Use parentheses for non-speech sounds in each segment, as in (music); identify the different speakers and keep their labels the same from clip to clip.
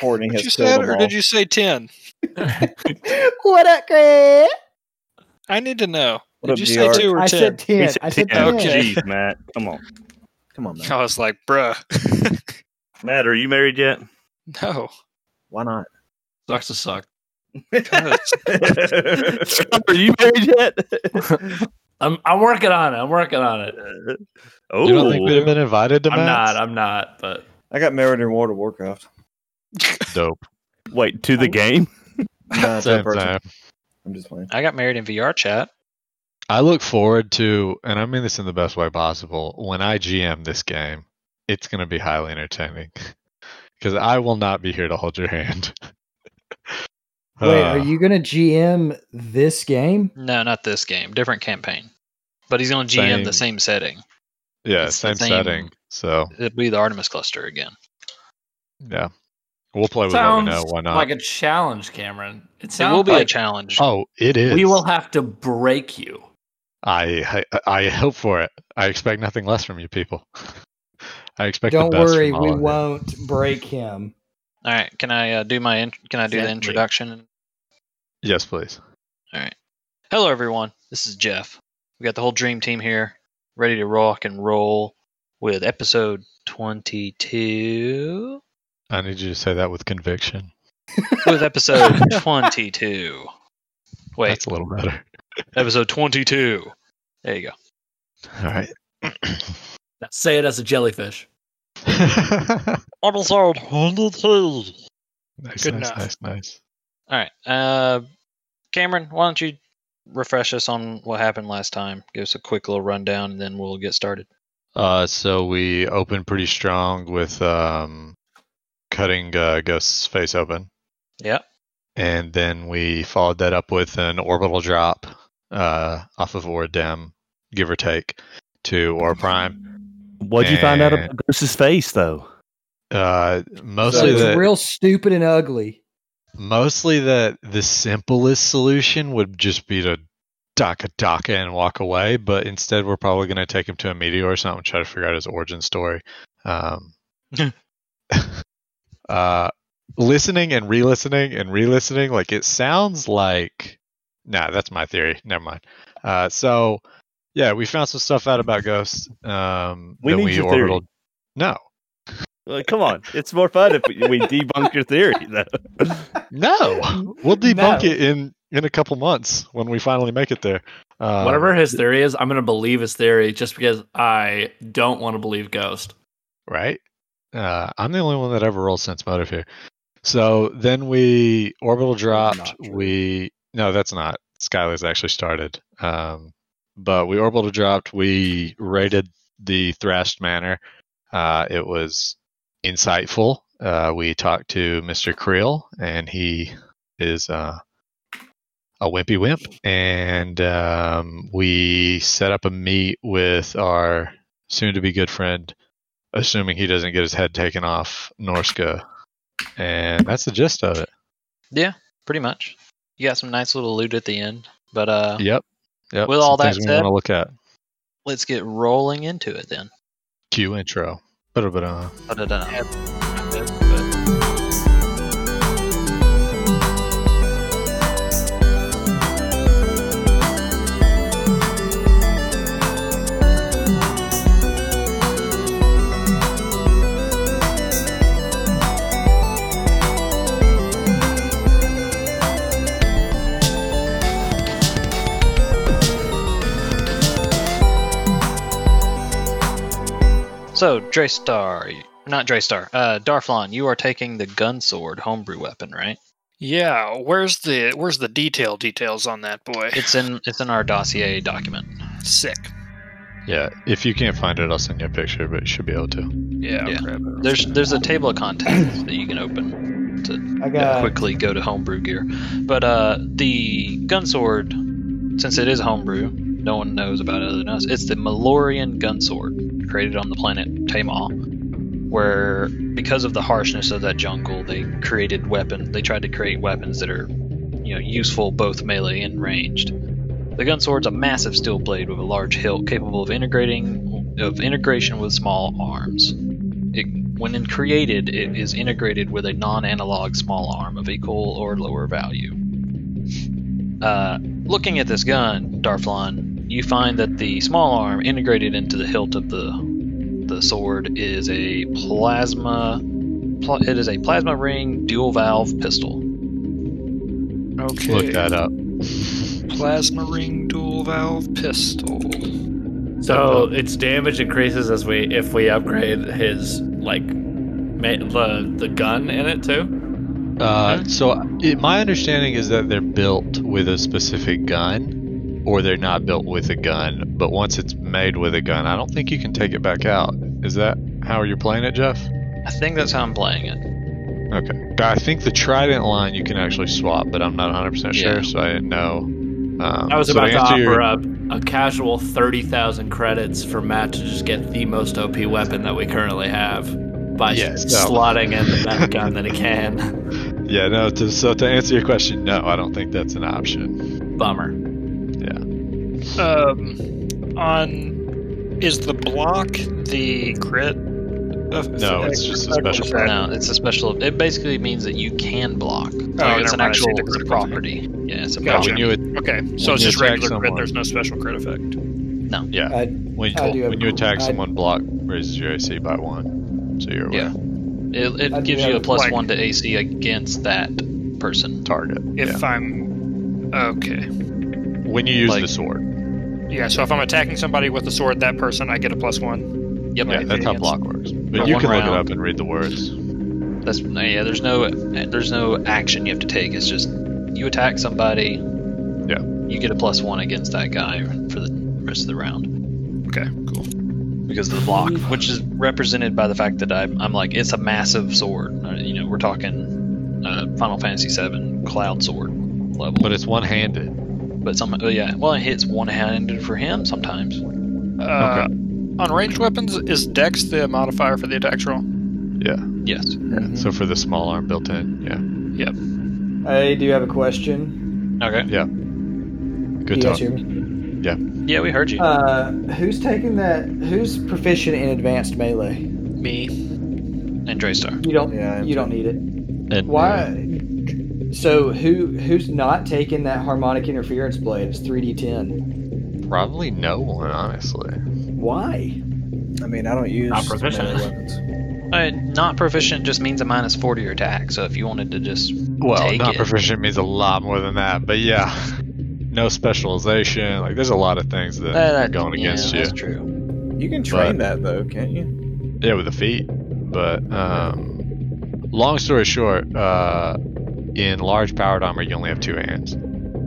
Speaker 1: Courtney
Speaker 2: What
Speaker 1: has
Speaker 2: you
Speaker 1: killed
Speaker 2: said,
Speaker 1: them
Speaker 2: or
Speaker 1: all.
Speaker 2: did you say ten?
Speaker 3: What up, Greg?
Speaker 2: I need to know.
Speaker 1: What up,
Speaker 2: did you say
Speaker 1: GR?
Speaker 2: two or
Speaker 3: I
Speaker 2: ten?
Speaker 3: said
Speaker 1: We
Speaker 3: ten. I said ten.
Speaker 4: Oh,
Speaker 2: Okay.
Speaker 1: Jeez, Matt. Come on. Come on, Matt.
Speaker 2: I was like,
Speaker 5: (laughs)
Speaker 2: bruh,
Speaker 6: Matt, are you married (laughs) yet? Oh,
Speaker 2: no.
Speaker 1: Why not?
Speaker 7: Sucks to suck.
Speaker 6: Scott, are you married yet?
Speaker 7: I'm I'm working on it. I'm working on it.
Speaker 6: oh,
Speaker 4: You don't think we'd have been invited to
Speaker 7: I'm
Speaker 4: Matt's?
Speaker 7: not. I'm not. But
Speaker 1: I got married in World of Warcraft. (laughs)
Speaker 4: Dope.
Speaker 6: wait to
Speaker 4: Oh.
Speaker 6: the game.
Speaker 1: Nah, it's that
Speaker 4: Same
Speaker 1: person.
Speaker 4: time.
Speaker 1: I'm just playing.
Speaker 2: I got married in VR chat.
Speaker 4: I look forward to, and I mean this in the best way possible, when I GM this game, it's going to be highly entertaining. (laughs) Because I will not be here to hold your hand.
Speaker 3: Wait,
Speaker 4: Uh,
Speaker 3: are you gonna GM this game?
Speaker 2: No, not this game. Different campaign. But he's going to GM the same setting.
Speaker 4: Yeah,
Speaker 2: it's the
Speaker 4: same,
Speaker 2: same-
Speaker 4: setting. So,
Speaker 2: It'll be the Artemis cluster again.
Speaker 4: yeah. We'll play with what we
Speaker 7: sounds
Speaker 4: know. Why not?
Speaker 7: like a challenge, Cameron. It
Speaker 2: It
Speaker 7: sounds
Speaker 2: will be a
Speaker 7: like
Speaker 2: challenge.
Speaker 4: oh, it is.
Speaker 7: we will have to break you.
Speaker 4: I, I I hope for it. I expect nothing less from you people. (laughs) I expect.
Speaker 3: Don't
Speaker 4: the best
Speaker 3: worry,
Speaker 4: from all
Speaker 3: we
Speaker 4: of you.
Speaker 3: won't break him.
Speaker 2: All right, can I uh, do my in- can I do the
Speaker 6: Gently.
Speaker 2: introduction?
Speaker 4: Yes, please.
Speaker 2: Hello, everyone. This is Jeff. We got the whole dream team here, ready to rock and roll with episode twenty-two.
Speaker 4: I need you to say that with conviction.
Speaker 2: With (laughs) episode twenty-two. Wait,
Speaker 4: That's a little better. (laughs)
Speaker 2: episode twenty-two. There you go.
Speaker 4: All
Speaker 2: (laughs)
Speaker 4: right.
Speaker 7: Now say it as a jellyfish.
Speaker 2: Episode twenty-two.
Speaker 4: nice,
Speaker 2: Good
Speaker 4: nice,
Speaker 2: enough.
Speaker 4: nice, nice.
Speaker 2: All right. Uh, Cameron, why don't you refresh us on what happened last time? Give us a quick little rundown, and then we'll get started.
Speaker 4: Uh, so we opened pretty strong with um, cutting uh, Ghost's face open.
Speaker 2: Yeah.
Speaker 4: And then we followed that up with an orbital drop uh, off of Ordem, give or take, to Or Prime.
Speaker 6: What'd you find out
Speaker 4: And-
Speaker 6: about Ghost's face, though?
Speaker 4: Uh,
Speaker 3: So
Speaker 4: mostly
Speaker 3: it's
Speaker 4: that,
Speaker 3: real stupid and ugly.
Speaker 4: mostly that the simplest solution would just be to Daka Daka and walk away, but instead we're probably going to take him to a meteor or something, try to figure out his origin story.
Speaker 6: (laughs)
Speaker 4: Um, uh, listening and re listening and re listening, like it sounds like. Nah, that's my theory. Never mind. Uh, so, yeah, we found some stuff out about ghosts. Um,
Speaker 6: We
Speaker 4: then
Speaker 6: need
Speaker 4: we
Speaker 6: your theory.
Speaker 4: orbital. No,
Speaker 6: Well, come on, it's more fun if we debunk your theory, though.
Speaker 4: No, we'll debunk
Speaker 7: No.
Speaker 4: it in in a couple months when we finally make it there. Um,
Speaker 7: Whatever his theory is, I'm going to believe his theory just because I don't want to believe ghost.
Speaker 4: right? Uh, I'm the only one that ever rolls sense motive here. So then we orbital dropped.
Speaker 3: true.
Speaker 4: We no, that's not. Skylar's actually started. Um, but we orbital dropped. We rated the Thrashed Manor. Uh, it was insightful. Uh, we talked to Mr. Creel, and he is uh, a wimpy wimp. And um, we set up a meet with our soon-to-be good friend, assuming he doesn't get his head taken off Norska. And that's the gist of it.
Speaker 2: Pretty much. You got some nice little loot at the end, but uh,
Speaker 4: Yep. Yep.
Speaker 2: With all
Speaker 4: Some
Speaker 2: that
Speaker 4: things we
Speaker 2: said-
Speaker 4: want to look at.
Speaker 2: let's get rolling into it then.
Speaker 4: Cue intro. Ba-da-ba-da.
Speaker 2: Da-da-da. So, Draystar, not Draystar, uh, Darflon, you are taking the gun sword homebrew weapon, right?
Speaker 5: Yeah, where's the where's the detail details on that boy?
Speaker 2: It's in it's in our dossier document.
Speaker 5: sick.
Speaker 4: Yeah. If you can't find it, I'll send you a picture, but you should be able to.
Speaker 5: Yeah, I'll
Speaker 2: Yeah.
Speaker 5: grab it.
Speaker 2: There's there's a table of contents that you can open to
Speaker 3: I got
Speaker 2: quickly go to homebrew gear. But uh, the gun sword, since it is homebrew, no one knows about it other than us. It's the Malorian gun sword created on the planet Tamal, where because of the harshness of that jungle, they created weapon. They tried to create weapons that are you know useful both melee and ranged. The gun sword's a massive steel blade with a large hilt capable of integrating of integration with small arms. It When in created, it is integrated with a non-analog small arm of equal or lower value. Uh, looking at this gun, Darflon, you find that the small arm integrated into the hilt of the the sword is a plasma. Pl- it is a plasma ring dual valve pistol.
Speaker 5: Okay.
Speaker 4: Look that up.
Speaker 5: Plasma ring dual valve pistol.
Speaker 7: So its damage increases as we if we upgrade his like ma- the the gun in it too.
Speaker 4: Uh, so it, my understanding is that they're built with a specific gun, or they're not built with a gun. But once it's made with a gun, I don't think you can take it back out. Is that how you're playing it, Jeff?
Speaker 2: I think that's how I'm playing it.
Speaker 4: Okay. I think the trident line you can actually swap, but I'm not 100% sure,
Speaker 2: Yeah.
Speaker 4: so I didn't know. Um,
Speaker 7: I was
Speaker 4: so
Speaker 7: about to offer
Speaker 4: answer your-
Speaker 7: up a casual thirty thousand credits for Matt to just get the most OP weapon that we currently have by
Speaker 4: Yes, no.
Speaker 7: slotting in the best gun that he can.
Speaker 4: Yeah, no. To, so to answer your question, no, I don't think that's an option.
Speaker 7: Bummer.
Speaker 5: Um, on is the block the crit? Of,
Speaker 4: No, it's just a
Speaker 5: effect, or
Speaker 4: special
Speaker 5: is that-
Speaker 2: No, it's a special. It basically means that you can block. Like,
Speaker 5: Oh, never
Speaker 2: it's an
Speaker 5: mind, I see
Speaker 2: actual
Speaker 5: the
Speaker 2: it's a
Speaker 5: critical
Speaker 2: property. Yeah, it's a
Speaker 4: Yeah,
Speaker 5: Gotcha.
Speaker 4: when
Speaker 2: property.
Speaker 4: you at-
Speaker 5: Okay, so
Speaker 4: When
Speaker 5: it's
Speaker 4: you
Speaker 5: just
Speaker 4: attack
Speaker 5: regular crit.
Speaker 4: someone.
Speaker 5: There's no special crit effect.
Speaker 4: yeah,
Speaker 3: I,
Speaker 4: when,
Speaker 3: Uh, I do have
Speaker 4: when
Speaker 3: a-
Speaker 4: you attack
Speaker 3: I-
Speaker 4: someone, block raises your AC by one, so you're aware.
Speaker 2: Yeah. It,
Speaker 3: I do
Speaker 2: it gives you a
Speaker 3: have-
Speaker 2: plus
Speaker 5: like-
Speaker 2: one to AC against that person.
Speaker 4: target.
Speaker 5: If I'm okay,
Speaker 4: yeah. When you use
Speaker 2: like-
Speaker 4: the sword.
Speaker 5: yeah. So if I'm attacking somebody with a sword, that person, I get a plus one.
Speaker 2: Yep.
Speaker 4: Yeah,
Speaker 5: Right,
Speaker 4: that's how
Speaker 5: against-
Speaker 4: block works. But
Speaker 2: For
Speaker 4: you
Speaker 2: one
Speaker 4: can look it
Speaker 2: round.
Speaker 4: up and read the words.
Speaker 2: That's yeah. There's no there's no action you have to take. It's just you attack somebody.
Speaker 4: Yeah.
Speaker 2: You get a plus one against that guy for the rest of the round
Speaker 5: Okay, cool.
Speaker 2: because of the block, which is represented by the fact that I'm, I'm like it's a massive sword. Uh, You know, we're talking uh, Final Fantasy VII Cloud Sword level.
Speaker 4: But it's one-handed.
Speaker 2: but some oh yeah, well it hits one handed for him sometimes.
Speaker 5: Uh, On ranged weapons, is Dex the modifier for the attack roll?
Speaker 4: Yeah.
Speaker 2: Yes.
Speaker 3: Mhm.
Speaker 4: So for the small arm built in. Yeah.
Speaker 3: I do have a question.
Speaker 2: Okay.
Speaker 4: Good
Speaker 3: Do you
Speaker 4: talk.
Speaker 3: guys hear me?
Speaker 2: Yeah, we heard you.
Speaker 3: Uh, who's taking that? Who's proficient in advanced melee?
Speaker 5: Me.
Speaker 2: and Draystar.
Speaker 3: You don't.
Speaker 1: Yeah, I am
Speaker 3: you don't need it.
Speaker 4: And, uh,
Speaker 3: Why? So who who's not taking that harmonic interference blade? It's three D ten.
Speaker 4: probably no one, honestly.
Speaker 3: Why?
Speaker 1: I mean, I don't use
Speaker 7: Not proficient.
Speaker 1: melee weapons.
Speaker 2: Uh, not proficient just means a minus four to your attack. So if you wanted to just
Speaker 4: Well,
Speaker 2: Take
Speaker 4: not
Speaker 2: it.
Speaker 4: proficient means a lot more than that, but yeah. No specialization. Like, there's a lot of things that
Speaker 2: Uh,
Speaker 4: are going
Speaker 2: yeah,
Speaker 4: against you.
Speaker 2: That's true.
Speaker 1: You can train that though, can't you?
Speaker 4: Yeah, with the feet. But um, long story short, uh, in large powered armor, you only have two hands,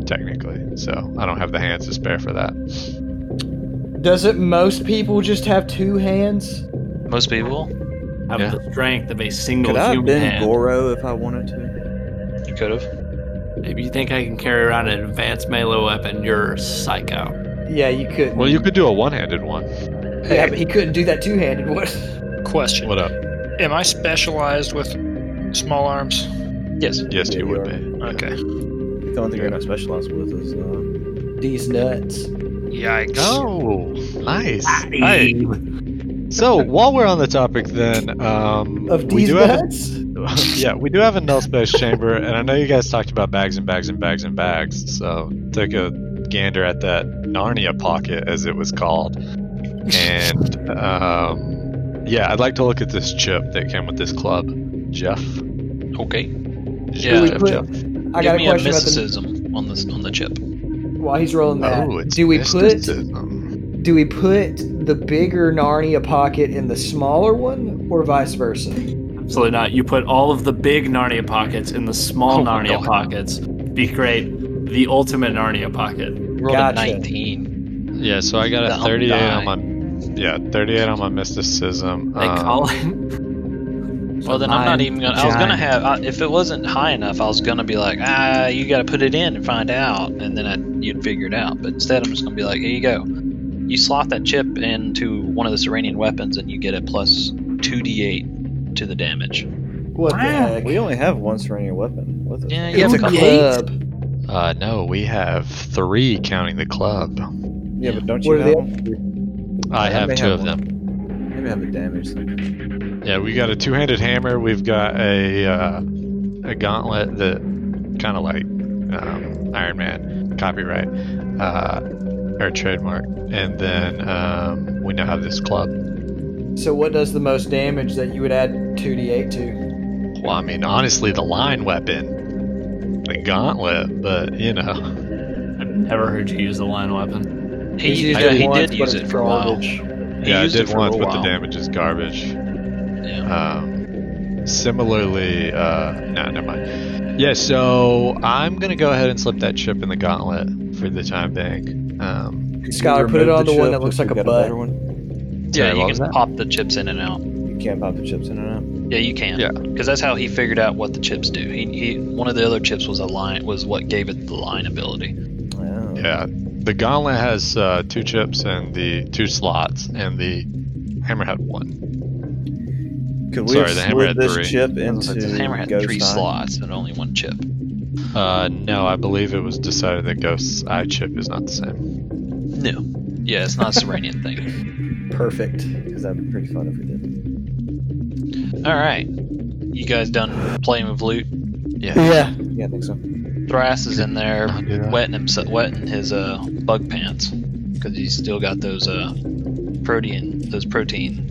Speaker 4: technically. So I don't have the hands to spare for that.
Speaker 3: Doesn't most people just have two hands?
Speaker 2: Most people,
Speaker 7: Have
Speaker 4: Yeah.
Speaker 7: the strength of a single
Speaker 1: Could I have
Speaker 7: human
Speaker 1: been
Speaker 7: hand.
Speaker 1: Goro if I wanted to?
Speaker 2: you could have.
Speaker 7: If you think I can carry around an advanced melee weapon, you're psycho.
Speaker 3: Yeah, you could.
Speaker 4: Well, you could do a one handed one.
Speaker 3: yeah, but he couldn't do that two handed. What?
Speaker 5: Question:
Speaker 4: What up?
Speaker 5: Am I specialized with small arms?
Speaker 2: Yes.
Speaker 4: Yes,
Speaker 1: Yeah,
Speaker 4: you
Speaker 1: you
Speaker 4: would
Speaker 1: are.
Speaker 4: be.
Speaker 5: Okay.
Speaker 1: The only thing you're not specialized with is uh,
Speaker 3: These nuts.
Speaker 5: Yikes.
Speaker 4: Oh, nice. Hey. So while we're on the topic, then um,
Speaker 3: Of
Speaker 4: we
Speaker 3: these
Speaker 4: do have
Speaker 3: nuts?
Speaker 4: (laughs) yeah we do have a null space chamber, and I know you guys talked about bags and bags and bags and bags. So take a gander at that Narnia pocket, as it was called, and um, yeah, I'd like to look at this chip that came with this club, Jeff.
Speaker 2: Okay.
Speaker 4: Jeff,
Speaker 2: we
Speaker 4: Jeff,
Speaker 3: put-
Speaker 4: Jeff.
Speaker 3: I
Speaker 2: Give
Speaker 3: got a question
Speaker 2: me a
Speaker 3: about the,
Speaker 2: mysticism on this on the chip.
Speaker 3: while he's rolling that.
Speaker 4: Oh, it's
Speaker 3: do we put
Speaker 4: mysticism.
Speaker 3: do we put the bigger Narnia pocket in the smaller one, or vice versa?
Speaker 7: Absolutely not. You put all of the big Narnia pockets in the small
Speaker 2: Oh my
Speaker 7: Narnia
Speaker 2: God.
Speaker 7: pockets to create the ultimate Narnia pocket.
Speaker 2: Rolled
Speaker 3: Gotcha.
Speaker 2: a nineteen.
Speaker 4: Yeah, so I got
Speaker 2: The
Speaker 4: a
Speaker 2: hump
Speaker 4: 38
Speaker 2: die.
Speaker 4: Uh, on my yeah 38 on my mysticism.
Speaker 7: They
Speaker 4: um,
Speaker 7: call it. (laughs)
Speaker 2: Well, then I'm not
Speaker 7: Lime
Speaker 2: even gonna. I was gonna
Speaker 7: giant.
Speaker 2: have. I, if it wasn't high enough, I was gonna be like, ah, you gotta put it in and find out, and then I, you'd figure it out. But instead, I'm just gonna be like, here you go. You slot that chip into one of the Serenian weapons, and you get a plus two d8 to the damage.
Speaker 3: What the heck?
Speaker 1: We only have one Serenian weapon with us.
Speaker 2: Yeah, you
Speaker 3: it's
Speaker 2: have
Speaker 3: a
Speaker 2: a couple.
Speaker 3: club.
Speaker 4: Uh, no, we have three counting the club.
Speaker 1: Yeah, but don't
Speaker 3: What
Speaker 1: you
Speaker 3: are they-
Speaker 1: know?
Speaker 4: I
Speaker 1: Yeah,
Speaker 4: have
Speaker 1: they
Speaker 4: two
Speaker 1: have
Speaker 4: of them.
Speaker 1: Yeah, Maybe I have a damage thing.
Speaker 4: Yeah, we got a two-handed hammer. We've got a uh, a gauntlet that kind of like um, Iron Man copyright uh, or trademark, and then um, we now have this club.
Speaker 3: So what does the most damage that you would add 2d8 to?
Speaker 4: Well, I mean, honestly, the line weapon, the gauntlet, but you know,
Speaker 7: I've never heard you use the line weapon.
Speaker 3: He's
Speaker 2: He,
Speaker 3: used
Speaker 2: yeah,
Speaker 3: it
Speaker 2: he
Speaker 3: once,
Speaker 2: did
Speaker 3: but
Speaker 2: use
Speaker 3: it's
Speaker 2: it for a while.
Speaker 3: garbage.
Speaker 2: He
Speaker 4: yeah, I
Speaker 2: used
Speaker 4: did
Speaker 2: it for
Speaker 4: once,
Speaker 2: a
Speaker 4: but the
Speaker 2: while.
Speaker 4: damage is garbage.
Speaker 2: Yeah.
Speaker 4: Um, similarly, uh, no, never mind. Yeah, so I'm gonna go ahead and slip that chip in the gauntlet for the time being. Um,
Speaker 3: Skylar, put it on the one that looks like a butt.
Speaker 1: One?
Speaker 2: Yeah,
Speaker 4: sorry, what
Speaker 2: you
Speaker 4: was
Speaker 2: can
Speaker 4: that?
Speaker 2: pop the chips in and out.
Speaker 1: You can't pop the chips in and out.
Speaker 2: Yeah, you can.
Speaker 4: Yeah.
Speaker 2: because that's how he figured out what the chips do. He, he one of the other chips was a line was what gave it the line ability.
Speaker 1: Wow.
Speaker 4: Yeah, the gauntlet has uh, two chips and the two slots, and the hammer had one.
Speaker 1: Could we
Speaker 4: Sorry,
Speaker 1: have
Speaker 4: the hammer
Speaker 1: slid
Speaker 4: had
Speaker 1: this
Speaker 4: three.
Speaker 1: chip into
Speaker 2: the hammer had
Speaker 1: Ghost
Speaker 2: three
Speaker 1: Eye?
Speaker 2: slots and only one chip.
Speaker 4: Uh, no, I believe it was decided that Ghost's eye chip is not the same.
Speaker 2: No. Yeah, it's not a Serenian thing.
Speaker 1: Perfect. Because that'd be pretty fun if we did.
Speaker 2: (laughs) All right, you guys done playing with loot?
Speaker 4: Yeah.
Speaker 3: Yeah.
Speaker 1: Yeah, I think so.
Speaker 2: Thrass is in there
Speaker 4: I'll do that.
Speaker 2: wetting himself, wetting his uh bug pants because he's still got those uh protein those protein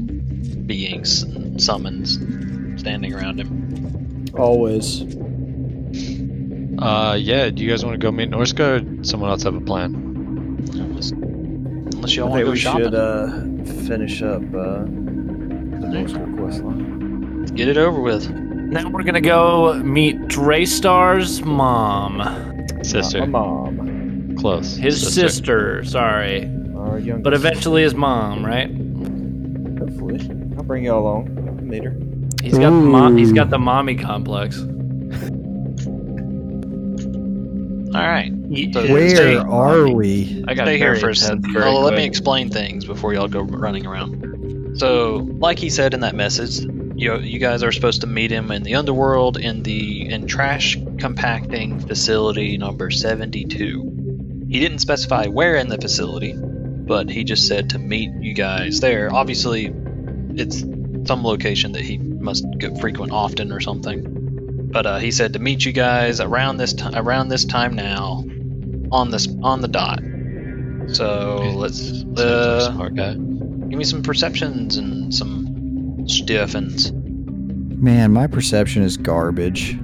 Speaker 2: beings and summons standing around him.
Speaker 3: Always.
Speaker 4: Uh, yeah. Do you guys want to go meet Norska, or someone else have a plan?
Speaker 2: Unless, unless y'all
Speaker 1: I think
Speaker 2: want to go
Speaker 1: we
Speaker 2: shopping,
Speaker 1: should uh, finish up uh, the
Speaker 2: Alright.
Speaker 1: next quest line.
Speaker 2: get it over with.
Speaker 7: Now we're gonna go meet Draystar's mom,
Speaker 4: Sister,
Speaker 1: My mom.
Speaker 4: close.
Speaker 7: his sister. Sorry,
Speaker 1: Our youngest.
Speaker 7: but eventually his mom, right?
Speaker 1: Hopefully. I'll bring you along. Meet her.
Speaker 7: He's got the mom. He's got the mommy complex.
Speaker 2: All right. So stay-
Speaker 8: Where are we?
Speaker 7: I got
Speaker 2: Stay here
Speaker 7: very
Speaker 2: for a second.
Speaker 7: intense very
Speaker 2: Well, let me
Speaker 7: quick.
Speaker 2: explain things before y'all go running around. So, like he said in that message, you you guys are supposed to meet him in the underworld in the in trash compacting facility number 72. He didn't specify where in the facility, but he just said to meet you guys there. Obviously, it's some location that he must go frequent often or something. But uh, he said to meet you guys around this time around this time now on this on the dot. So
Speaker 4: Okay.
Speaker 2: let's
Speaker 4: Sister's a
Speaker 2: uh,
Speaker 4: smart guy.
Speaker 2: give me some perceptions and some stiffens.
Speaker 8: Man, my perception is garbage.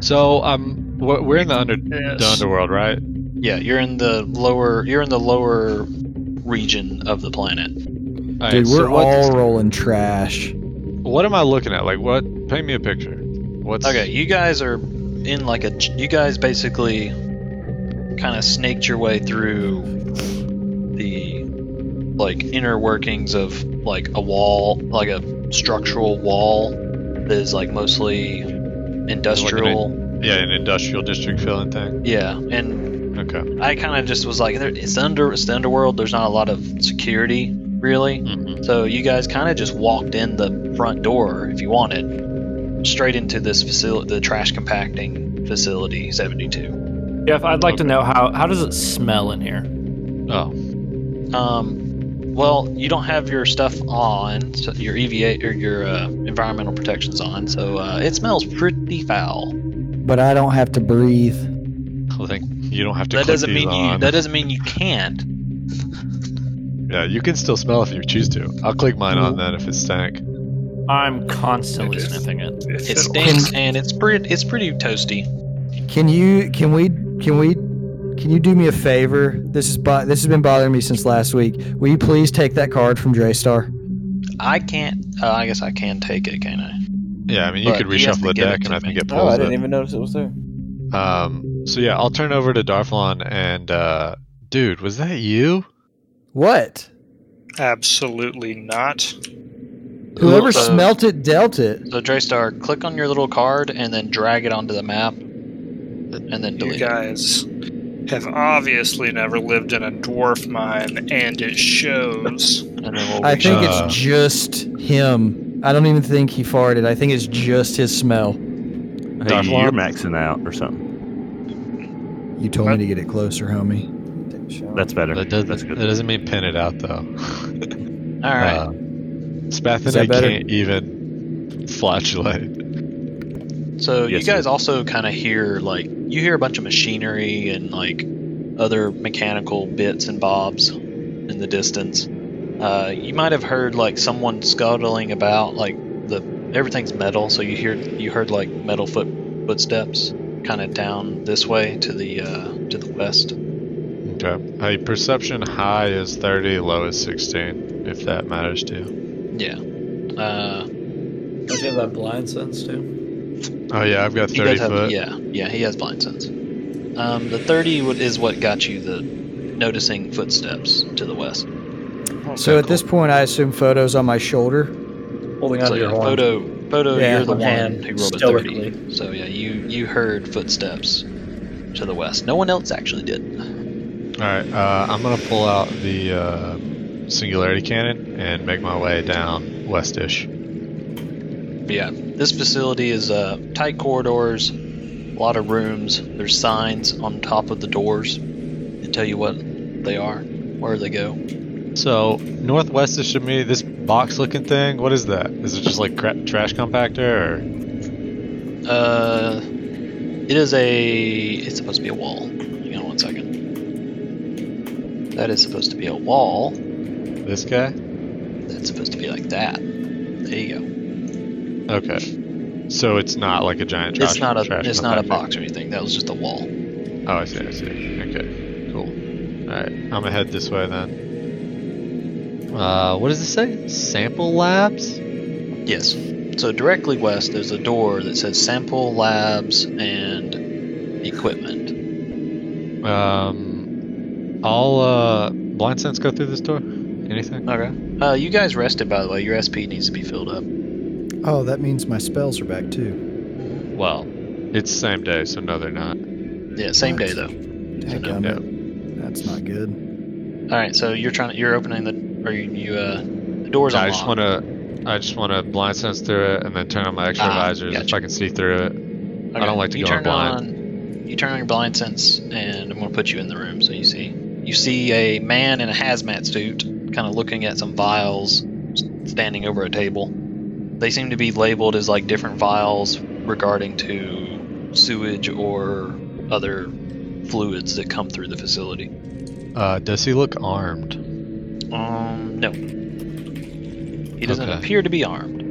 Speaker 4: So um, we're we're in the under the
Speaker 7: Yes.
Speaker 4: underworld, right?
Speaker 2: Yeah, you're in the lower you're in the lower region of the planet.
Speaker 4: All
Speaker 8: Dude, we're
Speaker 4: right, so what-
Speaker 8: all rolling trash.
Speaker 4: What am I looking at? Like, what? Paint me a picture. What's
Speaker 2: Okay, you guys are in like a. You guys basically kind of snaked your way through the like inner workings of like a wall, like a structural wall that is like mostly industrial.
Speaker 4: Yeah, an industrial district filling thing.
Speaker 2: Yeah, and
Speaker 4: Okay.
Speaker 2: I kind of just was like, there- it's under it's the underworld. There's not a lot of security really.
Speaker 4: Mm-hmm.
Speaker 2: So you guys kind of just walked in the front door, if you wanted, straight into this facility, the trash compacting facility 72.
Speaker 7: Jeff, I'd like to
Speaker 4: Okay.
Speaker 7: know how how does it smell in here?
Speaker 4: Oh,
Speaker 2: Um, well, you don't have your stuff on, so your EVA or your uh, environmental protections on, so uh, it smells pretty foul.
Speaker 8: But I don't have to breathe.
Speaker 4: I think you don't have to.
Speaker 2: That
Speaker 4: clip
Speaker 2: doesn't
Speaker 4: these
Speaker 2: mean you.
Speaker 4: on.
Speaker 2: That doesn't mean you can't.
Speaker 4: Yeah, you can still smell if you choose to. I'll click mine on
Speaker 2: Mm-hmm.
Speaker 4: then if it stank.
Speaker 7: I'm constantly
Speaker 5: It is.
Speaker 7: sniffing it.
Speaker 2: It stinks and it's pretty. It's pretty toasty.
Speaker 8: Can you? Can we? Can we? Can you do me a favor? This is bo- this has been bothering me since last week. Will you please take that card from Draystar?
Speaker 2: I can't. Uh, I guess I can take it, can I?
Speaker 4: Yeah, I mean you
Speaker 2: But
Speaker 4: could
Speaker 2: he has
Speaker 4: reshuffle
Speaker 2: to
Speaker 4: the
Speaker 2: give it
Speaker 4: deck
Speaker 2: to
Speaker 4: and I
Speaker 2: me.
Speaker 4: think it
Speaker 1: Oh,
Speaker 4: pulls
Speaker 1: I didn't
Speaker 4: it.
Speaker 1: even notice it was there.
Speaker 4: Um. So yeah, I'll turn over to Darflon and uh, dude, was that you?
Speaker 8: What?
Speaker 5: Absolutely not.
Speaker 8: Whoever
Speaker 2: So-
Speaker 8: smelt it dealt it.
Speaker 2: So Draystar, click on your little card and then drag it onto the map, and then
Speaker 5: You
Speaker 2: delete. it.
Speaker 5: guys have obviously never lived in a dwarf mine, and it shows.
Speaker 2: And then we'll
Speaker 8: I think
Speaker 4: Uh.
Speaker 8: it's just him. I don't even think he farted. I think it's just his smell.
Speaker 6: I think
Speaker 4: Darflon?
Speaker 6: you're maxing out or something.
Speaker 8: You told me to get it closer, homie.
Speaker 1: Take a shower.
Speaker 6: That's better.
Speaker 4: That uh, doesn't.
Speaker 6: That's
Speaker 4: That
Speaker 2: (laughs)
Speaker 6: good.
Speaker 4: doesn't mean pin it out though.
Speaker 2: All right.
Speaker 4: Uh, Spathina
Speaker 8: better?
Speaker 4: Uh, can't even flatulate.
Speaker 2: So
Speaker 6: Yes,
Speaker 2: you guys also kind of hear like you hear a bunch of machinery and like other mechanical bits and bobs in the distance. Uh, you might have heard like someone scuttling about like the everything's metal, so you hear you heard like metal foot footsteps kind of down this way to the uh, to the west.
Speaker 4: Okay. A perception high is 30, low is 16, if that matters to you.
Speaker 2: Yeah. Uh,
Speaker 7: Does he have that blind sense too?
Speaker 4: Oh, yeah, I've got
Speaker 2: he
Speaker 4: 30
Speaker 2: does have,
Speaker 4: foot.
Speaker 2: yeah, yeah, he has blind sense. Um, the thirty would- is what got you the noticing footsteps to the west.
Speaker 8: So at this point, I assume photos on my shoulder.
Speaker 7: Holding
Speaker 2: So
Speaker 7: onto
Speaker 2: yeah,
Speaker 7: your horn.
Speaker 2: photo, photo,
Speaker 8: Yeah,
Speaker 2: you're
Speaker 7: my
Speaker 2: the one
Speaker 7: hand,
Speaker 2: who rolled a
Speaker 7: stoically.
Speaker 2: thirty. So yeah, you you heard footsteps to the west. No one else actually did.
Speaker 4: All right, uh, I'm gonna pull out the uh, singularity cannon and make my way down westish.
Speaker 2: But yeah, this facility is uh, tight corridors, a lot of rooms. There's signs on top of the doors that tell you what they are, where they go.
Speaker 4: So northwestish of me, this box-looking thing. What is that? Is it just like cra- trash compactor? Or...
Speaker 2: Uh, it is a. It's supposed to be a wall. Hang on one second. That is supposed to be a wall.
Speaker 4: This guy?
Speaker 2: That's supposed to be like that. There you go.
Speaker 4: Okay. So it's not like a giant. Trash,
Speaker 2: it's not a.
Speaker 4: trash
Speaker 2: It's not a
Speaker 4: compactor.
Speaker 2: box or anything. That was just a wall.
Speaker 4: Oh, I see. I see. Okay. Cool. All right, I'm gonna head this way then. Uh, what does it say? Sample labs.
Speaker 2: Yes. So directly west, there's a door that says sample labs and equipment.
Speaker 4: Um, all uh, blind sense go through this door. Anything?
Speaker 2: Okay. Uh, you guys rested by the way. Your SP needs to be filled up.
Speaker 8: Oh, that means my spells are back too.
Speaker 4: Well, it's same day, so no, they're not.
Speaker 2: Yeah, same day though.
Speaker 8: Dadgummit. That's not good.
Speaker 2: All right. So you're trying. You're opening the. Or you. you uh, the door's
Speaker 4: I
Speaker 2: unlocked.
Speaker 4: just want to, I just want to blind sense through it and then turn on my extra
Speaker 2: Ah,
Speaker 4: visors if
Speaker 2: gotcha.
Speaker 4: I can see through it.
Speaker 2: Okay.
Speaker 4: I don't like to
Speaker 2: you
Speaker 4: go in
Speaker 2: turn
Speaker 4: blind.
Speaker 2: On, you turn on your blind sense, and I'm gonna put you in the room so you see. You see a man in a hazmat suit, kind of looking at some vials, s- standing over a table. They seem to be labeled as like different vials regarding to sewage or other fluids that come through the facility.
Speaker 4: Uh, does he look armed?
Speaker 2: Um, no. He doesn't
Speaker 4: Okay.
Speaker 2: appear to be armed.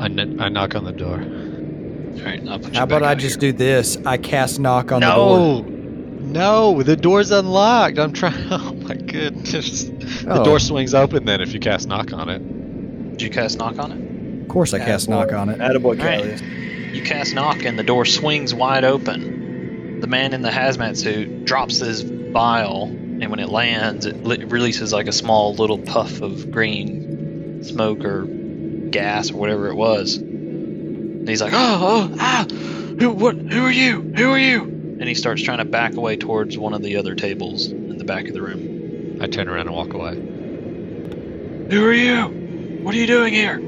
Speaker 4: I kn- I knock on the door.
Speaker 2: All right, I'll put you
Speaker 8: How about
Speaker 2: back
Speaker 8: I
Speaker 2: out
Speaker 8: just
Speaker 2: here.
Speaker 8: do this? I cast knock on
Speaker 4: no, no, the door's unlocked. I'm trying. (laughs) Oh my goodness!
Speaker 8: the door.
Speaker 4: The
Speaker 8: Oh,
Speaker 4: door swings open then if you cast knock on it.
Speaker 2: Did you cast knock on it?
Speaker 8: Of course, I cast knock on it.
Speaker 3: Attaboy,
Speaker 2: All right.
Speaker 3: Callius.
Speaker 2: You cast knock and the door swings wide open. The man in the hazmat suit drops his vial, and when it lands, it li- releases like a small little puff of green smoke or gas or whatever it was. And he's like, "Oh, oh, ah! Who, what? Who are you? Who are you?" And he starts trying to back away towards one of the other tables in the back of the room.
Speaker 4: I turn around and walk away.
Speaker 2: Who are you? What are you doing here?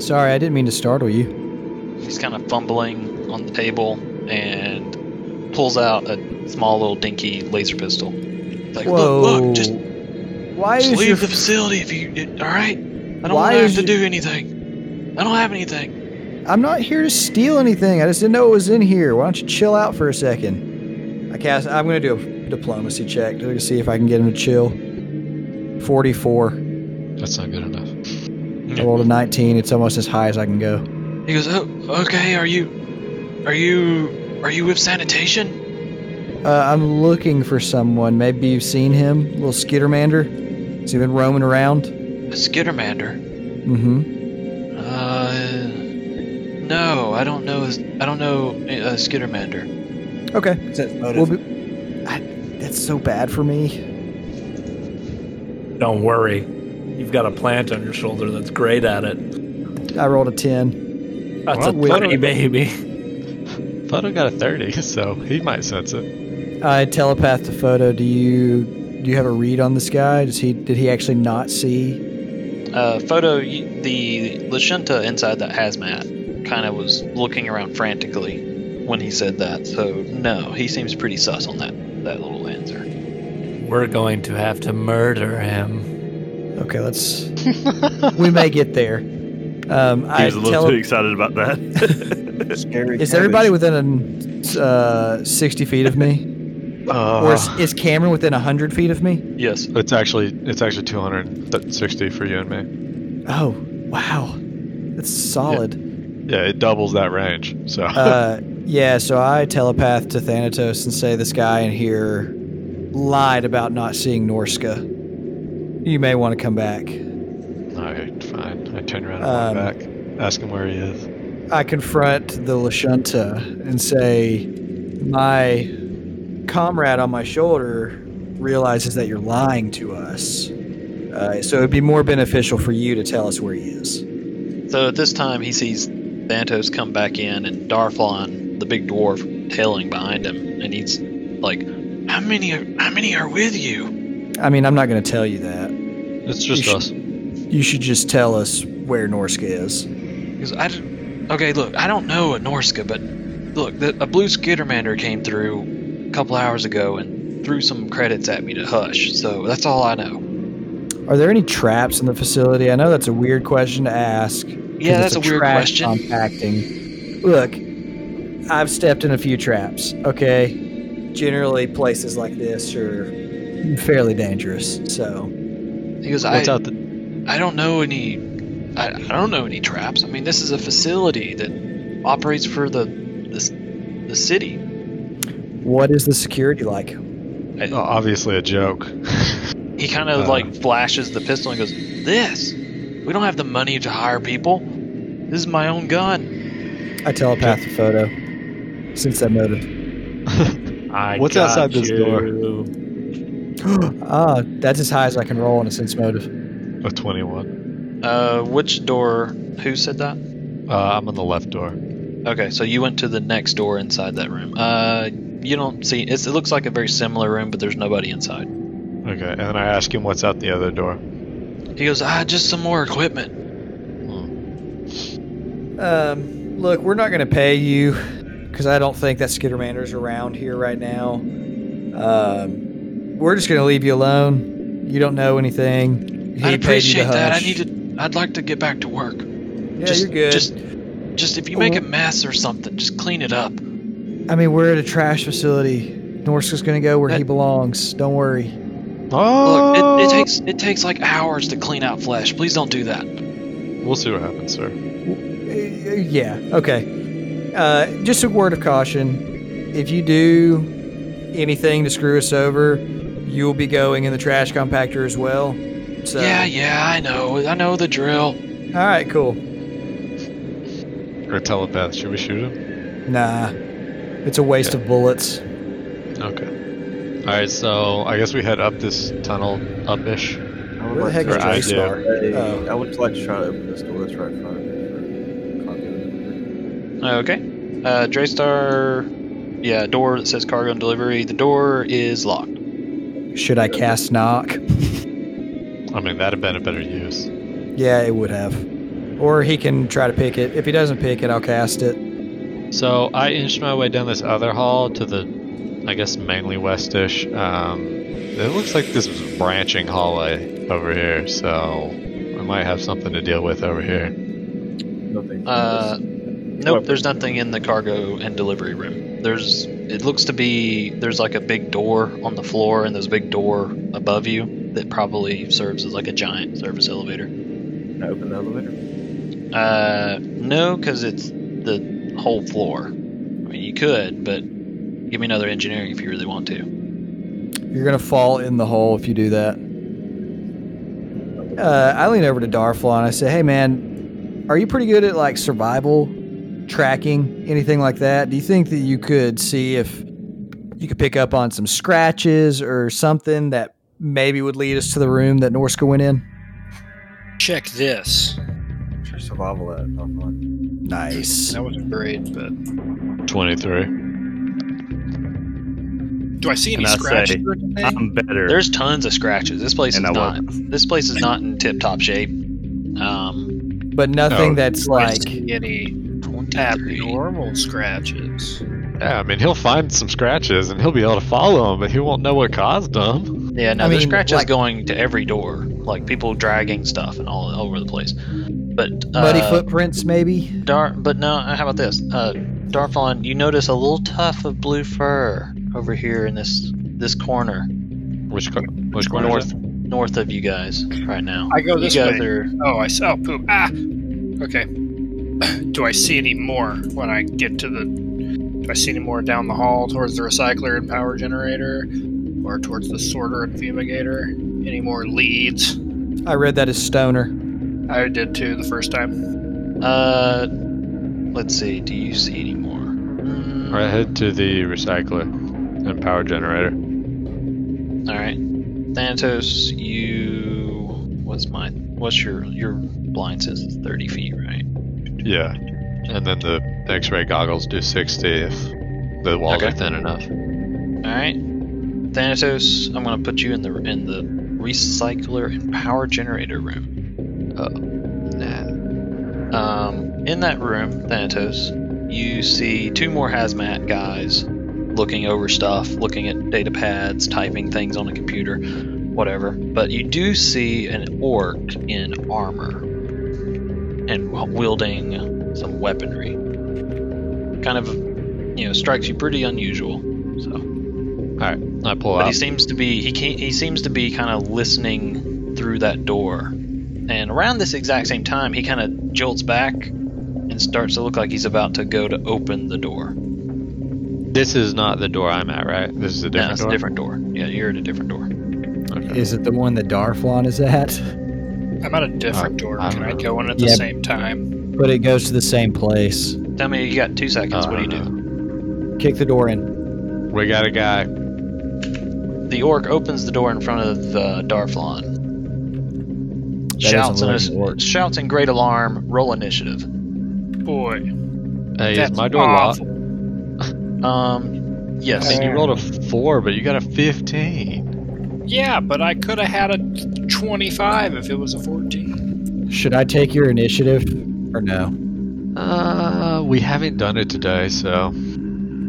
Speaker 8: Sorry, I didn't mean to startle you.
Speaker 2: He's kind of fumbling on the table and pulls out a small little dinky laser pistol. He's like,
Speaker 8: Whoa!
Speaker 2: look, look, just,
Speaker 8: Why
Speaker 2: just
Speaker 8: is
Speaker 2: leave
Speaker 8: your
Speaker 2: the facility if you. It, all right, I don't
Speaker 8: Why
Speaker 2: want to have
Speaker 8: is
Speaker 2: to
Speaker 8: you-
Speaker 2: do anything. I don't have anything.
Speaker 8: I'm not here to steal anything. I just didn't know it was in here. Why don't you chill out for a second? I cast. I'm going to do a diplomacy check to see if I can get him to chill. 44.
Speaker 4: That's not good enough.
Speaker 8: I rolled a 19. It's almost as high as I can go.
Speaker 2: He goes, oh, okay. Are you, are you, are you with sanitation?
Speaker 8: Uh, I'm looking for someone. Maybe you've seen him, little skittermander. He's been roaming around.
Speaker 2: A skittermander.
Speaker 8: Mm-hmm.
Speaker 2: Uh, no, I don't know. I don't know a skittermander.
Speaker 8: Okay.
Speaker 1: Sense motive.
Speaker 8: We'll be, I, that's so bad for me.
Speaker 7: Don't worry. You've got a plant on your shoulder that's great at it.
Speaker 8: I rolled a 10.
Speaker 7: That's
Speaker 8: Well, we-
Speaker 7: a tiny baby.
Speaker 4: Photo got a 30, (laughs) so he might sense it.
Speaker 8: I telepath to photo. Do you do you have a read on this guy? Does he did he actually not see?
Speaker 2: uh, photo y- the Lashunta inside that hazmat kind of was looking around frantically when he said that. So no, he seems pretty sus on that that little answer.
Speaker 7: We're going to have to murder him.
Speaker 8: Okay, let's we may get there.
Speaker 6: (laughs)
Speaker 8: Um,
Speaker 6: He
Speaker 8: I
Speaker 6: was a little
Speaker 8: tele-
Speaker 6: too excited about that.
Speaker 1: Scary
Speaker 8: is everybody within uh, 60 feet of
Speaker 6: (laughs)
Speaker 8: me?
Speaker 4: Uh,
Speaker 8: or is,
Speaker 6: Ah.
Speaker 8: is Cameron within 100 feet of me?
Speaker 2: Yes.
Speaker 4: it's actually it's actually 260 for you and me.
Speaker 8: Oh, wow. That's solid.
Speaker 4: Yeah, it doubles that range.
Speaker 6: (laughs)
Speaker 4: So
Speaker 8: Uh, yeah, so I telepath to Thanatos and say this guy in here lied about not seeing Norska. You may want to come back.
Speaker 4: all right, fine. I turn around and
Speaker 2: Um,
Speaker 4: walk back. Ask him where he is.
Speaker 8: I confront the Lashunta and say, My comrade on my shoulder realizes that you're lying to us. Uh, so it'd be more beneficial for you to tell us where he is.
Speaker 2: So at this time, he sees Thanatos come back in and Darflon, the big dwarf, tailing behind him, and he's like, "How many? Are, how many are with you?"
Speaker 8: I mean, I'm not going to tell you that.
Speaker 4: It's
Speaker 8: just
Speaker 4: just
Speaker 8: You
Speaker 4: us.
Speaker 8: You should just tell us where Norska is.
Speaker 2: Because I, d- okay, look, I don't know a Norska, but look, the, a blue Skittermander came through a couple hours ago and threw some credits at me to hush. So that's all I know.
Speaker 8: Are there any traps in the facility? I know that's a weird question to ask. 'cause
Speaker 2: Yeah,
Speaker 8: it's
Speaker 2: that's a, weird
Speaker 8: trash
Speaker 2: question.
Speaker 8: Compacting. Look, I've stepped in a few traps. Okay, generally places like this are fairly dangerous. So
Speaker 2: He goes, I,
Speaker 4: What's out the?
Speaker 2: I don't know any. I, I don't know any traps. I mean, this is a facility that operates for the the, s- the city.
Speaker 8: what is the security like?
Speaker 4: Oh, obviously a joke. (laughs)
Speaker 2: He kind of
Speaker 4: Uh.
Speaker 2: like flashes the pistol and goes, "This. We don't have the money to hire people. This is my own gun."
Speaker 8: I telepath the photo. Since that motive.
Speaker 7: I
Speaker 4: What's
Speaker 7: got
Speaker 4: outside this door?
Speaker 7: you.
Speaker 8: Ah, that's as high as I can roll on a sense motive.
Speaker 4: a 21.
Speaker 2: Uh, which door? Who said that?
Speaker 4: Uh, I'm on the left door.
Speaker 2: Okay, so you went to the next door inside that room. Uh, you don't see. It's, it looks like a very similar room, but there's nobody inside.
Speaker 4: Okay, and then I ask him what's out the other door.
Speaker 2: He goes, "Ah, just some more equipment."
Speaker 4: Hmm.
Speaker 8: Um, look, we're not going to pay you because I don't think that Skittermander's around here right now. Um, we're just going to leave you alone. You don't know anything.
Speaker 2: I
Speaker 8: He paid you to
Speaker 2: appreciate that. I
Speaker 8: hush.
Speaker 2: need to. I'd like to get back to work.
Speaker 8: Yeah,
Speaker 2: just,
Speaker 8: you're good.
Speaker 2: Just, just if you make a mess or something, just clean it up.
Speaker 8: I mean, we're at a trash facility. Norska's gonna go where he
Speaker 2: That-
Speaker 8: belongs. Don't worry.
Speaker 2: Look,
Speaker 4: Oh!
Speaker 8: Oh.
Speaker 2: it, it takes it takes like hours to clean out flesh. Please don't do that.
Speaker 4: We'll see what happens, sir.
Speaker 8: Uh, yeah. Okay. Uh, just a word of caution: if you do anything to screw us over, you'll be going in the trash compactor as well. So,
Speaker 2: Yeah, yeah, I know, I know the drill.
Speaker 8: All right. Cool.
Speaker 4: Or telepath, should we shoot him?
Speaker 8: Nah. It's a waste of bullets.
Speaker 4: Okay. Alright, so I guess we head up this tunnel, up-ish.
Speaker 8: Where the heck is
Speaker 4: Or I
Speaker 8: Draystar? Oh.
Speaker 1: I would just like to try to open this door that's right in front of me. for cargo delivery.
Speaker 2: Okay. Uh, Draystar, yeah, door that says cargo and delivery. The door is locked.
Speaker 8: Should I cast knock?
Speaker 4: I mean, that'd have been a better use.
Speaker 8: Yeah, it would have. Or he can try to pick it. If he doesn't pick it, I'll cast it.
Speaker 4: So I inched my way down this other hall to the, I guess, mainly westish. Um, it looks like this was a branching hallway over here, so I might have something to deal with over here.
Speaker 1: No, thank you.
Speaker 2: Uh, nope,
Speaker 1: Weapon.
Speaker 2: there's nothing in the cargo and delivery room. There's it looks to be there's like a big door on the floor and there's a big door above you that probably serves as like a giant service elevator.
Speaker 1: Can I open the elevator?
Speaker 2: Uh, no, because it's the whole floor. I mean, you could, but give me another engineering if you really want to.
Speaker 8: You're gonna fall in the hole if you do that. Uh, I lean over to Darflaw and I say, "Hey, man, are you pretty good at like survival, tracking, anything like that? Do you think that you could see if you could pick up on some scratches or something that maybe would lead us to the room that Norska went in?"
Speaker 5: Check this.
Speaker 1: Sure, survival at Oh, online.
Speaker 8: Nice.
Speaker 5: That wasn't great, but
Speaker 4: 23.
Speaker 5: do I see any
Speaker 6: And I
Speaker 5: scratches
Speaker 6: say,
Speaker 5: or anything?
Speaker 6: I'm better.
Speaker 2: There's tons of scratches. This place
Speaker 6: And
Speaker 2: is
Speaker 6: I
Speaker 2: not.
Speaker 6: wasn't.
Speaker 2: This place is not in tip-top shape. Um,
Speaker 8: But nothing
Speaker 4: No.
Speaker 8: that's
Speaker 5: Do I
Speaker 8: like
Speaker 5: see any abnormal scratches.
Speaker 4: Yeah, I mean, he'll find some scratches and he'll be able to follow them, but he won't know what caused them.
Speaker 2: Yeah, no,
Speaker 8: I
Speaker 2: the
Speaker 8: mean,
Speaker 2: scratch is
Speaker 8: like-
Speaker 2: going to every door, like people dragging stuff and all over the place. But uh,
Speaker 8: Muddy footprints, maybe.
Speaker 2: Dar, but no, how about this, uh, Darflon? You notice a little tuft of blue fur over here in this this corner,
Speaker 4: Which, co- which corner? is
Speaker 2: north
Speaker 4: it?
Speaker 2: north of you guys right now.
Speaker 5: I go
Speaker 2: you
Speaker 5: this
Speaker 2: guys
Speaker 5: way.
Speaker 2: are
Speaker 5: Oh, I saw poop. Ah, okay. (clears throat) Do I see any more when I get to the? Do I see any more down the hall towards the recycler and power generator, or towards the sorter and fumigator? Any more leads?
Speaker 8: I read that as stoner.
Speaker 5: I did too the first time.
Speaker 2: Uh, let's see. Do you see any more? Mm,
Speaker 4: Right, head to the recycler and power generator.
Speaker 2: All right. Thanatos, you. What's my? What's your your blind says it's thirty feet, right?
Speaker 4: Yeah, and then the X-ray goggles do 60 if the walls are
Speaker 2: Okay.
Speaker 4: thin enough.
Speaker 2: All right. Thanatos, I'm gonna put you in the in the recycler and power generator room. Uh,
Speaker 4: Nah.
Speaker 2: Um, in that room, Thanatos, you see two more hazmat guys looking over stuff, looking at data pads, typing things on a computer, whatever. But you do see an orc in armor and wielding some weaponry. Kind of, you know, strikes you pretty unusual. So.
Speaker 4: I pull
Speaker 2: But
Speaker 8: Um,
Speaker 4: out.
Speaker 2: he seems to be he can he seems to be kind of listening through that door. And around this exact same time, he kind of jolts back and starts to look like he's about to go to open the door.
Speaker 4: This is not the door I'm at, right? This is a
Speaker 2: no,
Speaker 4: different
Speaker 2: it's a different door. Yeah, you're at a different door.
Speaker 4: door. Okay.
Speaker 8: Is it the one that Darflon is at?
Speaker 5: I'm at a different door.
Speaker 4: I
Speaker 5: Can I
Speaker 4: don't
Speaker 5: go in at the
Speaker 8: Yeah.
Speaker 5: same time?
Speaker 8: But it goes to the same place.
Speaker 2: Tell me, you got two seconds.
Speaker 4: Oh,
Speaker 2: what do you
Speaker 4: no,
Speaker 2: do?
Speaker 8: Kick the door in.
Speaker 4: We got a guy.
Speaker 2: The orc opens the door in front of uh, Darflon.
Speaker 8: doesn't
Speaker 2: Shouts in,
Speaker 8: look
Speaker 2: a,
Speaker 8: like an orc.
Speaker 2: shouts in great alarm. Roll initiative.
Speaker 5: Boy,
Speaker 4: Hey,
Speaker 5: that's
Speaker 4: is my door locked?
Speaker 5: awful.
Speaker 2: Um,
Speaker 4: I
Speaker 2: yes.
Speaker 4: mean, you rolled a four, but you got a 15.
Speaker 5: Yeah, but I could have had a 25 if it was a 14.
Speaker 8: Should I take your initiative or no?
Speaker 4: Uh, we haven't done it today, so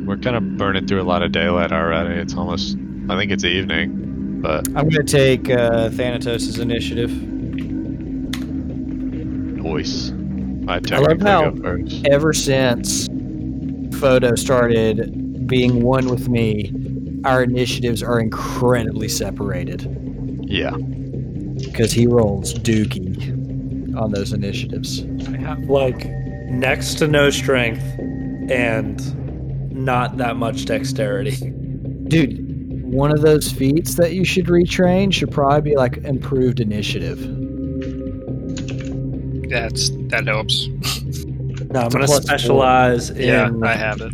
Speaker 4: we're kind of burning through a lot of daylight already. It's almost, I think it's evening, but
Speaker 8: I'm going to take uh, Thanatos' initiative.
Speaker 4: voice. I technically
Speaker 8: how-
Speaker 4: go first.
Speaker 8: Ever since Photo started being one with me, our initiatives are incredibly separated
Speaker 4: Yeah.
Speaker 8: because he rolls dookie on those initiatives.
Speaker 9: I have like next to no strength and not that much dexterity. (laughs)
Speaker 8: Dude, one of those feats that you should retrain should probably be like improved initiative.
Speaker 5: That's that helps.
Speaker 9: No, I'm
Speaker 8: It's a
Speaker 9: gonna
Speaker 8: plus four.
Speaker 9: specialize
Speaker 5: Yeah,
Speaker 9: in
Speaker 5: I have it.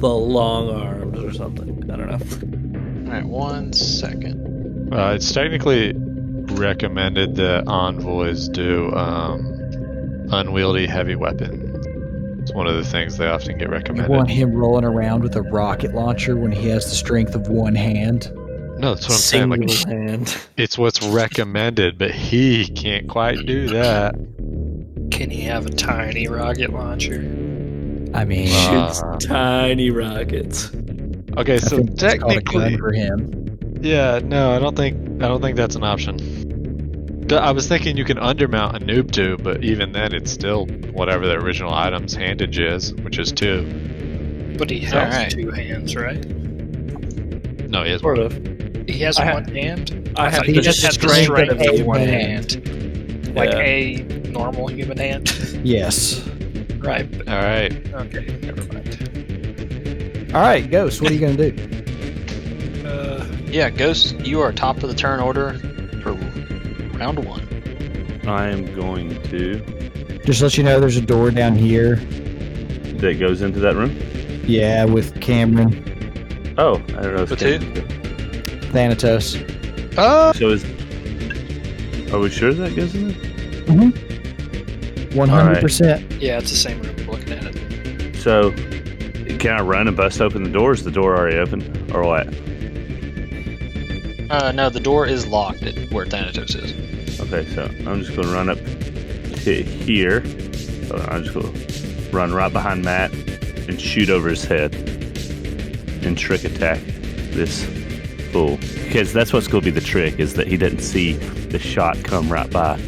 Speaker 9: the long arms or something. I don't know.
Speaker 2: All right, one second.
Speaker 4: Uh, it's technically recommended that envoys do um, unwieldy heavy weapons. It's one of the things they often get
Speaker 8: You
Speaker 4: recommended.
Speaker 8: want him rolling around with a rocket launcher when he has the strength of one hand.
Speaker 4: No, that's what I'm saying.
Speaker 9: Single
Speaker 4: Like,
Speaker 9: hand.
Speaker 4: it's what's recommended, but he can't quite do that.
Speaker 5: Can he have a tiny rocket launcher?
Speaker 8: I mean,
Speaker 9: Shoots
Speaker 4: Uh,
Speaker 9: (laughs) tiny rockets.
Speaker 4: Okay,
Speaker 8: I
Speaker 4: so
Speaker 8: think that's called a gun
Speaker 4: technically,
Speaker 8: for him.
Speaker 4: yeah, no, I don't think I don't think that's an option. D- I was thinking you can undermount a noob too, but even then, it's still whatever the original item's handage is, which is two.
Speaker 5: But he has
Speaker 2: Alright.
Speaker 5: two hands, right?
Speaker 4: No, he has
Speaker 9: Sort of.
Speaker 5: He has
Speaker 9: I ha-
Speaker 5: one hand.
Speaker 9: I have
Speaker 5: thought he
Speaker 9: the
Speaker 5: just has the
Speaker 9: strength
Speaker 5: strength
Speaker 9: of
Speaker 5: of
Speaker 9: a
Speaker 5: one
Speaker 9: man.
Speaker 5: hand, like
Speaker 9: Yeah.
Speaker 5: a normal human (laughs) hand.
Speaker 8: Yes.
Speaker 5: right. but-
Speaker 4: All right,
Speaker 5: Okay. Never mind.
Speaker 8: All right, Ghost, what are you going to do?
Speaker 5: Uh,
Speaker 2: Yeah, Ghost, you are top of the turn order for round one.
Speaker 6: I am going to.
Speaker 8: Just let you know there's a door down here.
Speaker 6: That goes into that room.
Speaker 8: Yeah, with Cameron,
Speaker 6: Oh, I don't know.
Speaker 2: With
Speaker 6: If
Speaker 8: Thanatos.
Speaker 5: Uh,
Speaker 6: so is. Oh, Are we sure that goes in there?
Speaker 8: 100%.
Speaker 5: yeah, it's the same room. I'm looking at it.
Speaker 6: So, can I run and bust open the door? Is the door already open, or what?
Speaker 2: Uh, no, the door is locked at where Thanatos is.
Speaker 6: Okay, so I'm just gonna run up to here. Hold on, I'm just gonna run right behind Matt, and shoot over his head. And trick attack this fool. Because that's what's going to be the trick, is that he didn't see the shot come right by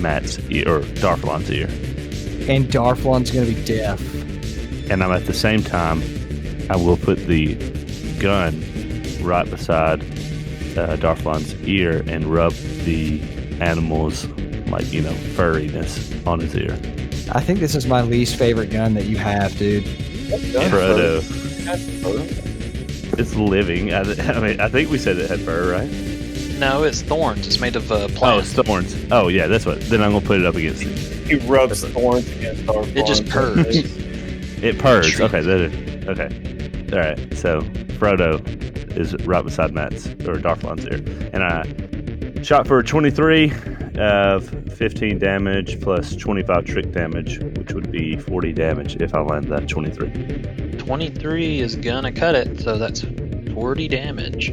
Speaker 6: Matt's ear, or Darflon's ear.
Speaker 8: And Darflon's gonna be deaf.
Speaker 6: And I'm at the same time, I will put the gun right beside uh, Darflon's ear and rub the animal's, like, you know, furriness on his ear.
Speaker 8: I think this is my least favorite gun that you have, dude.
Speaker 6: Proto. It's living. I, th- I mean, I think we said it had fur, right?
Speaker 2: No, it's thorns. It's made of uh,
Speaker 6: Oh,
Speaker 2: plant.
Speaker 6: it's thorns. Oh, yeah, that's what. Then I'm gonna put it up against it.
Speaker 9: He rubs thorns against our
Speaker 2: It just purrs.
Speaker 6: It purrs. Okay, that is, okay. All right. So Frodo is right beside Matt's or Darflon's ear, and I shot for 23 of 15 damage plus 25 trick damage, which would be 40 damage if I land that 23.
Speaker 2: 23 is gonna cut it, so that's 40 damage.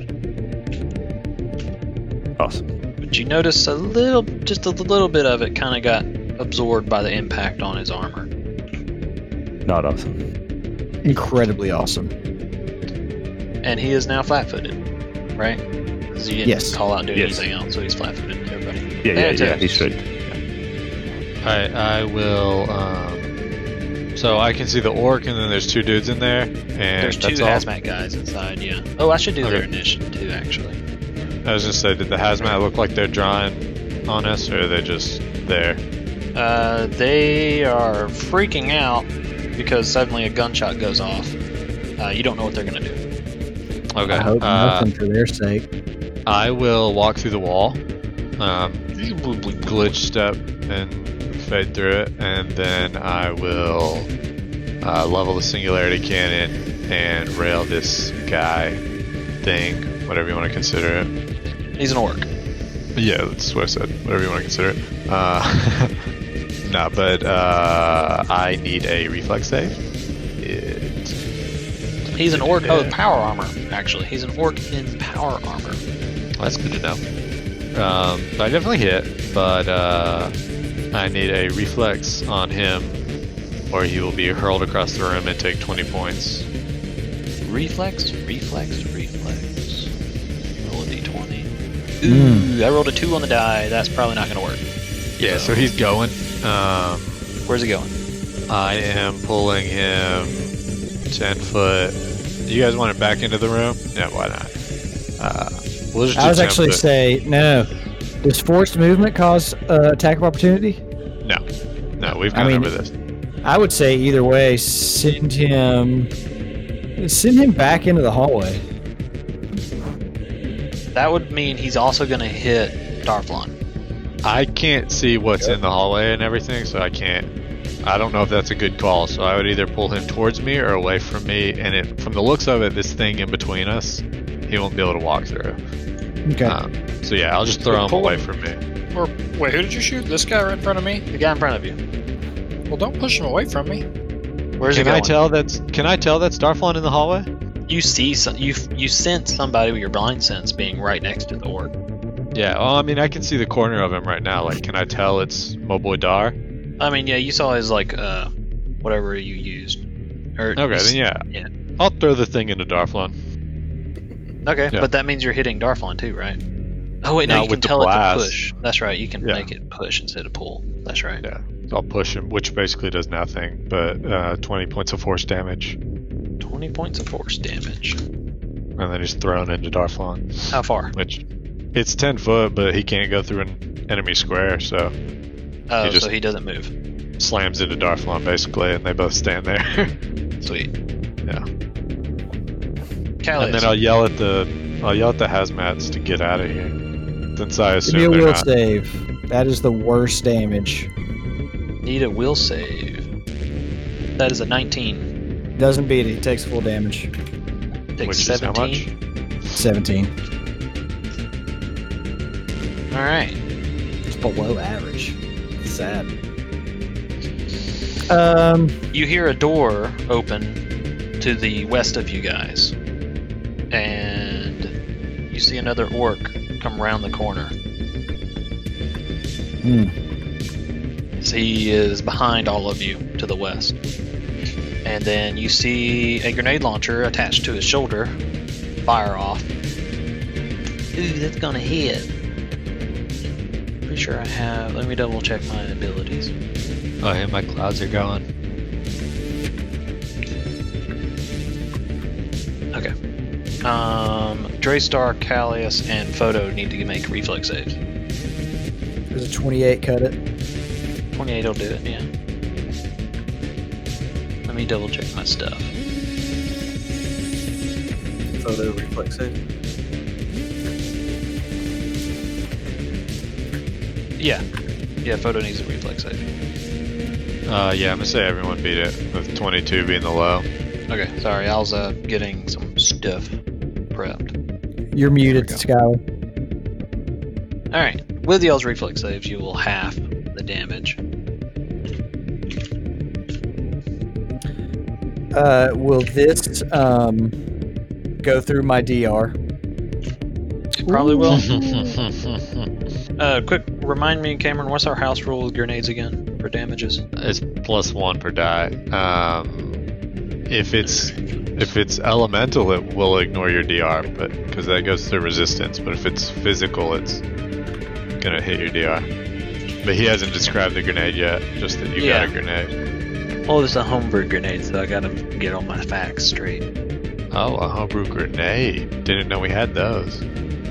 Speaker 6: Awesome.
Speaker 2: But you notice a little, just a little bit of it kind of got absorbed by the impact on his armor.
Speaker 6: Not awesome.
Speaker 8: Incredibly awesome.
Speaker 2: And he is now flat footed, right? 'Cause he didn't
Speaker 8: Yes.
Speaker 2: call out and do
Speaker 6: Yes.
Speaker 2: anything else, so he's flat footed. Everybody.
Speaker 6: Yeah, yeah,
Speaker 2: There it
Speaker 6: yeah.
Speaker 2: is.
Speaker 6: He's tricked.
Speaker 4: I I will. Um, so I can see the orc, and then there's two dudes in there, and
Speaker 2: There's two
Speaker 4: that's all.
Speaker 2: hazmat guys inside, yeah. Oh, I should do their
Speaker 4: Okay.
Speaker 2: initiative too, actually.
Speaker 4: I was just say, did the hazmat look like they're drawing on us, or are they just there?
Speaker 2: Uh, they are freaking out because suddenly a gunshot goes off. Uh, you don't know what they're gonna do.
Speaker 4: Okay.
Speaker 8: I hope
Speaker 4: uh,
Speaker 8: nothing for their sake.
Speaker 4: I will walk through the wall, um, glitch step, and fade through it, and then I will uh, level the singularity cannon and rail this guy thing, whatever you want to consider it.
Speaker 2: He's an orc.
Speaker 4: Yeah, that's what I said. Whatever you want to consider it. Uh, (laughs) nah, but uh, I need a reflex save. It,
Speaker 2: He's an orc. Oh, power armor. Actually, he's an orc in power armor.
Speaker 4: that's good to know. Um, but I definitely hit, but uh, I need a reflex on him, or he will be hurled across the room and take 20 points.
Speaker 2: Reflex, reflex, reflex. Roll a d20.
Speaker 4: Hmm.
Speaker 2: Ooh, I rolled a two on the die. That's probably not gonna work.
Speaker 4: Yeah, so he's going. Um,
Speaker 2: Where's he going?
Speaker 4: I am pulling him 10 foot. You guys want it back into the room? Yeah, why not? Uh, we'll just do
Speaker 8: I was
Speaker 4: 10
Speaker 8: actually
Speaker 4: foot.
Speaker 8: say no. Does forced movement cause uh, attack of opportunity?
Speaker 4: No, no, we've
Speaker 8: I
Speaker 4: gone
Speaker 8: mean-
Speaker 4: over this.
Speaker 8: I would say either way, send him, send him back into the hallway.
Speaker 2: That would mean he's also gonna hit Darflon.
Speaker 4: I can't see what's in the hallway and everything, so I can't. I don't know if that's a good call. So I would either pull him towards me or away from me. And it, from the looks of it, this thing in between us, he won't be able to walk through.
Speaker 8: Okay.
Speaker 4: Um, so yeah, I'll just throw him
Speaker 5: Pull
Speaker 4: away
Speaker 5: him.
Speaker 4: from me.
Speaker 5: Or wait, who did you shoot? This guy right in front of me.
Speaker 2: The guy in front of you.
Speaker 5: Well, don't push him away from me.
Speaker 2: Where's
Speaker 4: Can
Speaker 2: he
Speaker 4: I
Speaker 2: going?
Speaker 4: tell that's Can I tell that's Darflon in the hallway?
Speaker 2: You see, some, you you sense somebody with your blind sense being right next to the orc.
Speaker 4: Yeah. Well, I mean, I can see the corner of him right now. Like, can I tell it's my boy Dar?
Speaker 2: I mean, yeah, you saw his like uh, whatever you used. Or
Speaker 4: Okay, then yeah.
Speaker 2: Yeah.
Speaker 4: I'll throw the thing into Darflon.
Speaker 2: Okay,
Speaker 4: Yeah.
Speaker 2: but that means you're hitting Darflon too, right? Oh wait, no,
Speaker 4: Not
Speaker 2: you can
Speaker 4: with the
Speaker 2: tell it
Speaker 4: blast.
Speaker 2: to push. That's right, you can
Speaker 4: Yeah.
Speaker 2: make it push instead of pull. That's right.
Speaker 4: Yeah. I'll push him, which basically does nothing, but uh, 20 points of force damage,
Speaker 2: 20 points of force damage.
Speaker 4: and then he's thrown into Darflon,
Speaker 2: How far?
Speaker 4: which it's 10 foot, but he can't go through an enemy square, so
Speaker 2: Oh,
Speaker 4: He just-
Speaker 2: so he doesn't move.
Speaker 4: slams into Darflon basically, and they both stand there. (laughs)
Speaker 2: Sweet.
Speaker 4: Yeah.
Speaker 2: Calais.
Speaker 4: and then I'll yell at the I'll yell at the hazmats to get out of here. Since
Speaker 8: Give me
Speaker 4: I
Speaker 8: a
Speaker 4: assume they're
Speaker 8: will
Speaker 4: not.
Speaker 8: save. That is the worst damage.
Speaker 2: Need a will save. That is a 19.
Speaker 8: Doesn't beat it. He takes full damage.
Speaker 2: Takes
Speaker 4: Which is how
Speaker 2: 17.
Speaker 4: much?
Speaker 8: Seventeen.
Speaker 2: All right.
Speaker 8: It's below average. Sad. Um.
Speaker 2: You hear a door open to the west of you guys, and you see another orc come around the corner.
Speaker 8: hmm.
Speaker 2: He is behind all of you to the west. And then you see a grenade launcher attached to his shoulder. Fire off. Ooh, that's gonna hit. Pretty sure I have. Let me double check my abilities.
Speaker 4: Oh, yeah, my clouds are going.
Speaker 2: Okay. Um, Draystar, Callius, and Photo need to make reflex saves.
Speaker 8: There's a 28 cut it.
Speaker 2: 28 will do it, yeah. Let me double check my stuff.
Speaker 1: Photo reflex save.
Speaker 2: Yeah. Yeah, Photo needs a reflex save.
Speaker 4: Uh, yeah, I'm gonna say everyone beat it with 22 being the (laughs) low.
Speaker 2: Okay, sorry, I was uh, getting some stuff prepped.
Speaker 8: You're muted,
Speaker 2: There we
Speaker 8: Skyler.
Speaker 2: Alright, with y'all's reflex saves, you will half the damage.
Speaker 8: Uh, will this um, go through my DR?
Speaker 2: It probably will. Uh, quick, remind me, Cameron, what's our house rule with grenades again for damages?
Speaker 4: it's plus one per die. Um, if it's if it's elemental, it will ignore your DR, but because that goes through resistance. But if it's physical, it's gonna hit your DR. But he hasn't described the grenade yet. Just that you
Speaker 2: Yeah.
Speaker 4: got a grenade.
Speaker 2: Oh, this is a homebrew grenade, so I gotta get all my facts straight.
Speaker 4: Oh, a homebrew grenade. Didn't know we had those.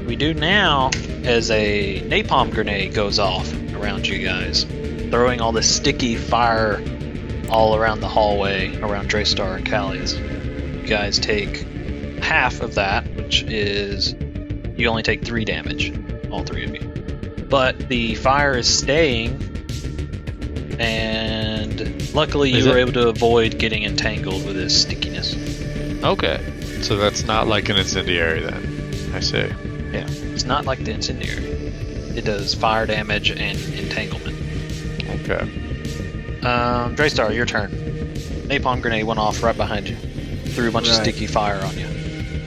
Speaker 2: We do now as a napalm grenade goes off around you guys, throwing all this sticky fire all around the hallway around Draystar and Callius. You guys take half of that, which is you only take three damage, all three of you. But the fire is staying, and luckily
Speaker 4: Is
Speaker 2: you were
Speaker 4: it-
Speaker 2: able to avoid getting entangled with this stickiness.
Speaker 4: Okay. So that's not like an incendiary then. I see.
Speaker 2: Yeah, it's not like the incendiary. It does fire damage and entanglement.
Speaker 4: Okay.
Speaker 2: Um, Draystar, your turn. Napalm grenade went off right behind you. Threw a bunch of
Speaker 1: Right.
Speaker 2: sticky fire on you.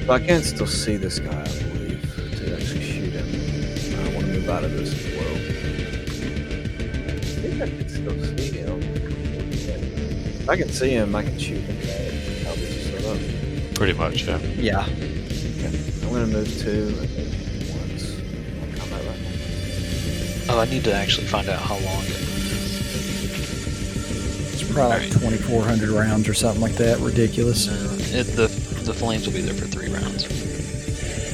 Speaker 1: But I can still see this guy, I believe, to actually shoot him. I want to move out of this world. I think I can still see him. If I can see him, I can shoot him. I'll be just up.
Speaker 4: Pretty much, yeah.
Speaker 8: Yeah.
Speaker 1: I'm gonna move two and then once. I'll come out right now.
Speaker 2: Oh, I need to actually find out how long it.
Speaker 8: It's probably like 2,400 rounds or something like that. Ridiculous.
Speaker 2: it the the flames will be there for three rounds.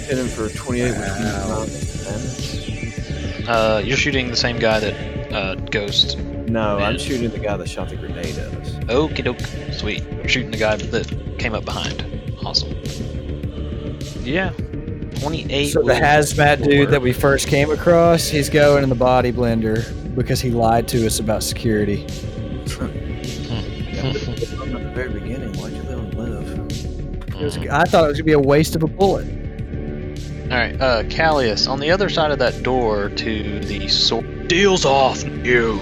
Speaker 1: Hit him for 28 with
Speaker 8: Wow.
Speaker 1: 25
Speaker 2: Uh, you're shooting the same guy that uh, Ghost.
Speaker 1: damage. No, I'm
Speaker 2: Man.
Speaker 1: shooting the guy that shot the grenade at us.
Speaker 2: Okie doke. Sweet. You're shooting the guy that came up behind. Awesome. Yeah. 28.
Speaker 8: So the
Speaker 2: will-
Speaker 8: hazmat dude
Speaker 2: work.
Speaker 8: that we first came across, he's going in the body blender because he lied to us about security.
Speaker 1: From the very beginning, why'd you let him live?
Speaker 8: It
Speaker 2: Mm.
Speaker 8: was, I thought it was gonna be a waste of a bullet.
Speaker 2: All right, uh, Callius, on the other side of that door to the sword deals off you.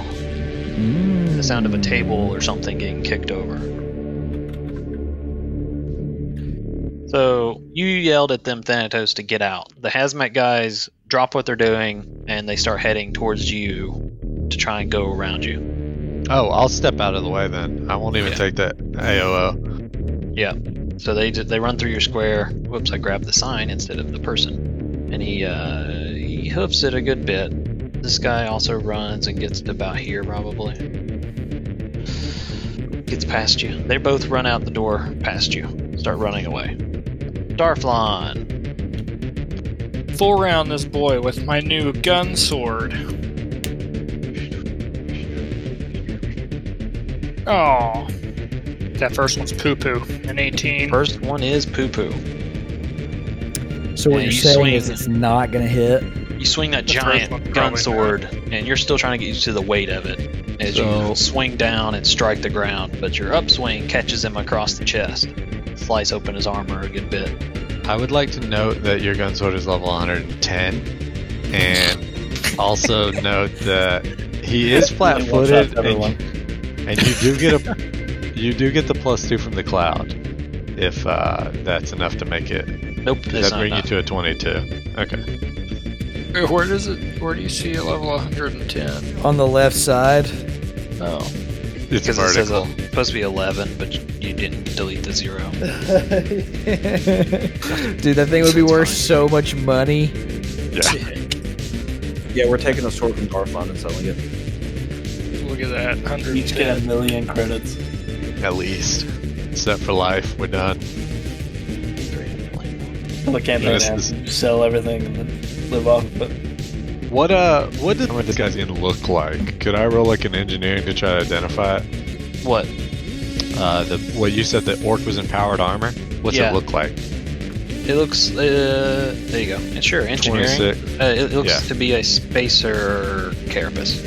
Speaker 2: The sound of a table or something getting kicked over. So you yelled at them, Thanatos, to get out. The hazmat guys drop what they're doing and they start heading towards you to try and go around you.
Speaker 4: Oh, I'll step out of the way then. I won't even
Speaker 2: Yeah.
Speaker 4: take that AOO.
Speaker 2: So they ju- they run through your square. Whoops! I grabbed the sign instead of the person, and he uh, he hoofs it a good bit. This guy also runs and gets to about here probably. Gets past you. They both run out the door past you. Start running away. Darflon.
Speaker 5: Full round this boy with my new gun sword. Oh, that first one's poo poo. An 18.
Speaker 2: First one is poo poo.
Speaker 8: So what you're
Speaker 2: Yeah, you
Speaker 8: saying
Speaker 2: swing.
Speaker 8: is it's not gonna hit.
Speaker 2: You swing that
Speaker 5: The first one
Speaker 2: giant
Speaker 5: probably
Speaker 2: gun
Speaker 5: not.
Speaker 2: sword, and you're still trying to get used to the weight of it. As
Speaker 4: So-
Speaker 2: you swing down and strike the ground, but your upswing catches him across the chest. Slice open his armor a good bit.
Speaker 4: I would like to note that your gun sword is level 110, and also note that he is flat-footed, and, and you do get a you do get the plus two from the cloud if uh, that's enough to make it.
Speaker 2: Nope,
Speaker 4: Does
Speaker 2: that's
Speaker 4: that
Speaker 2: not
Speaker 4: bring
Speaker 2: enough.
Speaker 4: you to a 22? Okay.
Speaker 5: Uh, Where does it? Where do you see a level 110?
Speaker 2: (laughs)
Speaker 8: On the left side.
Speaker 5: Oh,
Speaker 4: It's
Speaker 2: because it says
Speaker 4: vertical.
Speaker 2: it's supposed to be 11, but you you didn't delete the zero.
Speaker 4: (laughs)
Speaker 8: Dude, that thing would be worth so much money.
Speaker 1: Yeah, we're taking the sword from Darflon and selling it.
Speaker 5: Look at that. Hundred.
Speaker 9: Each get a million credits.
Speaker 2: (laughs)
Speaker 4: At least. Set for life. We're done.
Speaker 9: Look at
Speaker 4: Yes,
Speaker 9: that.
Speaker 4: this-
Speaker 9: Sell everything and then live off. But
Speaker 4: What uh? What did this guy's gonna look like? Could I roll like an engineering to try to identify it?
Speaker 2: What?
Speaker 4: Uh, the well, you said the orc was in powered armor. What's
Speaker 2: Yeah.
Speaker 4: it look like?
Speaker 2: It looks. Uh, there you go. And sure, engineering.
Speaker 4: 26.
Speaker 2: Uh, it looks
Speaker 4: Yeah.
Speaker 2: to be a spacer carapace.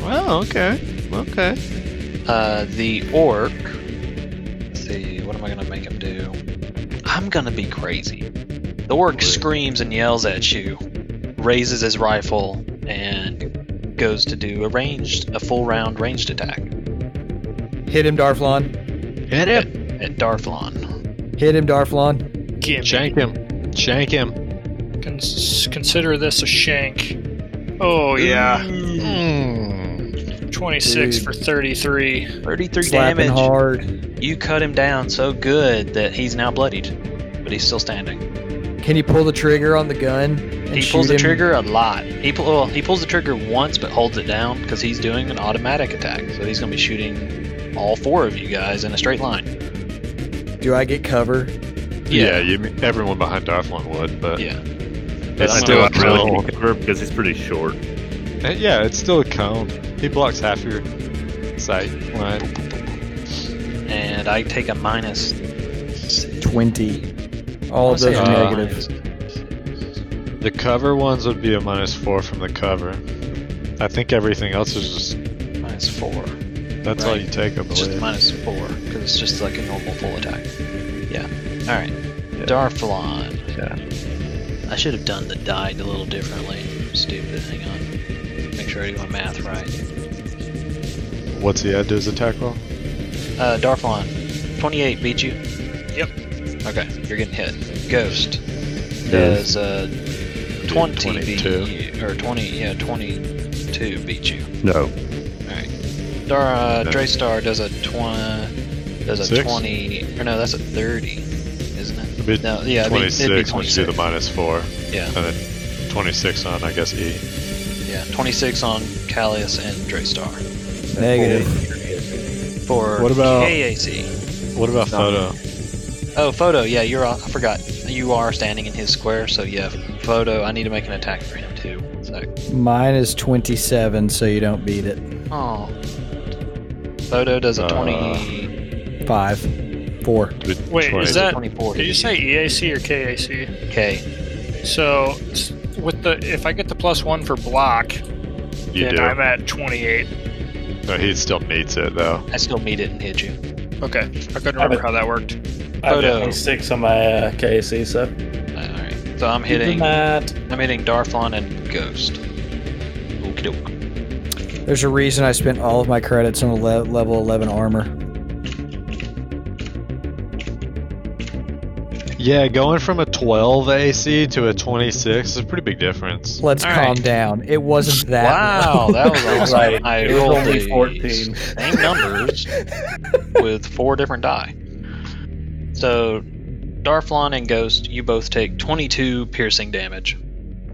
Speaker 5: Oh,
Speaker 4: Well, okay, okay.
Speaker 2: Uh, the orc. Let's see, what am I gonna make him do? I'm gonna be crazy. The orc screams and yells at you, raises his rifle, and goes to do a ranged, a full round ranged attack
Speaker 8: Hit him, Darflon.
Speaker 4: Hit him.
Speaker 2: at Darflon.
Speaker 8: Hit him, Darflon.
Speaker 5: Gimme.
Speaker 4: Shank him. Shank him.
Speaker 5: Cons- consider this a shank. Oh yeah.
Speaker 4: Hmm. Mm.
Speaker 5: Twenty-six
Speaker 8: Dude.
Speaker 5: for thirty-three.
Speaker 2: 33
Speaker 8: Slapping
Speaker 2: damage.
Speaker 8: hard.
Speaker 2: You cut him down so good that he's now bloodied, but he's still standing.
Speaker 8: Can you pull the trigger on the gun? And
Speaker 2: he pulls
Speaker 8: shoot
Speaker 2: the
Speaker 8: him?
Speaker 2: trigger a lot. He pull, well, he pulls the trigger once, but holds it down because he's doing an automatic attack. So he's going to be shooting all four of you guys in a straight line.
Speaker 8: Do I get cover?
Speaker 4: Yeah, you, everyone behind Darflon would, but
Speaker 2: Yeah. But
Speaker 6: It's
Speaker 2: I'm
Speaker 6: still
Speaker 2: gonna
Speaker 6: a
Speaker 2: roll.
Speaker 6: really good cover because he's pretty short.
Speaker 4: Uh, (laughs) yeah, it's still a cone. He blocks half your sight line.
Speaker 2: and I take a minus.
Speaker 8: Twenty. All of those
Speaker 2: I wanna say
Speaker 8: are
Speaker 2: a
Speaker 4: uh,
Speaker 8: negative.
Speaker 4: The cover ones would be a minus four from the cover. I think everything else is just
Speaker 2: Minus four.
Speaker 4: That's all
Speaker 2: Right.
Speaker 4: you take, I
Speaker 2: Just a
Speaker 4: believe.
Speaker 2: minus four because it's just like a normal full attack. Yeah. All right. Darflon. I should have done the died a little differently. Stupid. Hang on. Make sure I do my math right.
Speaker 4: What's he add to his attack roll?
Speaker 2: Uh, Darflon, 28 beat you. Yep. Okay, you're getting hit. Ghost does uh, 20
Speaker 4: 22.
Speaker 2: beat you, or 20, yeah, 22 beat you.
Speaker 6: No.
Speaker 2: Alright. Dar, uh,
Speaker 4: No.
Speaker 2: Draystar does a 20, does a
Speaker 4: Six?
Speaker 2: 20, or no, that's a 30, isn't it?
Speaker 4: It'd be
Speaker 2: No, yeah, it'd be- it'd be
Speaker 4: 26, once you do the
Speaker 2: 26.
Speaker 4: minus four,
Speaker 2: Yeah,
Speaker 4: and then 26 on, I guess, E.
Speaker 2: yeah, 26 on Callius and Draystar.
Speaker 8: Negative.
Speaker 2: For
Speaker 4: What about-
Speaker 2: KAC.
Speaker 4: What about photo?
Speaker 2: Oh, Photo, yeah, you're, on- I forgot. You are standing in his square, so yeah, Photo, I need to make an attack for him too. So,
Speaker 8: Mine is twenty-seven, so you don't beat it.
Speaker 2: Oh. Photo does a
Speaker 4: Uh,
Speaker 2: 20.
Speaker 8: Five, four.
Speaker 5: Wait, is that?
Speaker 2: 24.
Speaker 5: Did you say EAC or KAC?
Speaker 2: Okay.
Speaker 5: So s- with the if I get the plus one for block,
Speaker 4: You
Speaker 5: then
Speaker 4: do.
Speaker 5: I'm at twenty-eight.
Speaker 4: No, he still needs it, though.
Speaker 2: I still meet it and hit you.
Speaker 5: Okay, I couldn't remember how that worked.
Speaker 9: I
Speaker 2: Photo.
Speaker 9: got 26 on my uh, KC, so
Speaker 2: Alright. So I'm
Speaker 9: keep
Speaker 2: hitting
Speaker 9: that.
Speaker 2: I'm hitting Darflon and Ghost. Okie doke.
Speaker 8: There's a reason I spent all of my credits on a le- level 11 armor.
Speaker 4: Yeah, going from a 12 AC to a 26 is a pretty big difference.
Speaker 8: Let's
Speaker 2: All
Speaker 8: calm
Speaker 2: right.
Speaker 8: down. It wasn't that.
Speaker 2: Wow,
Speaker 8: low.
Speaker 2: that was awesome.
Speaker 9: Right.
Speaker 2: I
Speaker 9: It was
Speaker 2: rolled
Speaker 9: only
Speaker 2: the
Speaker 9: 14.
Speaker 2: Same numbers with four different die. So Darflon and Ghost, you both take 22 piercing damage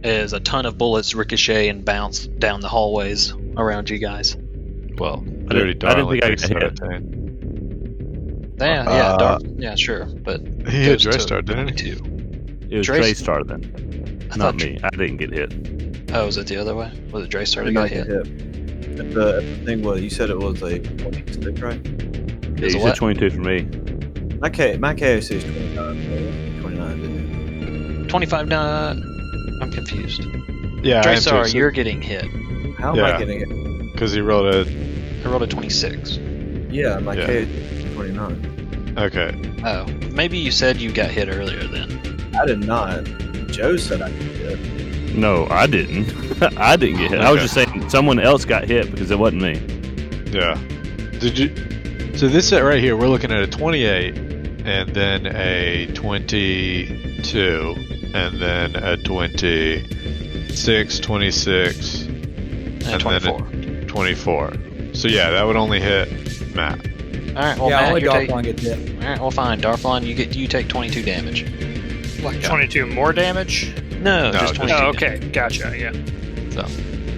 Speaker 2: as a ton of bullets ricochet and bounce down the hallways around you guys.
Speaker 4: Well,
Speaker 6: I
Speaker 4: Dirty
Speaker 6: didn't- I didn't
Speaker 4: Darling (laughs)
Speaker 6: think I
Speaker 4: takes
Speaker 6: could hit.
Speaker 4: 13.
Speaker 2: Yeah, yeah,
Speaker 4: Uh,
Speaker 2: Dark, yeah, sure. But
Speaker 4: He hit
Speaker 2: Ghost
Speaker 4: Drestar,
Speaker 2: took (laughs)
Speaker 4: didn't he?
Speaker 2: 22.
Speaker 6: It was
Speaker 2: Drace-
Speaker 6: Draystar then,
Speaker 2: I
Speaker 6: not
Speaker 2: thought-
Speaker 6: me. I didn't get hit.
Speaker 2: Oh, was it the other way? Was it Draystar
Speaker 1: I
Speaker 2: that
Speaker 1: did not
Speaker 2: got
Speaker 1: get
Speaker 2: hit?
Speaker 1: hit. If the, if the thing was, you said it was a 26, right?
Speaker 6: Yeah,
Speaker 2: Is
Speaker 6: you
Speaker 2: it
Speaker 6: said
Speaker 2: what?
Speaker 6: 22 for me.
Speaker 1: My, K, my KOC is 29, so 29 didn't it?
Speaker 2: 25 die. I'm confused.
Speaker 4: Yeah,
Speaker 2: Draystar, you're getting hit.
Speaker 1: How am
Speaker 4: Yeah.
Speaker 1: I getting it?
Speaker 4: Because he rolled a.
Speaker 2: I rolled a 26.
Speaker 1: Yeah, my
Speaker 4: Yeah.
Speaker 1: KOC is 29.
Speaker 4: Okay.
Speaker 2: Oh, maybe you said you got hit earlier then.
Speaker 1: I did not. Joe said I did.
Speaker 6: No, I didn't. (laughs) I didn't get hit. I was just saying someone else got hit because it wasn't me.
Speaker 4: Yeah. Did you? So this set right here, we're looking at a 28, and then a 22, and then a 26, 26,
Speaker 2: And,
Speaker 4: And then it-
Speaker 2: 24.
Speaker 4: 24. So yeah, that would only hit Matt.
Speaker 2: All right. Well,
Speaker 8: yeah,
Speaker 2: Matt,
Speaker 8: only
Speaker 2: you take, all
Speaker 8: Darflon gets hit.
Speaker 2: right. Well, fine. Darflon, you get you take 22 damage.
Speaker 5: Like 22 more damage?
Speaker 2: No, just
Speaker 4: just-
Speaker 2: 22.
Speaker 5: Oh, okay. Gotcha. Yeah.
Speaker 4: So,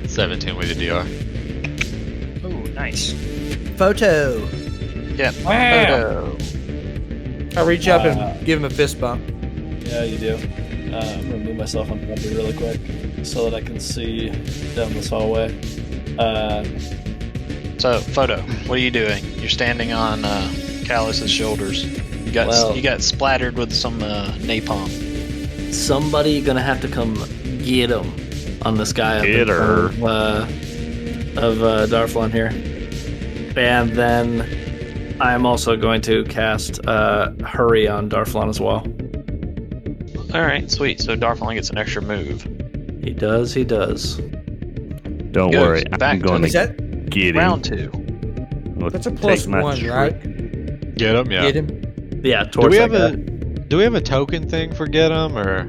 Speaker 4: 17 with your DR.
Speaker 5: Oh, nice.
Speaker 8: Photo.
Speaker 2: Yeah. Photo.
Speaker 8: I reach up and give him a fist bump.
Speaker 10: Yeah, you do. Uh, I'm gonna move myself on property really quick so that I can see down this hallway. Uh,
Speaker 2: So, photo. What are you doing? You're standing on uh, Callus's shoulders. You got
Speaker 10: Well-
Speaker 2: you got splattered with some uh, napalm.
Speaker 10: somebody gonna have to come get him on this guy. up in
Speaker 6: Get her.
Speaker 10: front Of, uh, of uh, Darflon here, and then I'm also going to cast uh, hurry on Darflon as well.
Speaker 2: All right. Sweet. So Darflon gets an extra move.
Speaker 10: He does. He does.
Speaker 6: Don't
Speaker 2: Goes
Speaker 6: worry,
Speaker 2: back
Speaker 6: I'm
Speaker 2: to
Speaker 6: going to
Speaker 8: Is that
Speaker 6: get him.
Speaker 2: Round two.
Speaker 6: We'll
Speaker 8: that's a
Speaker 6: take
Speaker 8: plus
Speaker 6: my
Speaker 8: one,
Speaker 6: trick.
Speaker 8: right?
Speaker 4: Get him, yeah.
Speaker 8: Get him.
Speaker 10: Yeah.
Speaker 4: Do
Speaker 10: Towards
Speaker 4: we
Speaker 10: that
Speaker 4: have
Speaker 10: guy.
Speaker 4: a do we have a token thing for get him or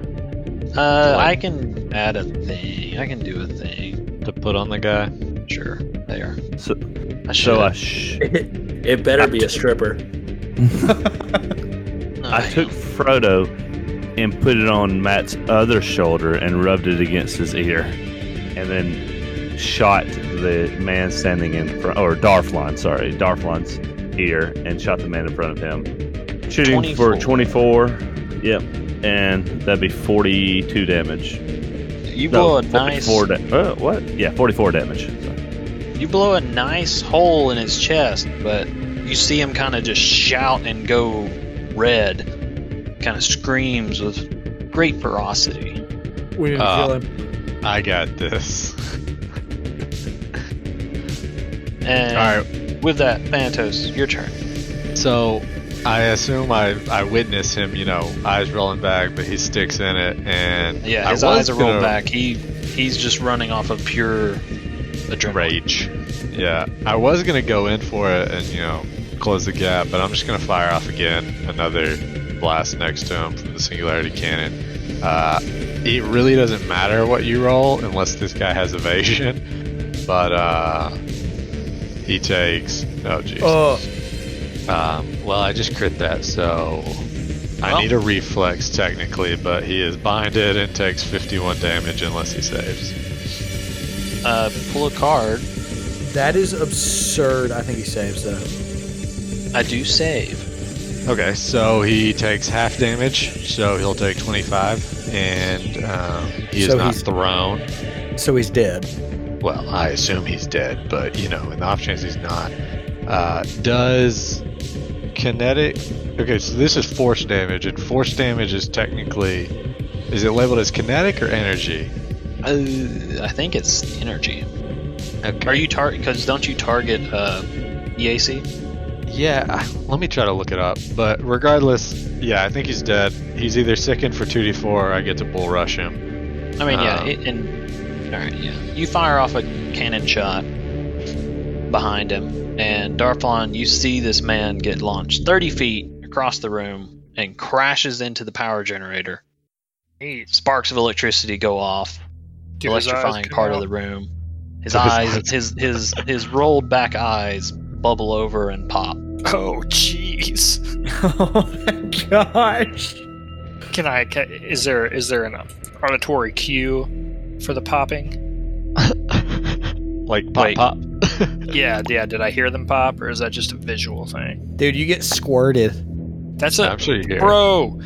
Speaker 2: Uh, I can add a thing. I can do a thing.
Speaker 4: to put on the guy?
Speaker 2: Sure. There.
Speaker 6: So,
Speaker 2: I
Speaker 6: so I,
Speaker 2: should.
Speaker 6: sh-
Speaker 10: It better be a stripper.
Speaker 2: No,
Speaker 6: I
Speaker 2: hang
Speaker 6: took
Speaker 2: on.
Speaker 6: Frodo and put it on Matt's other shoulder and rubbed it against his ear, and then shot the man standing in front, or Darflon, sorry, Darflon's ear, and shot the man in front of him, shooting for 24. Yep, and that'd be 42 damage.
Speaker 2: You
Speaker 6: No,
Speaker 2: blow a nice.
Speaker 6: 44 da- uh, what? Yeah, 44 damage. Sorry.
Speaker 2: You blow a nice hole in his chest, but you see him kind of just shout and go red. Kind of screams with great ferocity.
Speaker 8: We need to
Speaker 4: Uh,
Speaker 8: kill him.
Speaker 4: I got this. (laughs)
Speaker 2: And
Speaker 4: All right.
Speaker 2: with that, Thanatos, your turn.
Speaker 4: So I assume I, I witness him, you know, eyes rolling back, but he sticks in it, and
Speaker 2: Yeah,
Speaker 4: I
Speaker 2: his eyes
Speaker 4: was
Speaker 2: are rolled
Speaker 4: gonna
Speaker 2: back. He he's just running off of pure adrenaline.
Speaker 4: Rage. Yeah, I was gonna go in for it and you know close the gap, but I'm just gonna fire off again another blast next to him from the singularity cannon. Uh, it really doesn't matter what you roll unless this guy has evasion, (laughs) but uh, he takes. Oh jeez.
Speaker 8: Oh,
Speaker 4: Um, well, I just crit that, so Oh. I
Speaker 2: Well-
Speaker 4: need a reflex technically, but he is binded and takes 51 damage unless he saves.
Speaker 2: Uh, pull a card.
Speaker 8: that is absurd. I think he saves though.
Speaker 2: I do save.
Speaker 4: Okay, so he takes half damage, so he'll take 25, and um, he is
Speaker 8: So
Speaker 4: not
Speaker 8: he's-
Speaker 4: thrown.
Speaker 8: So he's dead.
Speaker 4: Well, I assume he's dead, but you know, in the off chance he's not. Uh, does kinetic? Okay, so this is force damage, and force damage is technically is it labeled as kinetic or energy?
Speaker 2: Uh, I think it's energy.
Speaker 4: Okay.
Speaker 2: Are you target? Because don't you target uh, EAC?
Speaker 4: Yeah, (laughs) let me try to look it up. But regardless, yeah, I think he's dead. He's either sickened for 2d4 or I get to bull rush
Speaker 2: (laughs)
Speaker 4: him.
Speaker 2: I mean, yeah.
Speaker 4: Uh.
Speaker 2: It, and all right, yeah. You fire off a cannon shot behind him, and Darflon, you see this man get launched 30 feet across the room and crashes into the power generator.
Speaker 5: Neat.
Speaker 2: Sparks of electricity go off,
Speaker 5: Do his eyes
Speaker 2: electrifying
Speaker 5: come
Speaker 2: part of
Speaker 5: out?
Speaker 2: the room. His
Speaker 4: His
Speaker 2: eyes,
Speaker 4: eyes.
Speaker 2: his his his rolled back eyes bubble over and pop.
Speaker 5: Oh, jeez.
Speaker 8: (laughs) oh my gosh.
Speaker 5: Can I? ca is there is there an auditory cue for the popping?
Speaker 4: like pop
Speaker 2: Wait.
Speaker 4: pop. (laughs)
Speaker 5: Yeah, yeah. Did I hear them pop, or is that just a visual thing?
Speaker 8: Dude, you get squirted.
Speaker 5: That's a
Speaker 4: I'm sure you hear. it.
Speaker 5: bro.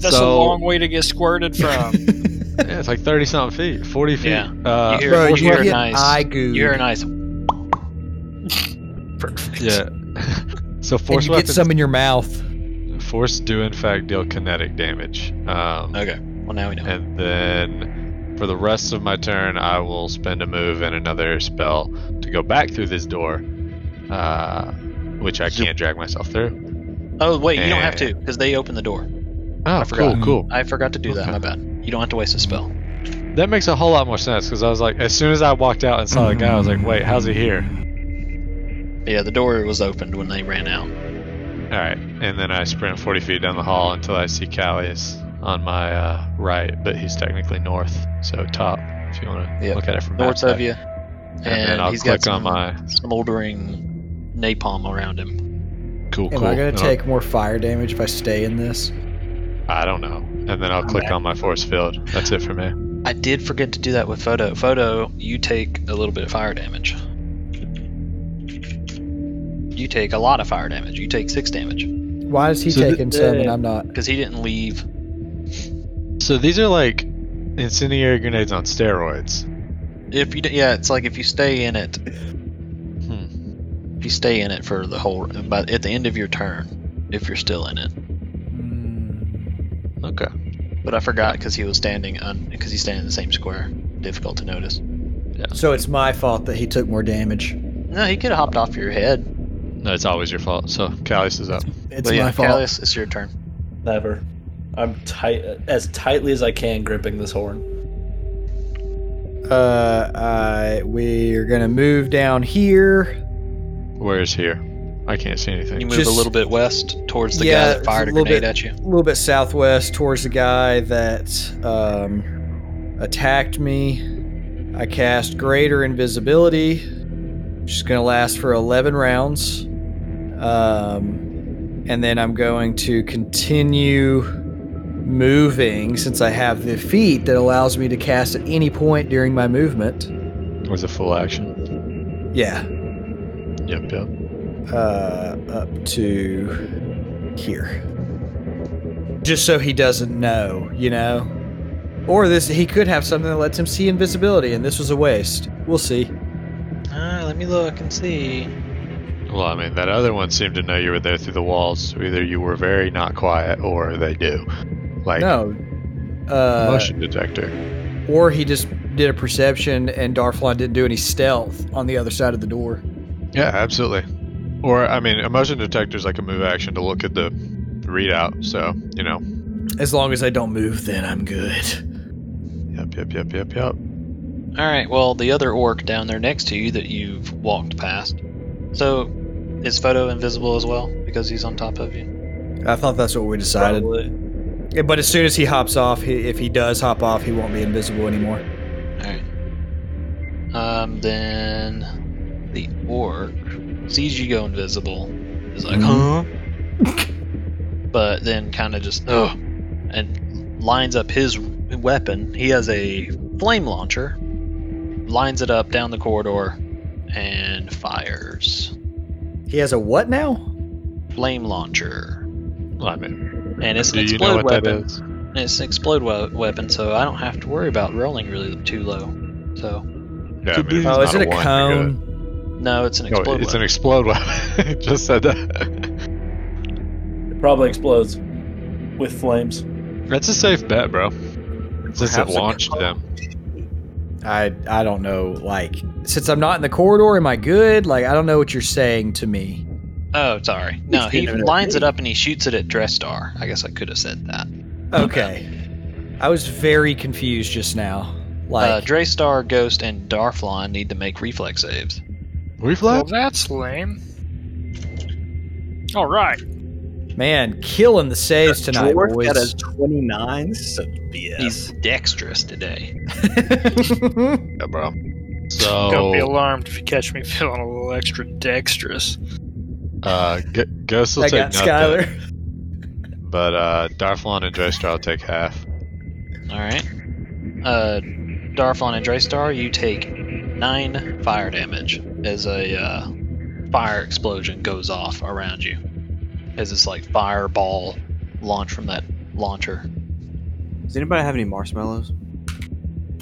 Speaker 5: That's a
Speaker 4: So-
Speaker 5: long way to get squirted
Speaker 8: (laughs)
Speaker 5: from.
Speaker 4: Yeah, it's like 30 something feet, 40 feet.
Speaker 2: Yeah.
Speaker 4: Uh,
Speaker 2: you hear,
Speaker 8: Bro,
Speaker 2: you
Speaker 8: you,
Speaker 2: hear a
Speaker 8: get
Speaker 2: nice,
Speaker 8: eye goo.
Speaker 2: you hear a nice
Speaker 4: yeah. (laughs) so
Speaker 8: and
Speaker 4: force
Speaker 8: you get
Speaker 4: weapons,
Speaker 8: some in your mouth.
Speaker 4: force do in fact deal kinetic damage. Um,
Speaker 2: Okay. Well, now we know.
Speaker 4: And then for the rest of my turn, I will spend a move and another spell to go back through this door, uh, which I can't drag myself through.
Speaker 2: Oh wait, you don't have to
Speaker 4: And-
Speaker 2: because they open the door.
Speaker 4: Oh,
Speaker 2: forgot.
Speaker 4: cool, cool.
Speaker 2: I forgot to do that.
Speaker 4: Okay.
Speaker 2: My bad. You don't have to waste a spell.
Speaker 4: That makes a whole lot more sense because I was like, as soon as I walked out and saw the guy, I was like, wait, how's he here?
Speaker 2: Yeah, the door was opened when they ran out.
Speaker 4: All right, and then I sprint 40 feet down the hall until I see Callius on my uh, right, but he's technically north, so top. If you want to
Speaker 2: Yep.
Speaker 4: look at it from
Speaker 2: North
Speaker 4: that
Speaker 2: of you,
Speaker 4: and,
Speaker 2: and
Speaker 4: then I'll
Speaker 2: he's
Speaker 4: click
Speaker 2: got some
Speaker 4: on my
Speaker 2: smoldering napalm around him.
Speaker 4: Cool, Uh-huh.
Speaker 8: Am
Speaker 4: cool.
Speaker 8: I gonna
Speaker 4: And I'll-
Speaker 8: take more fire damage if I stay in this?
Speaker 4: I don't know. And then I'll click on my force field. That's it for me.
Speaker 2: I did forget to do that with Photo. Photo, you take a little bit of fire damage. You take a lot of fire damage. You take six damage
Speaker 8: Why is he
Speaker 4: So th-
Speaker 8: taking some and I'm not?
Speaker 2: because he didn't leave.
Speaker 4: So these are like incendiary grenades on steroids.
Speaker 2: If you, d- yeah, it's like if you stay in it,
Speaker 4: Hmm.
Speaker 2: if you stay in it for the whole, but at the end of your turn, if you're still in it.
Speaker 4: Okay.
Speaker 2: But I forgot because he was standing on because he's standing in the same square. Difficult to notice.
Speaker 8: So it's my fault that he took more damage.
Speaker 2: No, he could have hopped off your head.
Speaker 4: No, it's always your fault. So Callus is up.
Speaker 8: It's
Speaker 2: but yeah,
Speaker 8: my fault.
Speaker 2: Callius, it's your turn.
Speaker 10: Never. I'm tight as tightly as I can gripping this horn.
Speaker 8: Uh, I, we're gonna move down here.
Speaker 4: Where is here? I can't see
Speaker 2: You
Speaker 4: anything.
Speaker 2: move
Speaker 8: Just-
Speaker 2: a little bit west towards the
Speaker 8: Yeah,
Speaker 2: guy that fired a
Speaker 8: a little
Speaker 2: grenade
Speaker 8: bit.
Speaker 2: at you.
Speaker 8: a little bit southwest towards the guy that um, attacked me. I cast Greater Invisibility, which is going to last for 11 rounds. Um, and then I'm going to continue moving since I have the feat that allows me to cast at any point during my movement.
Speaker 4: It was a full action.
Speaker 8: Yeah,
Speaker 4: Yep, yep.
Speaker 8: uh, up to here. Just so he doesn't know, you know? Or this he could have something that lets him see invisibility and this was a waste. We'll see.
Speaker 2: Ah, let me look and see.
Speaker 4: Well, I mean, that other one seemed to know you were there through the walls. So either you were very not quiet, or they do. Like
Speaker 8: No. Uh,
Speaker 4: motion detector.
Speaker 8: or he just did a perception and Darflon didn't do any stealth on the other side of the door.
Speaker 4: Yeah, absolutely. Or I mean, a motion detector is like a move action to look at the readout. So you know.
Speaker 8: As long as I don't move, then I'm good.
Speaker 4: Yep, yep, yep, yep, yep.
Speaker 2: All right. Well, the other orc down there next to you that you've walked past. So, is Photo invisible as well because he's on top of you?
Speaker 8: I thought that's what we decided. Yeah, But as soon as he hops off, he, if he does hop off, he won't be invisible anymore.
Speaker 2: All right. Um. Then the orc sees you go invisible. Is like, huh?
Speaker 4: Mm-hmm.
Speaker 2: but then kind of just oh, and lines up his weapon. He has a flame launcher. Lines it up down the corridor, and fires.
Speaker 8: He has a what now?
Speaker 2: Flame launcher.
Speaker 4: Well, I mean,
Speaker 2: And it's an
Speaker 4: do you
Speaker 2: explode
Speaker 4: know what
Speaker 2: weapon.
Speaker 4: that is?
Speaker 2: And it's an explode we- weapon, so I don't have to worry about rolling really too low. So
Speaker 4: Yeah, I mean, it's
Speaker 8: Oh,
Speaker 4: not
Speaker 8: is it a
Speaker 4: one,
Speaker 8: cone?
Speaker 2: no, it's an
Speaker 4: you're good. No, it's
Speaker 2: explode
Speaker 4: an
Speaker 2: weapon.
Speaker 4: explode weapon. (laughs) Just said that.
Speaker 10: It probably explodes with flames.
Speaker 4: That's a safe bet, bro. Since it
Speaker 8: Perhaps a
Speaker 4: launched them.
Speaker 8: I I don't know. Like, since I'm not in the corridor, am I good? Like, I don't know what you're saying to me.
Speaker 2: oh, sorry. No, he lines it up and he shoots it at Drestar. I guess I could have said that.
Speaker 8: Okay, I was very confused just now.
Speaker 2: uh,
Speaker 8: Like,
Speaker 2: Drestar, Ghost, and Darflon need to make reflex saves.
Speaker 5: Well,
Speaker 4: Reflex?
Speaker 5: that's lame. All right.
Speaker 8: man, killing the saves tonight,
Speaker 11: Dwarf
Speaker 8: boys.
Speaker 11: got a 29, so BS.
Speaker 2: He's dexterous today.
Speaker 4: Yeah, bro.
Speaker 5: Don't be
Speaker 2: Oh.
Speaker 4: So,
Speaker 5: alarmed if you catch me (laughs) feeling a little extra dexterous.
Speaker 4: uh, G- Ghost will
Speaker 8: I
Speaker 4: take
Speaker 8: got
Speaker 4: nothing,
Speaker 8: Skylar.
Speaker 4: but uh, Darflon and Drestar will take half.
Speaker 2: All right. Uh, Darflon and Drestar, you take nine fire damage as a uh, fire explosion goes off around you. As it's like fireball launch from that launcher.
Speaker 11: Does anybody have any marshmallows?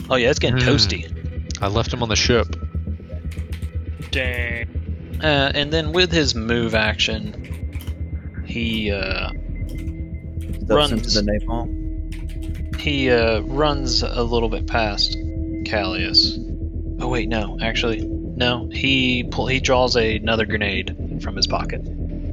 Speaker 2: Oh yeah, it's getting
Speaker 4: Hmm.
Speaker 2: toasty.
Speaker 4: I left him on the ship.
Speaker 5: Dang.
Speaker 2: Uh, and then with his move action, he uh,
Speaker 11: Is that sent
Speaker 2: Runs.
Speaker 11: to the napalm?
Speaker 2: he uh, runs a little bit past Callius. Oh wait, no, actually, no. He pull, he draws a, another grenade from his pocket.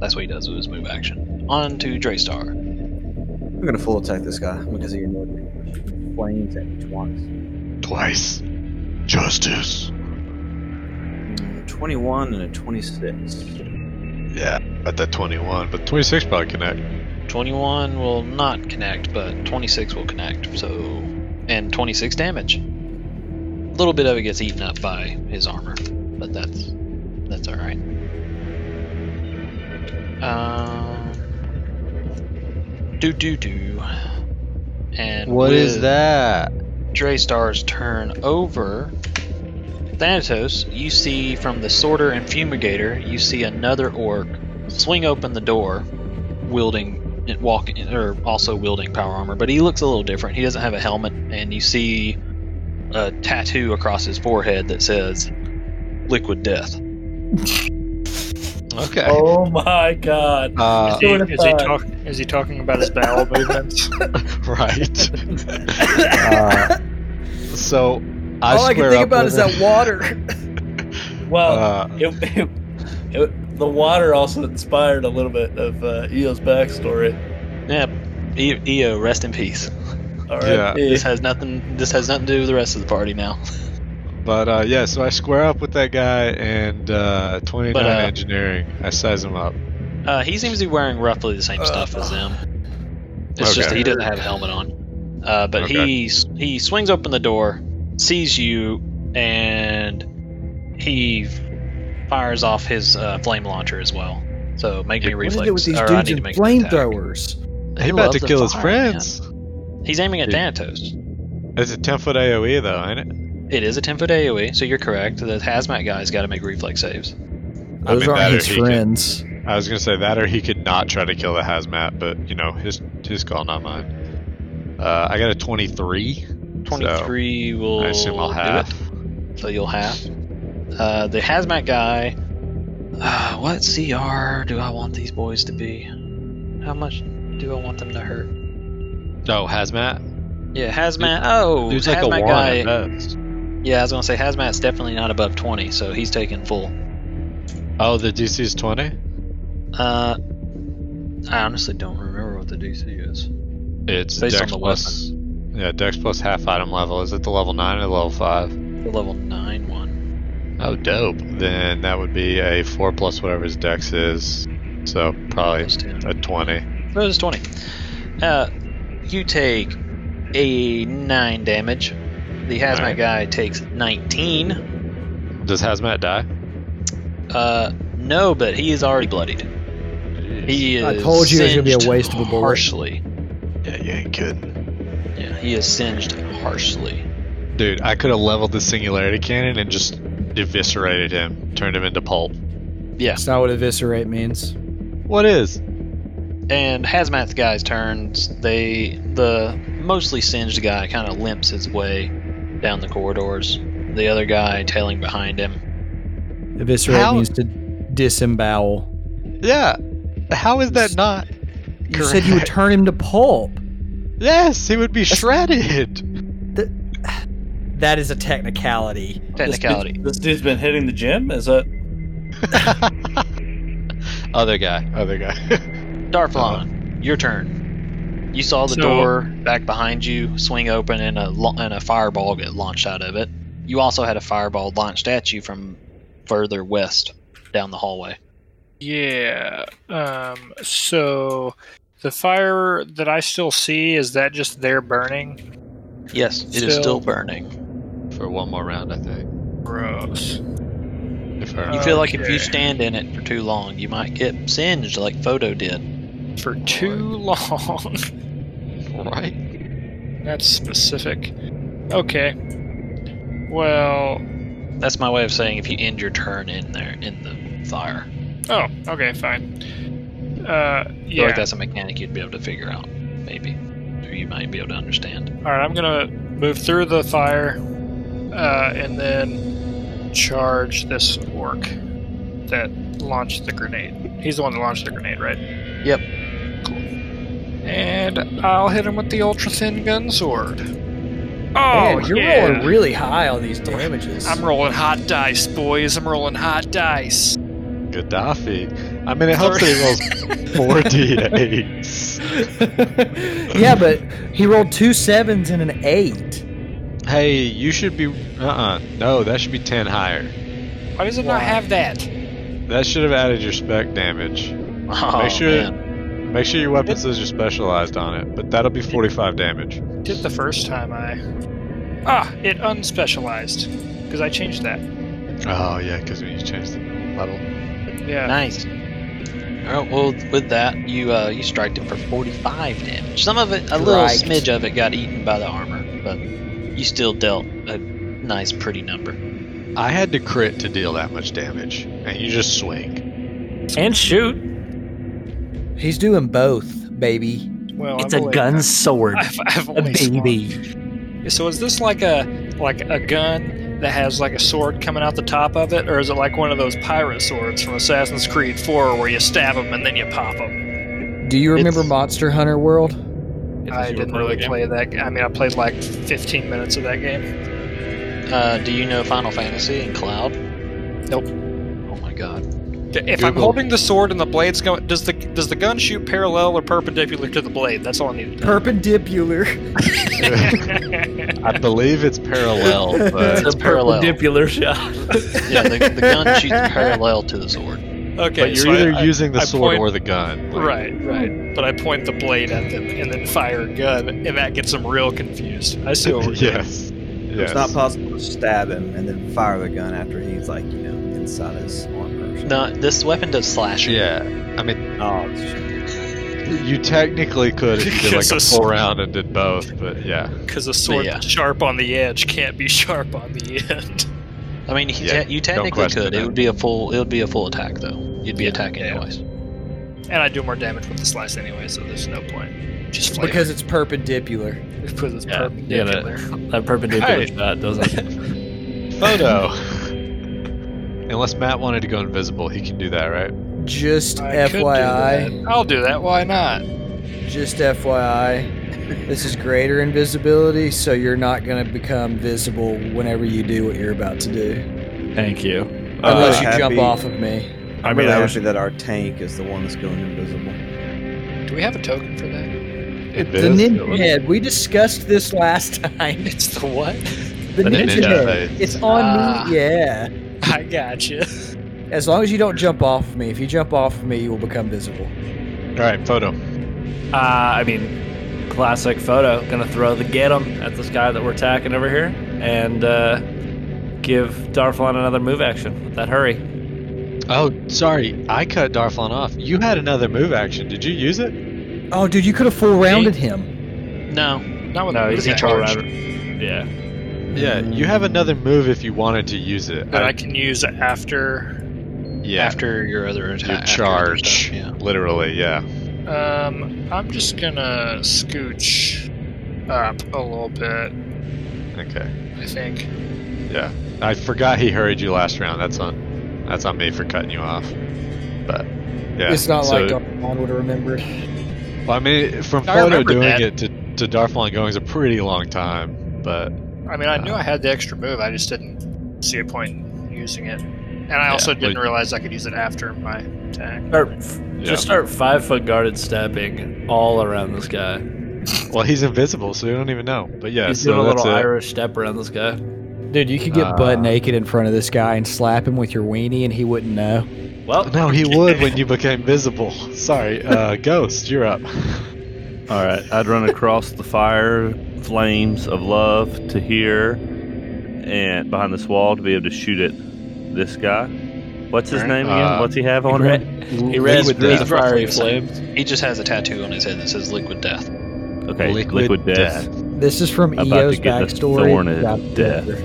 Speaker 2: That's what he does with his move action. On to Draystar.
Speaker 11: I'm gonna full attack this guy because he annoyed me. Flames at me twice.
Speaker 4: Twice. Justice.
Speaker 11: Mm, 21 and a 26.
Speaker 4: Yeah, at that 21, but 26 probably connect.
Speaker 2: Twenty-one will not connect, but twenty-six will connect. So, and twenty-six damage. A little bit of it gets eaten up by his armor, but that's that's all right. Um, do do do. And
Speaker 12: What is
Speaker 2: with
Speaker 12: that?
Speaker 2: Draystar's turn over. Thanatos, you see from the sorter and fumigator, you see another orc swing open the door, wielding and walking or also wielding power armor, but he looks a little different. He doesn't have a helmet, and you see a tattoo across his forehead that says "Liquid Death."
Speaker 4: Okay.
Speaker 9: Oh my god.
Speaker 4: Uh,
Speaker 5: is, he,
Speaker 9: Sort of
Speaker 5: is, he
Speaker 9: fun.
Speaker 5: talk, is he talking about his
Speaker 10: (laughs)
Speaker 5: bowel movements?
Speaker 4: (laughs) right.
Speaker 12: Uh, so I
Speaker 8: All I
Speaker 12: square
Speaker 8: can
Speaker 12: up
Speaker 8: think about
Speaker 12: with
Speaker 8: is
Speaker 12: her.
Speaker 8: that
Speaker 4: (laughs)
Speaker 8: water.
Speaker 9: Well,
Speaker 4: Uh,
Speaker 9: it, it, it- the water also inspired a little bit of uh, Eo's backstory.
Speaker 2: Yep. E- Eo, rest in peace.
Speaker 9: All
Speaker 4: Yeah.
Speaker 9: right.
Speaker 2: This has nothing. This has nothing to do with the rest of the party now. (laughs)
Speaker 4: But uh, yeah, so I square up with that guy and uh, 29
Speaker 2: But, uh,
Speaker 4: engineering. I size him up.
Speaker 2: Uh, he seems to be wearing roughly the same stuff
Speaker 8: Uh,
Speaker 2: as them. It's just that
Speaker 4: Okay.
Speaker 2: he doesn't have a helmet on. Uh, but
Speaker 4: Okay.
Speaker 2: he he swings open the door, sees you, and he fires off his uh, flame launcher as well. So make me
Speaker 4: Yeah,
Speaker 8: What
Speaker 2: reflex.
Speaker 8: is it with these
Speaker 2: or I
Speaker 8: dudes
Speaker 2: need
Speaker 8: and
Speaker 2: to make an attack.
Speaker 8: flamethrowers?
Speaker 2: He
Speaker 4: He about
Speaker 2: loves
Speaker 4: to
Speaker 2: the
Speaker 4: kill his
Speaker 2: fire,
Speaker 4: friends.
Speaker 2: He's aiming at
Speaker 4: Dude.
Speaker 2: Thanatos.
Speaker 4: It's a 10 foot AoE though, ain't it?
Speaker 2: It is a 10 foot AoE, so you're correct. The hazmat guy's got to make reflex saves.
Speaker 4: I
Speaker 8: Those
Speaker 4: mean,
Speaker 8: aren't
Speaker 4: that or
Speaker 8: his
Speaker 4: he could-
Speaker 8: friends.
Speaker 4: I was gonna say that, or he could not try to kill the hazmat, but you know his his call, not mine. Uh, I got a 23.
Speaker 2: 23 will.
Speaker 4: I assume I'll
Speaker 2: do
Speaker 4: half.
Speaker 2: it. So you'll have. Uh, the hazmat guy. Uh, what CR do I want these boys to be? How much do I want them to hurt?
Speaker 4: No hazmat.
Speaker 2: Yeah, hazmat. Oh,
Speaker 4: There's
Speaker 2: hazmat
Speaker 4: like a one
Speaker 2: guy.
Speaker 4: at best.
Speaker 2: Yeah, I was gonna say hazmat's definitely not above 20, so he's taking full.
Speaker 4: Oh, the DC is 20.
Speaker 2: Uh, I honestly don't remember what the DC is.
Speaker 4: It's
Speaker 2: Based
Speaker 4: Dex
Speaker 2: on the
Speaker 4: plus. Yeah, Dex plus half item level. Is it the level nine or the level five?
Speaker 2: The level nine one.
Speaker 4: Oh, dope. Then that would be a four plus whatever his Dex is. So probably
Speaker 2: Plus ten.
Speaker 4: a 20.
Speaker 2: No, it's 20. Uh, you take a 9 damage. The hazmat
Speaker 4: Alright.
Speaker 2: guy takes 19.
Speaker 4: Does hazmat die?
Speaker 2: Uh, no, but he is already bloodied. He is
Speaker 8: I told you it was gonna be a
Speaker 2: singed
Speaker 8: waste of a bullet.
Speaker 2: Harshly.
Speaker 4: Yeah, you ain't kidding.
Speaker 2: Yeah, he is singed harshly.
Speaker 4: Dude, I could have leveled the singularity cannon and just eviscerated him, turned him into pulp.
Speaker 2: Yeah.
Speaker 8: That's not what eviscerate means.
Speaker 4: What is?
Speaker 2: And hazmat guy's turns. They the mostly singed guy kind of limps his way down the corridors. The other guy tailing behind him.
Speaker 8: Eviscerate
Speaker 4: How-
Speaker 8: means to disembowel.
Speaker 4: Yeah. How is that not?
Speaker 8: You said you would turn him to pulp.
Speaker 4: Yes, he would be shredded.
Speaker 8: That is a technicality.
Speaker 2: Technicality.
Speaker 9: This dude's been hitting the gym. Is that
Speaker 12: Other guy.
Speaker 4: (laughs) Other guy. (laughs)
Speaker 2: Darflon, your turn. You saw the
Speaker 5: So-
Speaker 2: door back behind you swing open and a lo- and a fireball get launched out of it. You also had a fireball launched at you from further west down the hallway.
Speaker 5: Yeah. Um, so the fire that I still see is that just there burning?
Speaker 2: Yes, it is
Speaker 5: Still-
Speaker 2: still burning.
Speaker 4: For one more round, I think.
Speaker 5: Gross.
Speaker 4: If I
Speaker 2: You feel like if
Speaker 5: Okay.
Speaker 2: you stand in it for too long, you might get singed like Photo did.
Speaker 5: For too long. (laughs)
Speaker 4: right.
Speaker 5: That's specific. Okay. Well.
Speaker 2: That's my way of saying if you end your turn in there in the fire.
Speaker 5: Oh. Okay. Fine. Uh.
Speaker 2: I feel
Speaker 5: Yeah.
Speaker 2: like that's a mechanic you'd be able to figure out, maybe, or you might be able to understand.
Speaker 5: All right, I'm gonna move through the fire, uh, and then charge this orc that launched the grenade. He's the one that launched the grenade, right?
Speaker 2: Yep.
Speaker 5: Cool. And I'll hit him with the ultra thin gun sword. Oh,
Speaker 8: Man, you're
Speaker 5: yeah.
Speaker 8: rolling really high on these damages.
Speaker 5: I'm rolling hot dice, boys. I'm rolling hot dice.
Speaker 4: Gaddafi. I mean, it helps that he (laughs) rolls 4d8.
Speaker 8: (laughs) yeah, but he rolled two sevens and an eight.
Speaker 4: Hey, you should be. Uh uh No, that should be 10 higher.
Speaker 5: Why does it not have that?
Speaker 4: That should have added your spec damage.
Speaker 2: Oh,
Speaker 4: Make sure-
Speaker 2: man.
Speaker 4: Make sure your weapon says you're specialized on it, but that'll be 45 damage.
Speaker 5: Did the first time I. Ah, it unspecialized. Because I changed that.
Speaker 4: Oh, yeah, because when you change the level.
Speaker 5: Yeah.
Speaker 2: Nice. All right. Well, with that, you uh, you striked him for 45 damage. Some of it, a little
Speaker 3: Striked.
Speaker 2: smidge of it, got eaten by the armor, but you still dealt a nice, pretty number.
Speaker 4: I had to crit to deal that much damage, and you just
Speaker 11: (laughs)
Speaker 4: swing.
Speaker 10: And shoot.
Speaker 8: He's doing both, baby.
Speaker 5: Well,
Speaker 10: it's
Speaker 5: I've
Speaker 10: a
Speaker 5: only-
Speaker 10: gun sword.
Speaker 5: (laughs) I've, I've
Speaker 10: a
Speaker 5: only swung.
Speaker 10: baby.
Speaker 5: So is this like a like a gun that has like a sword coming out the top of it, or is it like one of those pirate swords from Assassin's Creed 4 where you stab them and then you pop them?
Speaker 8: Do you remember Monster Hunter World?
Speaker 5: I didn't really play that. g- I mean, I played like 15 minutes of that game.
Speaker 2: Uh, do you know Final Fantasy and Cloud?
Speaker 5: Nope.
Speaker 2: Oh my
Speaker 4: (laughs)
Speaker 2: god.
Speaker 5: D- If I'm
Speaker 2: Google.
Speaker 5: holding the sword and the blade's going, does the does the gun shoot parallel or perpendicular to the blade? That's all I need.
Speaker 8: Perpendicular.
Speaker 4: I believe it's (laughs) parallel, but
Speaker 2: It's parallel.
Speaker 10: Perpendicular shot.
Speaker 2: Yeah, the,
Speaker 4: (laughs)
Speaker 2: the gun shoots parallel to the sword.
Speaker 5: Okay,
Speaker 4: but you're
Speaker 5: so I-
Speaker 4: either
Speaker 5: I-
Speaker 4: using the
Speaker 5: I
Speaker 4: sword
Speaker 5: point-
Speaker 4: or the gun. Like,
Speaker 5: Right, right. But I point the blade at them and then fire a gun, and that gets them real confused.
Speaker 11: (laughs)
Speaker 5: I see (laughs) what we're doing.
Speaker 4: Yes.
Speaker 11: It's
Speaker 4: Yes.
Speaker 11: not possible to stab him and then fire the gun after he's like, you know, inside his armor. or something.
Speaker 2: No, this weapon does slash.
Speaker 4: Yeah. I mean,
Speaker 11: Oh, shit.
Speaker 4: you technically could if you did like
Speaker 5: Yes,
Speaker 4: a
Speaker 5: a
Speaker 4: full
Speaker 5: sword.
Speaker 4: round and did both, but (laughs) yeah.
Speaker 5: Because a sword
Speaker 2: yeah.
Speaker 5: that's sharp on the edge can't be (laughs) sharp on the end.
Speaker 2: I mean, he
Speaker 4: Yeah,
Speaker 2: te- you
Speaker 4: don't
Speaker 2: technically
Speaker 4: question
Speaker 2: could.
Speaker 4: that.
Speaker 2: It would be a full. It would be a full attack though. You'd be attacking
Speaker 5: yeah.
Speaker 2: anyways.
Speaker 5: And I do more damage with the slice anyway, so there's no point. Just flavor.
Speaker 8: Because it's perpendicular.
Speaker 5: because it's
Speaker 10: Yeah, you gotta-
Speaker 5: perpendicular.
Speaker 10: that perpendicular
Speaker 4: Right.
Speaker 10: shot doesn't.
Speaker 4: Photo. (laughs) Unless Matt wanted to go invisible, he can do that, right?
Speaker 8: Just
Speaker 5: I could do
Speaker 8: FYI.
Speaker 5: that. I'll do that. Why not?
Speaker 8: Just FYI. This is greater invisibility, so you're not going to become visible whenever you do what you're about to do.
Speaker 10: Thank you.
Speaker 8: Unless
Speaker 11: really
Speaker 5: Uh,
Speaker 8: you jump
Speaker 11: happy-
Speaker 8: off of me.
Speaker 11: I'm
Speaker 9: I mean,
Speaker 11: really
Speaker 9: I was
Speaker 11: happy that our tank is the one that's going invisible.
Speaker 5: Do we have a token for that?
Speaker 8: The ninja
Speaker 4: Invisibility.
Speaker 8: head. We discussed this last (laughs) time.
Speaker 5: It's the what?
Speaker 8: The,
Speaker 4: The
Speaker 8: ninja,
Speaker 4: ninja
Speaker 8: head.
Speaker 4: head.
Speaker 8: It's on
Speaker 5: Ah.
Speaker 8: me. Yeah.
Speaker 5: I gotcha.
Speaker 8: (laughs) As long as you don't jump off of me. If you jump off of me, you will become visible.
Speaker 4: All right, photo.
Speaker 10: Uh, I mean, classic photo. Gonna throw the get 'em at this guy that we're attacking over here, and uh, give Darflon another move action with that hurry.
Speaker 4: Oh, sorry. I cut Darflon off. You had another move action. Did you use it?
Speaker 8: Oh, dude, you could have full rounded him.
Speaker 2: No.
Speaker 5: Not with
Speaker 10: No,
Speaker 5: the
Speaker 10: he's
Speaker 5: movement
Speaker 10: a full
Speaker 5: charge.
Speaker 10: rounder. Yeah.
Speaker 4: Yeah, you have another move if you wanted to use it.
Speaker 5: That
Speaker 4: I-
Speaker 5: I can use after.
Speaker 4: yeah,
Speaker 2: After your other attack.
Speaker 4: your
Speaker 2: after your other
Speaker 4: charge.
Speaker 2: stuff, yeah.
Speaker 4: Literally, yeah.
Speaker 5: Um, I'm just gonna scooch up a little bit.
Speaker 4: Okay.
Speaker 5: I think.
Speaker 4: Yeah. I forgot he hurried you last round. That's on that's on me for cutting you off. But yeah.
Speaker 8: It's not
Speaker 4: so-
Speaker 8: like Armand would have remembered.
Speaker 4: Well, I mean, from
Speaker 5: I
Speaker 4: photo
Speaker 5: remember
Speaker 4: doing
Speaker 5: that.
Speaker 4: it to to Darflon going is a pretty long time, but
Speaker 5: I mean, I
Speaker 2: Uh,
Speaker 5: knew I had the extra move. I just didn't see a point in using it, and I also
Speaker 4: well,
Speaker 5: didn't
Speaker 4: you-
Speaker 5: realize I could use it after my attack.
Speaker 10: Start, f-
Speaker 4: Yeah.
Speaker 10: Just start five foot guarded stepping all around this guy.
Speaker 4: well, he's invisible, so we don't even know. But yeah,
Speaker 10: He's
Speaker 4: so
Speaker 10: doing a
Speaker 4: that's
Speaker 10: little
Speaker 4: it.
Speaker 10: Irish step around this guy.
Speaker 8: Dude, you could get
Speaker 6: Ah.
Speaker 4: Uh.
Speaker 8: butt naked in front of this guy and slap him with your weenie, and he wouldn't know.
Speaker 10: Well,
Speaker 4: No, he would when you became visible. Sorry, uh, Ghost, you're up.
Speaker 6: All right, I'd run across the fire flames of love to here and behind this wall to be able to shoot at this guy. What's his name again?
Speaker 4: Uh,
Speaker 6: What's he have on it?
Speaker 10: he ran
Speaker 4: Liquid
Speaker 10: through the
Speaker 4: death.
Speaker 10: fiery
Speaker 2: Roughly the same.
Speaker 10: flame.
Speaker 2: He just has a tattoo on his head that says "Liquid Death."
Speaker 6: Okay, liquid, death.
Speaker 8: This is from
Speaker 6: About to
Speaker 8: EO's
Speaker 6: get the
Speaker 8: backstory.
Speaker 6: thorn of
Speaker 8: God,
Speaker 6: death.
Speaker 8: whatever.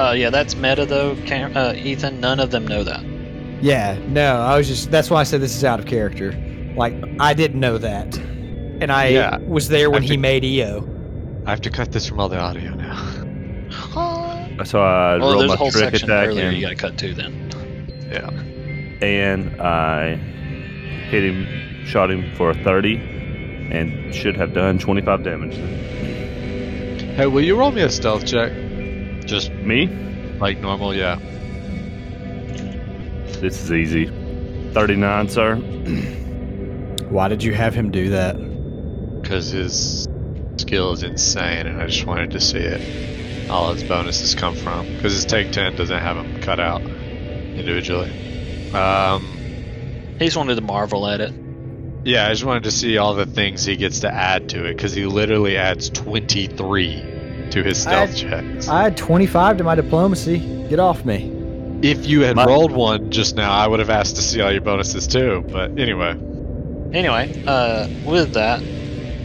Speaker 2: Uh, yeah, that's meta though, Cam- uh, Ethan. None of them know that.
Speaker 8: Yeah, no, I was just. That's why I said this is out of character. Like, I didn't know that. And I
Speaker 4: Yeah.
Speaker 8: was there when
Speaker 4: I
Speaker 8: he
Speaker 4: think-
Speaker 8: made E EO.
Speaker 4: I have to cut this from all the audio now.
Speaker 6: (laughs) So I
Speaker 2: well,
Speaker 6: roll
Speaker 2: Oh, there's
Speaker 6: my
Speaker 2: a whole
Speaker 6: trick
Speaker 2: section
Speaker 6: attack
Speaker 2: earlier you
Speaker 6: and,
Speaker 2: got to cut to then.
Speaker 6: and I hit him, shot him for a 30, and should have done 25 damage.
Speaker 4: Hey, will you roll me a stealth check? Just
Speaker 6: Me?
Speaker 4: like normal, yeah.
Speaker 6: This is easy. 39, sir.
Speaker 8: Why did you have him do that?
Speaker 4: Because his skill is insane, and I just wanted to see it. All his bonuses come from. Because his take 10 doesn't have him cut out individually. Um,
Speaker 2: He just wanted to marvel at it.
Speaker 4: yeah, I just wanted to see all the things he gets to add to it, because he literally adds 23 to his stealth checks.
Speaker 8: I had 25 to my diplomacy. Get off me.
Speaker 4: If you had rolled one just now, I would have asked to see all your bonuses too. But anyway,
Speaker 2: Anyway, uh, with that,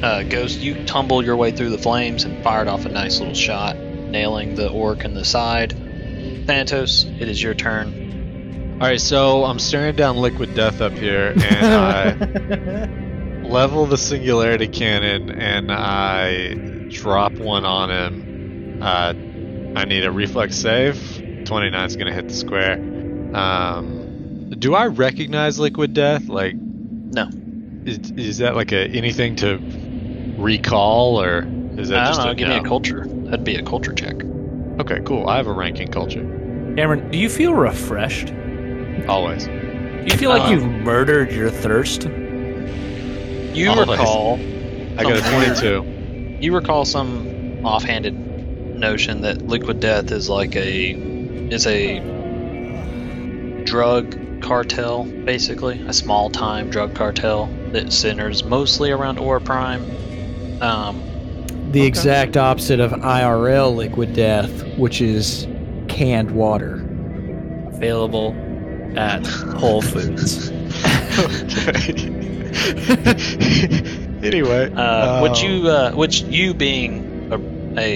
Speaker 2: uh, Ghost, you tumbled your way through the flames and fired off a nice little shot, nailing the orc in the side. Thanatos, it is your turn.
Speaker 4: all right. So I'm staring down liquid death up here, and I level the singularity cannon, and I drop one on him. Uh, I need a reflex save. 29 is going to hit the square. Um, do I recognize liquid death? Like,
Speaker 2: no.
Speaker 4: Is, is that like a anything to recall, or is that
Speaker 2: I
Speaker 4: just
Speaker 2: don't know.
Speaker 4: a,
Speaker 2: give me a
Speaker 4: no?
Speaker 2: culture. That'd be a culture check.
Speaker 4: Okay, cool. I have a ranking culture.
Speaker 10: Cameron, do you feel refreshed?
Speaker 4: Always.
Speaker 10: Do you feel like
Speaker 4: Uh-huh.
Speaker 2: Uh,
Speaker 10: you've murdered your thirst?
Speaker 2: You
Speaker 10: Always.
Speaker 2: recall.
Speaker 10: I got a
Speaker 2: some weird-
Speaker 4: 22.
Speaker 2: You recall some offhanded notion that liquid death is like a is a drug cartel, basically a small time drug cartel that centers mostly around Aura Prime. Um,
Speaker 8: The exact opposite of IRL liquid death, which is canned water.
Speaker 10: Available at Whole Foods.
Speaker 4: (laughs) anyway,
Speaker 2: uh,
Speaker 4: um,
Speaker 2: which you uh, which you being a,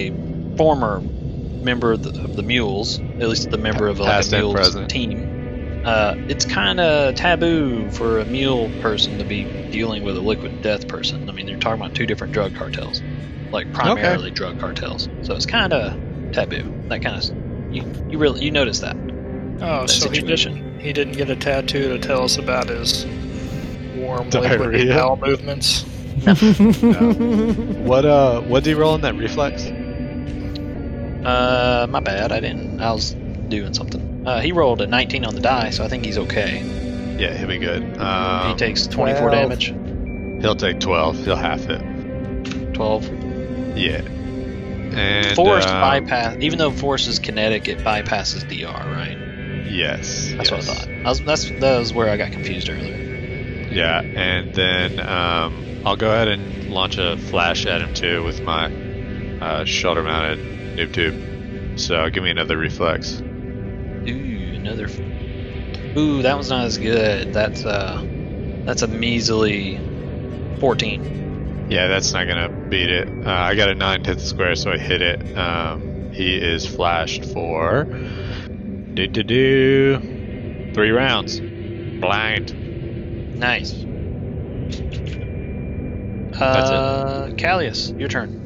Speaker 2: a former member of the, of the Mules, at least the member of like,
Speaker 4: Past
Speaker 2: a
Speaker 4: and
Speaker 2: Mules
Speaker 4: present.
Speaker 2: team, uh, it's kind of taboo for a Mule person to be dealing with a liquid death person. I mean, they're talking about two different drug cartels, like primarily drug cartels. So it's kind of taboo. That kind of you you really you notice that.
Speaker 5: Oh,
Speaker 2: that
Speaker 5: so he
Speaker 2: situation.
Speaker 5: didn't, he didn't get a tattoo to tell us about his warm liquid
Speaker 4: Diarrhea.
Speaker 5: bowel movements.
Speaker 4: what uh, what do you roll in that reflex?
Speaker 2: Uh, my bad. I didn't. I was doing something. Uh, he rolled a 19 on the die, so I think he's okay.
Speaker 4: Yeah, he'll be good.
Speaker 2: He
Speaker 4: Um,
Speaker 2: takes 24
Speaker 4: Twelve.
Speaker 2: damage.
Speaker 4: He'll take 12. He'll half it.
Speaker 2: 12.
Speaker 4: Yeah. And
Speaker 2: Forest
Speaker 4: um,
Speaker 2: bypass. Even though Forest is kinetic, it bypasses DR, right?
Speaker 4: Yes.
Speaker 2: That's
Speaker 4: yes.
Speaker 2: what I thought. I was, that's that was where I got confused earlier.
Speaker 4: Yeah, and then um, I'll go ahead and launch a flash at him too with my uh, shoulder mounted noob tube. So give me another reflex.
Speaker 2: Ooh, another. f- Ooh, that one's not as good. That's uh, that's a measly 14.
Speaker 4: Yeah, that's not gonna beat it. Uh, I got a nine to hit the square, so I hit it. Um, he is flashed for do do do three rounds. Blind.
Speaker 2: Nice.
Speaker 4: That's it.
Speaker 2: Uh, Callius, your turn.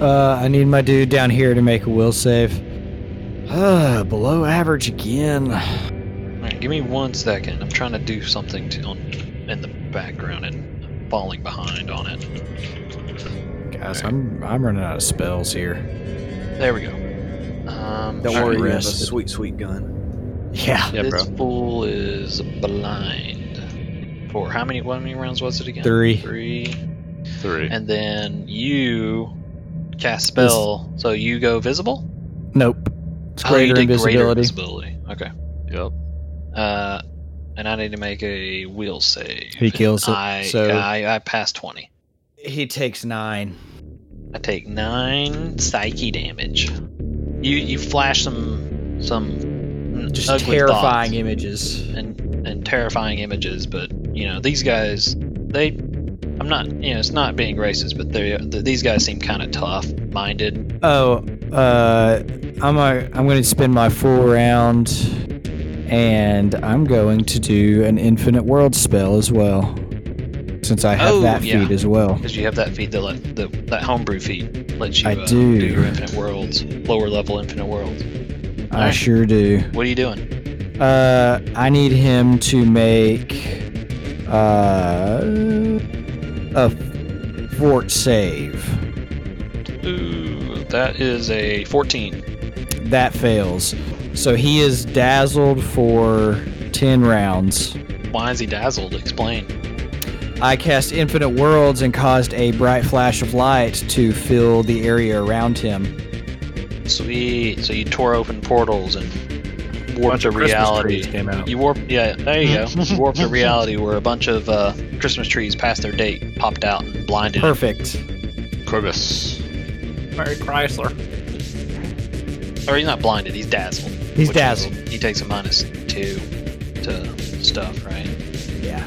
Speaker 8: Uh, I need my dude down here to make a will save. Uh, below average again.
Speaker 2: All right, give me one second. I'm trying to do something to, on, in the background and I'm falling behind on it.
Speaker 8: Guys, I'm I'm running out of spells here.
Speaker 2: There we go. Um,
Speaker 11: Don't worry, you have a
Speaker 8: Rested.
Speaker 11: sweet, sweet gun.
Speaker 8: Yeah.
Speaker 11: Yeah,
Speaker 2: this fool is blind. For how many? How many rounds was it again?
Speaker 8: Three.
Speaker 2: Three.
Speaker 4: Three.
Speaker 2: And then you cast spell, so you go visible.
Speaker 8: Nope. It's
Speaker 2: Oh, you
Speaker 8: greater
Speaker 2: did Greater
Speaker 8: invisibility.
Speaker 2: visibility. Okay.
Speaker 4: Yep.
Speaker 2: Uh, and I need to make a will save.
Speaker 8: He kills it,
Speaker 2: I
Speaker 8: so-
Speaker 2: I, I pass twenty.
Speaker 8: He takes nine.
Speaker 2: I take nine psyche damage. You you flash some some
Speaker 8: Just
Speaker 2: ugly
Speaker 8: terrifying
Speaker 2: thoughts.
Speaker 8: images.
Speaker 2: and and terrifying images but you know these guys they i'm not you know it's not being racist but they th- these guys seem kind of tough minded
Speaker 8: Oh, uh, I'm a, I'm going to spend my full round, and I'm going to do an infinite world spell as well, since I have
Speaker 2: Oh,
Speaker 8: that
Speaker 2: yeah.
Speaker 8: feat as well.
Speaker 2: because you have that feed that let the, that homebrew feed lets you
Speaker 8: I
Speaker 2: uh,
Speaker 8: do.
Speaker 2: your infinite worlds lower level infinite worlds
Speaker 8: I
Speaker 2: Alright.
Speaker 8: sure do.
Speaker 2: what are you doing
Speaker 8: Uh, I need him to make uh, a fort save.
Speaker 2: Ooh, that is a 14
Speaker 8: That fails, so he is dazzled for ten rounds.
Speaker 2: why is he dazzled explain
Speaker 8: I cast Infinite Worlds and caused a bright flash of light to fill the area around him.
Speaker 2: sweet so you tore open portals and warped
Speaker 9: Bunch
Speaker 2: a
Speaker 9: of Christmas
Speaker 2: reality
Speaker 9: trees came out.
Speaker 2: You warp, yeah. There you go. You warped a reality where a bunch of uh, Christmas trees past their date popped out and blinded. him.
Speaker 8: Perfect.
Speaker 4: Corbus.
Speaker 7: Mary Chrysler.
Speaker 2: Or he's not blinded. He's dazzled.
Speaker 8: He's
Speaker 2: which is-
Speaker 8: dazzled.
Speaker 2: He takes a minus two to stuff, right?
Speaker 8: Yeah.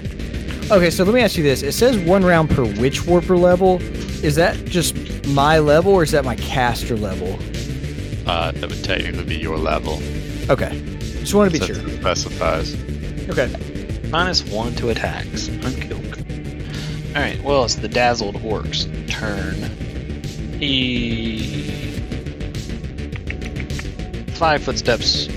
Speaker 8: Okay, so let me ask you this. It says one round per witch warper level. Is that just my level or is that my caster level?
Speaker 12: Uh, that would technically be your level.
Speaker 8: Okay. Just want to be
Speaker 12: Since
Speaker 8: sure.
Speaker 12: it Specifies.
Speaker 2: Okay. Minus one to attacks. Unkilled. Alright, well, it's the Dazzled Orc's turn. He. Five foot steps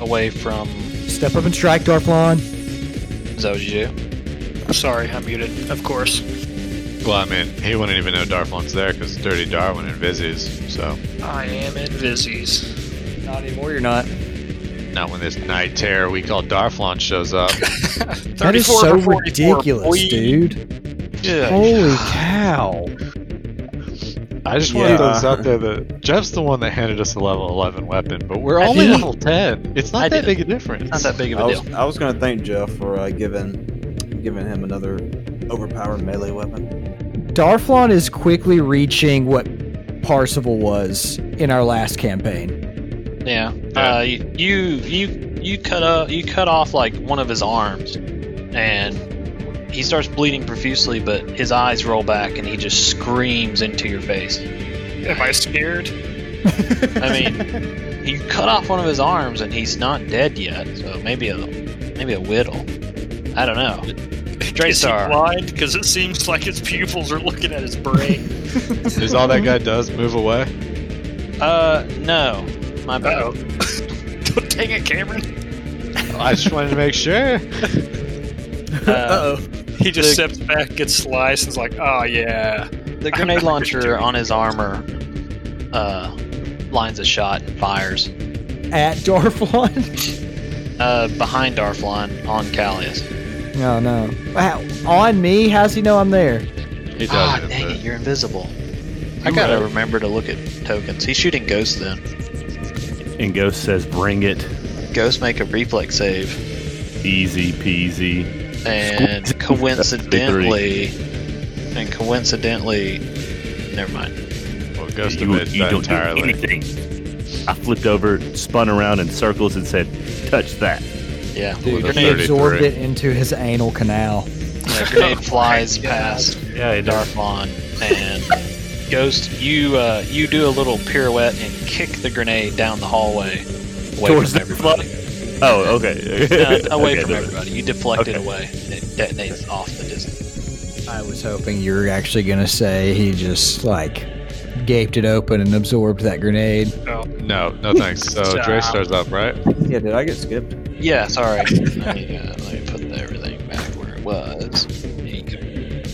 Speaker 2: away from.
Speaker 8: Step up and strike, Darflon.
Speaker 2: Is that what you do?
Speaker 5: Sorry, I'm muted, of course.
Speaker 4: Well, I mean, he wouldn't even know Darflon's there because Dirty Darwin invises. So
Speaker 5: I am in Vizzies.
Speaker 3: Not anymore, you're not.
Speaker 4: not when this night terror we call Darflon shows up.
Speaker 8: That
Speaker 5: 34
Speaker 8: is so
Speaker 5: over 44,
Speaker 8: ridiculous,
Speaker 5: boy. (sighs)
Speaker 8: dude.
Speaker 4: Yeah.
Speaker 8: Holy cow.
Speaker 4: I just want to throw
Speaker 8: Yeah.
Speaker 4: this out there that Jeff's the one that handed us a level 11 weapon, but we're
Speaker 2: I
Speaker 4: only
Speaker 2: did.
Speaker 4: level 10. It's not
Speaker 2: I
Speaker 4: that
Speaker 2: did.
Speaker 4: big a difference.
Speaker 2: Not that big of
Speaker 11: I
Speaker 2: a
Speaker 11: was,
Speaker 2: deal.
Speaker 11: I was going to thank Jeff for uh, giving giving him another overpowered melee weapon.
Speaker 8: Darflon is quickly reaching what Parsival was in our last campaign.
Speaker 2: Yeah. Uh, you you you cut off you cut off like one of his arms, and he starts bleeding profusely, but his eyes roll back and he just screams into your face.
Speaker 5: Am I scared?
Speaker 2: I mean, you cut off one of his arms and he's not dead yet, so maybe a maybe a whittle. I don't know.
Speaker 5: Is he
Speaker 2: Draystar.
Speaker 5: blind? Because it seems like his pupils are looking at his brain.
Speaker 4: Is all that guy does move away?
Speaker 2: Uh, no, my bad.
Speaker 5: Uh-oh. Dang it, Cameron.
Speaker 4: I just wanted to make sure.
Speaker 2: Uh,
Speaker 5: He just
Speaker 2: The-
Speaker 5: steps back, gets sliced, and's like, oh yeah.
Speaker 2: the grenade launcher on his armor uh, lines a shot and fires
Speaker 8: At (laughs) Darflon?
Speaker 2: uh, behind Darflon on Callius.
Speaker 8: oh, no. Wow. On me? How's he know I'm there?
Speaker 4: He does.
Speaker 2: Ah,
Speaker 4: it,
Speaker 2: dang
Speaker 4: but-
Speaker 2: it, you're invisible. I gotta remember to look at tokens. He's shooting Ghost then.
Speaker 6: And Ghost says, "Bring it,
Speaker 2: Ghost make a reflex save,
Speaker 6: easy peasy."
Speaker 2: and
Speaker 4: (laughs)
Speaker 6: Squeeze.
Speaker 2: coincidentally, and coincidentally, never mind.
Speaker 4: Well, Ghost
Speaker 6: You,
Speaker 4: admits
Speaker 6: you
Speaker 4: that
Speaker 6: don't do
Speaker 4: entirely.
Speaker 6: anything. I flipped over, spun around in circles, and said, "Touch that."
Speaker 2: Yeah,
Speaker 8: Dude,
Speaker 4: With a
Speaker 8: he absorbed
Speaker 4: 33.
Speaker 8: it into his anal canal.
Speaker 5: (laughs)
Speaker 2: the
Speaker 5: Oh
Speaker 2: grenade flies past
Speaker 9: Yeah, he
Speaker 6: (laughs)
Speaker 9: does.
Speaker 2: Darflon, and Ghost, you uh, you do a little pirouette and kick the grenade down the hallway, away
Speaker 6: Towards
Speaker 2: from
Speaker 6: the
Speaker 2: (laughs) everybody.
Speaker 6: Oh, okay. (laughs)
Speaker 2: Uh, away
Speaker 6: Okay,
Speaker 2: from
Speaker 6: there-
Speaker 2: everybody. You deflect it
Speaker 6: Okay.
Speaker 2: away, and it detonates off the distance.
Speaker 8: I was hoping you were actually going to say he just, like, gaped it open and absorbed that grenade.
Speaker 4: No, no thanks. So
Speaker 5: Stop.
Speaker 4: Dre starts up, right?
Speaker 11: Yeah, did I get skipped?
Speaker 2: Yeah, sorry. let, me, uh, let me put everything back where it was. There you go.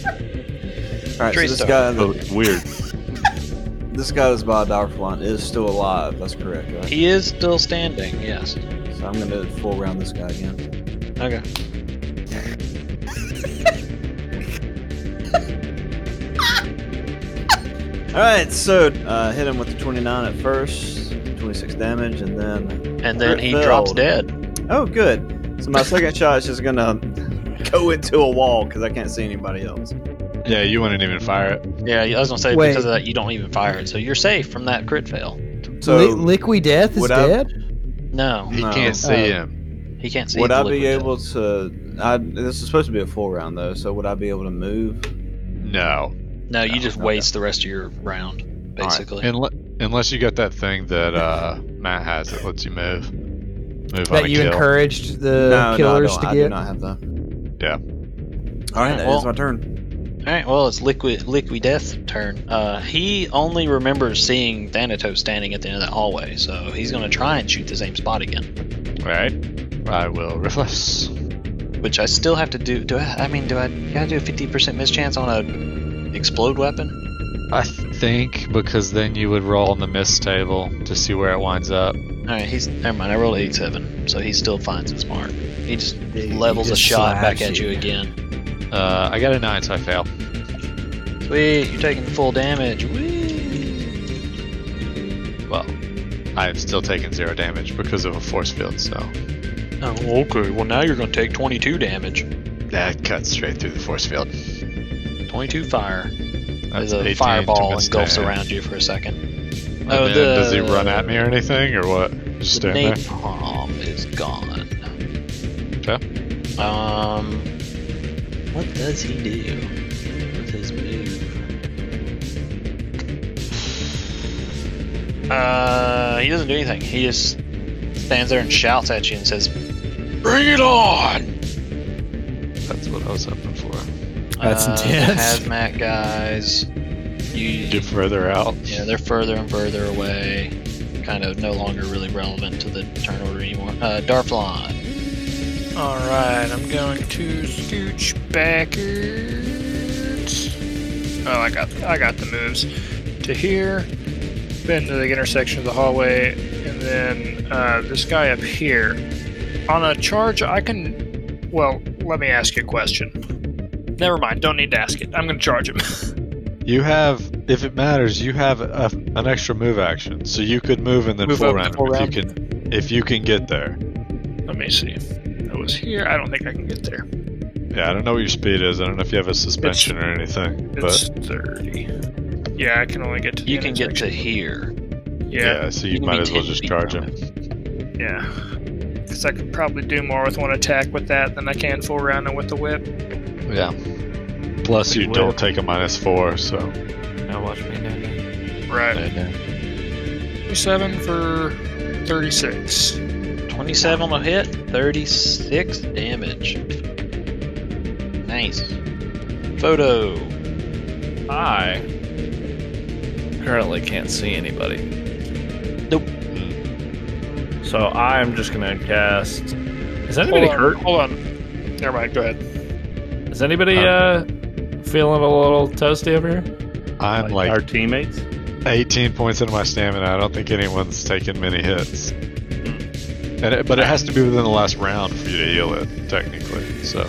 Speaker 11: All right, so
Speaker 2: Three
Speaker 11: this
Speaker 2: star.
Speaker 11: guy,
Speaker 6: Oh, weird.
Speaker 11: this guy that's by Darflon is still alive. That's correct, right?
Speaker 2: He is still standing, yes.
Speaker 11: So I'm going to full round this guy again.
Speaker 2: Okay.
Speaker 11: All right, so uh, hit him with the 29 at first, 26 damage, and then
Speaker 2: And then
Speaker 11: Crit
Speaker 2: he
Speaker 11: failed.
Speaker 2: drops dead.
Speaker 11: oh, good. So my second shot is just going to go into a wall because I can't see anybody else.
Speaker 4: Yeah, you wouldn't even fire it.
Speaker 2: Yeah, I was gonna say
Speaker 8: Wait.
Speaker 2: because of that you don't even fire it, so you're safe from that crit fail.
Speaker 11: So
Speaker 8: Li- Liqui Death is
Speaker 11: would I-
Speaker 8: dead?
Speaker 2: No,
Speaker 4: He
Speaker 11: No.
Speaker 4: can't see
Speaker 8: Oh.
Speaker 4: him.
Speaker 2: he can't see.
Speaker 11: would
Speaker 2: the
Speaker 11: I be
Speaker 2: liquid death.
Speaker 11: able to? I, this is supposed to be a full round though, so would I be able to move?
Speaker 4: No.
Speaker 2: No, you just
Speaker 11: okay.
Speaker 2: waste the rest of your round, basically.
Speaker 4: Unle- unless you got that thing that uh, Matt has that lets you move. Move on
Speaker 8: That
Speaker 4: a
Speaker 8: you
Speaker 4: kill.
Speaker 8: encouraged the
Speaker 11: no,
Speaker 8: killers
Speaker 11: no, I, don't, I do
Speaker 8: to get?
Speaker 11: not have that.
Speaker 4: Yeah.
Speaker 11: All right, that is
Speaker 2: Well-
Speaker 11: my turn.
Speaker 2: All right, well, it's liquid liquid death turn. Uh, he only remembers seeing Thanatos standing at the end of that hallway, so he's gonna try and shoot the same spot again.
Speaker 4: Right. I will (laughs) reflex.
Speaker 2: Which I still have to do. Do I? I mean, do I? Gotta do a fifty percent mischance on a explode weapon?
Speaker 4: I think because then you would roll on the miss table to see where it winds up.
Speaker 2: All right, he's never mind. I rolled eight seven, so he still finds his mark. He just
Speaker 8: he
Speaker 2: levels
Speaker 8: just
Speaker 2: a shot back
Speaker 8: slaps
Speaker 2: at
Speaker 8: you.
Speaker 2: you again.
Speaker 4: Uh, I got a nine, so I fail.
Speaker 2: Sweet, you're taking full damage. Whee!
Speaker 4: Well, I've still taken zero damage because of a force field, so
Speaker 2: Oh, okay. Well, now you're going to take 22 damage.
Speaker 4: that cuts straight through the force field.
Speaker 2: 22 fire.
Speaker 4: That's
Speaker 2: There's a
Speaker 4: 18 to
Speaker 2: fireball
Speaker 4: miss
Speaker 2: engulfs
Speaker 4: damage.
Speaker 2: around you for a second.
Speaker 4: And
Speaker 2: Oh,
Speaker 4: then
Speaker 2: the,
Speaker 4: does he run at me or anything or what? Just
Speaker 2: the
Speaker 4: stand there.
Speaker 2: napalm is gone.
Speaker 4: Okay.
Speaker 2: Um, what does he do with his move? Uh, he doesn't do anything. He just stands there and shouts at you and says, "Bring it on!"
Speaker 4: That's what I was hoping for.
Speaker 8: That's
Speaker 2: Uh,
Speaker 8: intense.
Speaker 2: The hazmat guys, you
Speaker 4: Get further out.
Speaker 2: yeah, they're further and further away. Kind of no longer really relevant to the turn order anymore. Uh, Darflon.
Speaker 5: All right, I'm going to scooch backwards. Oh, I got I got the moves to here, bend to the intersection of the hallway, and then uh, this guy up here. On a charge, I can. Well, let me ask you a question. Never mind. Don't need to ask it. I'm going to charge him. (laughs)
Speaker 4: You have, if it matters, you have a, an extra move action, so you could move and then
Speaker 5: Move
Speaker 4: full
Speaker 5: up,
Speaker 4: round
Speaker 5: full
Speaker 4: if
Speaker 5: round.
Speaker 4: you can, if you can get there.
Speaker 5: let me see. I was here. I don't think I can get there.
Speaker 4: Yeah, I don't know what your speed is. I don't know if you have a suspension or anything,
Speaker 5: It's
Speaker 4: but
Speaker 5: thirty. Yeah, I can only get to. The
Speaker 2: You can get to here.
Speaker 4: yeah,
Speaker 5: Yeah,
Speaker 4: so you
Speaker 2: can
Speaker 4: might
Speaker 2: be
Speaker 4: as well
Speaker 2: 10
Speaker 4: just
Speaker 2: feet
Speaker 4: charge
Speaker 2: from
Speaker 4: him.
Speaker 5: yeah. Because I could probably do more with one attack with that than I can full round and with the whip.
Speaker 4: Yeah. Plus, you
Speaker 5: Would.
Speaker 4: don't take a minus four, so.
Speaker 10: Now watch me do that.
Speaker 5: Right. Twenty-seven for thirty-six.
Speaker 2: 27 will hit, 36 damage. Nice. Photo.
Speaker 10: I currently can't see anybody.
Speaker 2: Nope.
Speaker 10: So I'm just gonna cast. Is anybody
Speaker 5: Hold on,
Speaker 10: hurt?
Speaker 5: hold on. Never mind. Go ahead.
Speaker 10: Is anybody uh feeling a little toasty over here?
Speaker 4: I'm like,
Speaker 6: Our teammates?
Speaker 4: 18 points into my stamina. I don't think anyone's taken many hits. And it, but it has to be within the last round for you to heal it, technically. So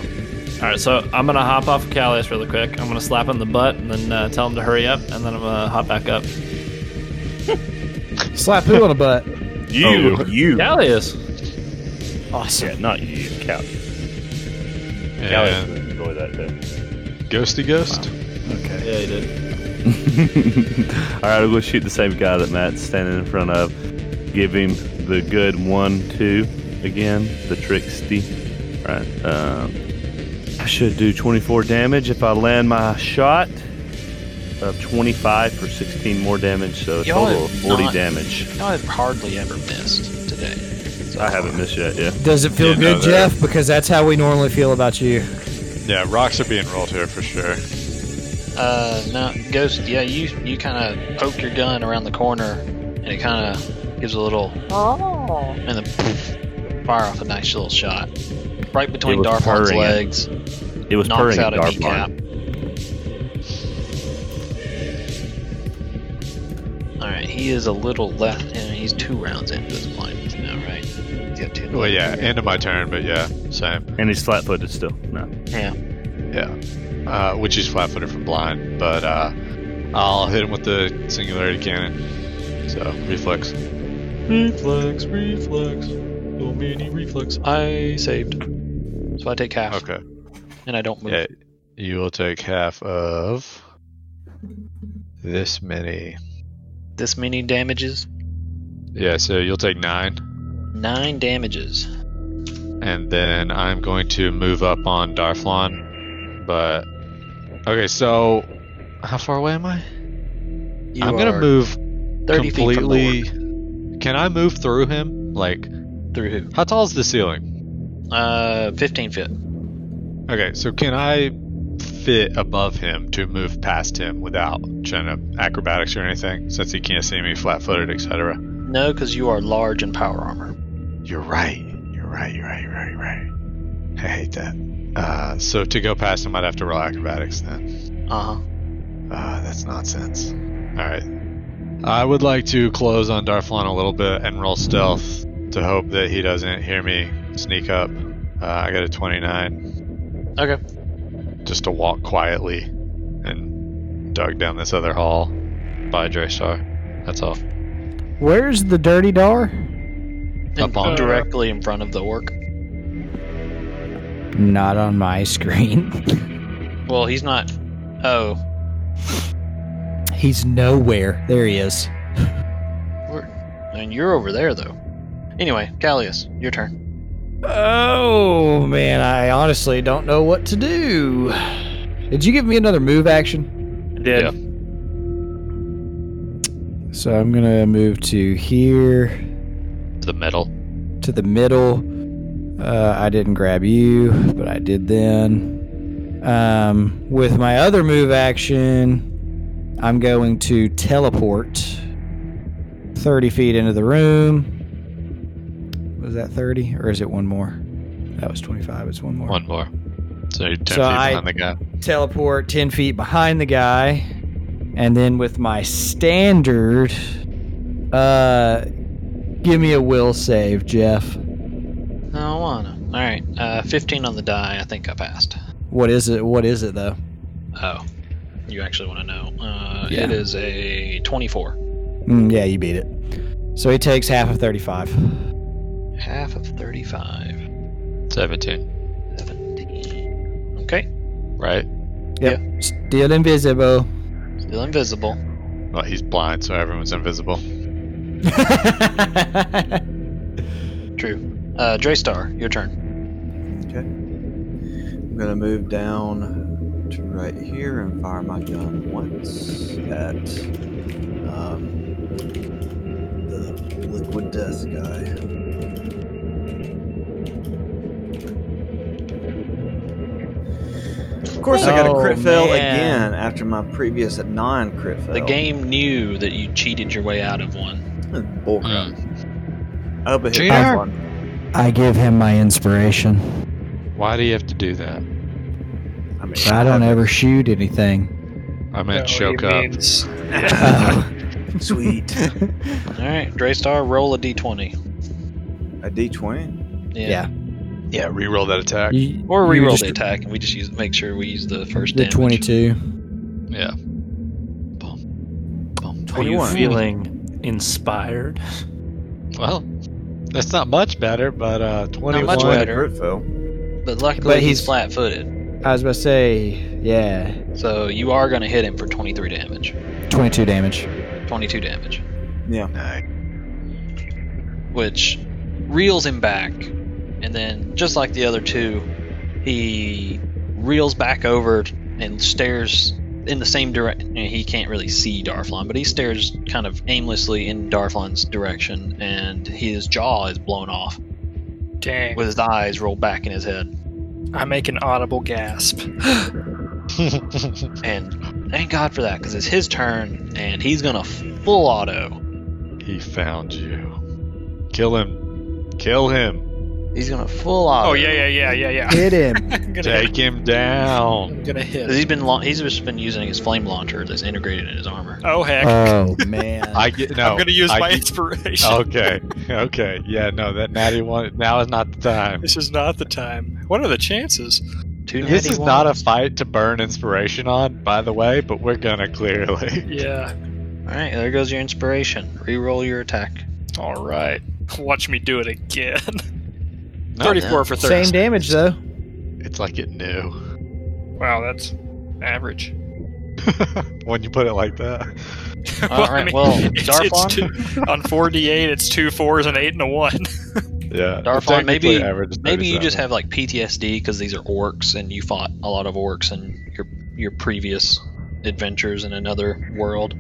Speaker 10: All right, so I'm gonna hop off of Callias really quick. I'm gonna slap him in the butt and then uh, tell him to hurry up, and then I'm gonna hop back up.
Speaker 8: Slap who on the butt?
Speaker 6: You,
Speaker 4: Oh.
Speaker 6: you.
Speaker 10: Callias,
Speaker 8: Awesome.
Speaker 6: Yeah, not you, Cal. Callie
Speaker 4: and
Speaker 6: would enjoy that too.
Speaker 4: ghosty ghost.
Speaker 8: Okay.
Speaker 10: yeah, he did.
Speaker 6: All right, we'll shoot the same guy that Matt's standing in front of. Give him the good one, two again, the tricksty. All Right. Um, I should do 24 damage if I land my shot of 25 for 16 more damage, so a
Speaker 2: Y'all
Speaker 6: total of
Speaker 2: have
Speaker 6: 40
Speaker 2: not-
Speaker 6: damage.
Speaker 2: Y'all have hardly ever missed today.
Speaker 6: So I haven't missed yet, yeah.
Speaker 8: Does it feel
Speaker 4: Yeah, no,
Speaker 8: good,
Speaker 4: they're-
Speaker 8: Jeff? Because that's how we normally feel about you.
Speaker 4: Yeah, rocks are being rolled here for sure.
Speaker 2: Uh, no, Ghost, yeah, you, you kind of poke your gun around the corner, and it kind of gives a little. Oh. And then poof, fire off a nice little shot. Right between
Speaker 6: was
Speaker 2: Darfon's
Speaker 6: purring it.
Speaker 2: legs.
Speaker 6: It was
Speaker 2: knocks
Speaker 6: purring
Speaker 2: out
Speaker 6: at
Speaker 2: a kneecap.
Speaker 6: Darfon.
Speaker 2: Alright, he is a little left, and he's two rounds into his blindness now, right? He's got two
Speaker 4: Well, yeah, end of my turn, but yeah, same.
Speaker 6: And he's flat footed still. No.
Speaker 2: Yeah.
Speaker 4: Yeah. Uh, which is flat footed from blind, but uh, I'll hit him with the singularity cannon. So, reflex.
Speaker 2: Reflex, reflex. Little mini reflex. I saved. So I take half,
Speaker 4: Okay.
Speaker 2: and I don't move.
Speaker 4: Yeah, you will take half of this many.
Speaker 2: This many damages?
Speaker 4: Yeah, so you'll take nine.
Speaker 2: Nine damages.
Speaker 4: and then I'm going to move up on Darflon. But okay, so how far away am I?
Speaker 2: You
Speaker 4: I'm gonna
Speaker 2: are
Speaker 4: move
Speaker 2: 30 feet from the
Speaker 4: completely. Can I move through him? Like,
Speaker 2: Through
Speaker 4: how tall is the ceiling?
Speaker 2: who? Uh, 15 feet.
Speaker 4: Okay, so can I fit above him to move past him without trying to acrobatics or anything, since he can't see me flat-footed, etc.
Speaker 2: No, because you are large in power armor.
Speaker 4: You're right. You're right. You're right. You're right. You're right. I hate that. Uh, so to go past him, I'd have to roll acrobatics then.
Speaker 2: Uh huh.
Speaker 4: Ah, that's nonsense. Alright. I would like to close on Darflon a little bit and roll stealth to hope that he doesn't hear me sneak up. Uh, I got a 29
Speaker 2: Okay.
Speaker 4: just to walk quietly and dug down this other hall by Draystar. That's all.
Speaker 8: Where's the dirty door?
Speaker 4: Up
Speaker 2: uh,
Speaker 4: on.
Speaker 2: directly in front of the orc.
Speaker 8: Not on my (laughs) screen.
Speaker 2: Well, he's not. Oh,
Speaker 8: He's nowhere. There he is.
Speaker 2: we're, I mean, you're over there though. Anyway, Callius, your turn.
Speaker 8: Oh man, I honestly don't know what to do. Did you give me another move action?
Speaker 7: did.
Speaker 8: So I'm gonna move to here.
Speaker 4: The metal.
Speaker 8: to the middle. Uh, I didn't grab you, but I did then. Um, with my other move action, I'm going to teleport 30 feet into the room. Was that 30 or is it one more? That was 25. It's one more.
Speaker 4: One more. So you're 10 feet
Speaker 8: So I-
Speaker 4: behind the guy.
Speaker 8: Teleport 10 feet behind the guy. And then with my standard, uh, give me a will save, Jeff.
Speaker 2: No, I wanna. All right, uh, 15 on the die. I think I passed.
Speaker 8: What is it? What is it though?
Speaker 2: Oh, you actually want to know? Uh,
Speaker 8: Yeah.
Speaker 2: It is a 24.
Speaker 8: Mm, yeah, you beat it. So he takes half of 35.
Speaker 2: Half of 35.
Speaker 4: 17.
Speaker 2: 17. Okay.
Speaker 4: Right?
Speaker 8: Yep. Still invisible.
Speaker 2: Still invisible.
Speaker 4: Well, he's blind, so everyone's invisible.
Speaker 2: True. Uh, Draystar, your turn.
Speaker 13: I'm gonna move down to right here and fire my gun once at um, the liquid death guy. Of course, I got a crit
Speaker 8: Oh,
Speaker 13: fail
Speaker 8: man.
Speaker 13: again after my previous non-crit fail.
Speaker 2: The game knew that you cheated your way out of one. Hmm.
Speaker 13: Bullcrap. Hmm, I hope it hit
Speaker 4: Cheater.
Speaker 13: that one.
Speaker 8: (laughs) I give him my inspiration.
Speaker 4: Why do you have to do that?
Speaker 13: I mean,
Speaker 8: I don't ever shoot anything.
Speaker 4: I meant
Speaker 5: No,
Speaker 4: choke
Speaker 5: he
Speaker 4: up.
Speaker 5: means-
Speaker 13: Sweet.
Speaker 2: All right, Draystar, roll a d20.
Speaker 13: a D20.
Speaker 2: Yeah.
Speaker 8: Yeah.
Speaker 4: Yeah, reroll that
Speaker 8: (laughs)
Speaker 4: attack.
Speaker 8: You-
Speaker 2: Or
Speaker 8: you
Speaker 2: reroll
Speaker 8: just-
Speaker 2: the attack, and we just use make sure we use the first
Speaker 8: The
Speaker 2: damage.
Speaker 8: 22.
Speaker 4: Yeah.
Speaker 7: Are you
Speaker 13: 21.
Speaker 7: feeling inspired?
Speaker 4: Well, that's not much better, but uh, 21.
Speaker 2: much
Speaker 13: One
Speaker 2: better.
Speaker 13: Crit fail.
Speaker 2: But luckily,
Speaker 8: But
Speaker 2: he's,
Speaker 8: he's-
Speaker 2: flat-footed,
Speaker 8: I was about to say, yeah,
Speaker 2: so you are going to hit him for 23 damage,
Speaker 8: 22 damage.
Speaker 2: 22 damage,
Speaker 13: Yeah.
Speaker 2: which reels him back, and then just like the other two, he reels back over and stares in the same direction. He can't really see Darflon, but he stares kind of aimlessly in Darflon's direction, and his jaw is blown off,
Speaker 5: Dang.
Speaker 2: with his eyes rolled back in his head.
Speaker 5: I make an audible gasp.
Speaker 2: And thank God for that, because it's his turn, and he's gonna full auto.
Speaker 4: (laughs) He found you. Kill him. Kill him.
Speaker 2: He's gonna full auto.
Speaker 5: Oh yeah, yeah, yeah, yeah, yeah.
Speaker 8: Hit him.
Speaker 5: I'm gonna,
Speaker 4: Take him down.
Speaker 5: I'm gonna hit.
Speaker 2: Because he's been la- he's just been using his flame launcher that's integrated in his armor.
Speaker 5: Oh heck!
Speaker 8: (laughs)
Speaker 7: Uh,
Speaker 8: oh, man.
Speaker 4: I get no.
Speaker 5: I'm gonna use
Speaker 4: I
Speaker 5: my
Speaker 4: get-
Speaker 2: (laughs)
Speaker 5: inspiration.
Speaker 2: Oh.
Speaker 4: Okay. Okay. Yeah. No. That natty one. Now is not the
Speaker 5: (laughs)
Speaker 4: time.
Speaker 5: This is not the time. What are the chances?
Speaker 2: Two
Speaker 4: This
Speaker 2: natty
Speaker 4: is not a
Speaker 2: ones.
Speaker 4: fight to burn inspiration on, by the way. But we're gonna clearly. (laughs)
Speaker 5: Yeah.
Speaker 2: All right, there goes your inspiration. Reroll your attack.
Speaker 5: All right. Watch me do it again. (laughs)
Speaker 4: No,
Speaker 5: Thirty-four for thirty.
Speaker 8: Same damage, though.
Speaker 4: It's like it knew
Speaker 5: Wow, that's average. (laughs)
Speaker 4: when you put it like that.
Speaker 2: Oh, All right,
Speaker 5: (laughs)
Speaker 2: well, Darflon?
Speaker 5: two, on four d eight, it's two fours and eight and a one. (laughs)
Speaker 4: Yeah.
Speaker 2: Darfon, maybe-
Speaker 4: technically average
Speaker 2: Maybe you just
Speaker 4: 37.
Speaker 2: have like PTSD because these are orcs and you fought a lot of orcs in your your previous adventures in another world.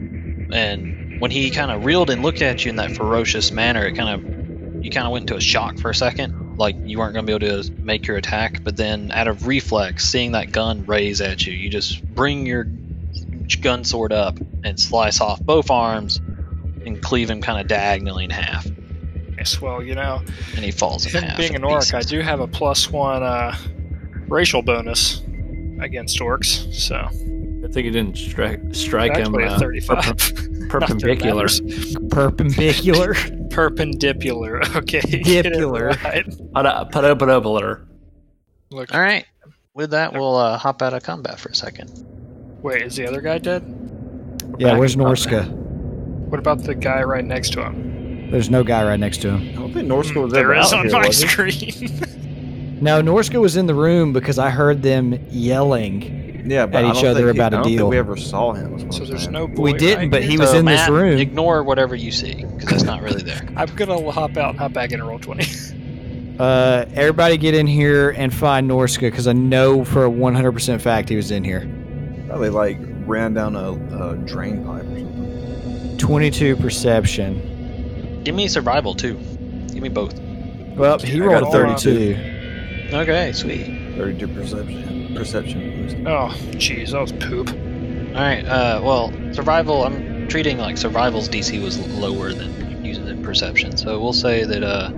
Speaker 2: And when he kind of reeled and looked at you in that ferocious manner, it kind of you kind of went into a shock for a second, like you weren't going to be able to make your attack. But then, out of reflex, seeing that gun raise at you, you just bring your gun sword up and slice off both arms and cleave him kind of diagonally in half,
Speaker 5: Yes, well, you know,
Speaker 2: and he falls in
Speaker 5: him
Speaker 2: half.
Speaker 5: being an
Speaker 2: in
Speaker 5: orc, I
Speaker 2: pieces.
Speaker 5: do have a plus one uh, racial bonus against orcs. So
Speaker 7: I think you didn't stri- strike
Speaker 5: That's
Speaker 7: him
Speaker 5: what a
Speaker 7: uh,
Speaker 5: 35.
Speaker 7: perpen-
Speaker 5: (laughs) Not that it
Speaker 7: perpendicular.
Speaker 5: matters.
Speaker 8: Perpendicular. (laughs)
Speaker 5: Perpendicular. (laughs) Okay. Get it
Speaker 8: Dipular.
Speaker 5: (laughs) right.
Speaker 7: Pada- padapadopular.
Speaker 5: Look.
Speaker 2: All right. With that, we'll uh, hop out of combat for a second.
Speaker 5: Wait, is the other guy dead?
Speaker 8: Yeah, where's Norska?
Speaker 5: What about the guy right next to him?
Speaker 8: The's no guy right next to him.
Speaker 13: I don't think
Speaker 2: Hmm.
Speaker 13: North School was
Speaker 5: Hmm. there
Speaker 13: ever
Speaker 5: is
Speaker 13: out
Speaker 5: on
Speaker 13: here,
Speaker 5: my
Speaker 13: was it?
Speaker 5: screen.
Speaker 8: No, Norska was in the room because I heard them yelling
Speaker 13: Yeah, but
Speaker 8: at
Speaker 13: I
Speaker 8: each
Speaker 13: don't
Speaker 8: other
Speaker 13: think he-
Speaker 8: about
Speaker 13: I
Speaker 8: a
Speaker 13: don't think
Speaker 8: deal.
Speaker 13: we ever saw him. So there's no.
Speaker 8: We didn't, but he was
Speaker 2: So,
Speaker 8: in this
Speaker 2: Matt,
Speaker 8: room.
Speaker 2: Ignore whatever you see because that's not really there.
Speaker 5: I'm gonna hop out and hop back in and roll twenty. (laughs)
Speaker 8: Uh, everybody get in here and find Norska because I know for a 100% fact he was in here.
Speaker 13: Probably like ran down a, a drain pipe or something.
Speaker 8: 22 perception.
Speaker 2: Give me survival too. Give me both.
Speaker 8: Well, he
Speaker 13: I got
Speaker 8: rolled a 32.
Speaker 13: 32.
Speaker 2: Okay, sweet.
Speaker 13: Thirty-two perception. Perception.
Speaker 5: Oh, jeez, that was poop.
Speaker 2: All right. Uh, well, survival. I'm treating like survival's DC was lower than using the perception, so we'll say that uh,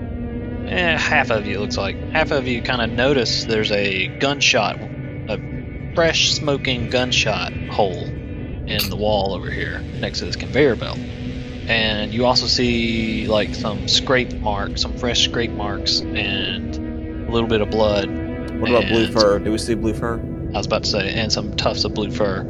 Speaker 2: eh, half of you it looks like half of you kind of notice there's a gunshot, a fresh smoking gunshot hole in the wall over here next to this conveyor belt, and you also see like some scrape marks, some fresh scrape marks, and a little bit of blood.
Speaker 13: What about blue
Speaker 2: and-
Speaker 13: fur? Do we see blue fur?
Speaker 2: I was about to say, and some tufts of blue fur,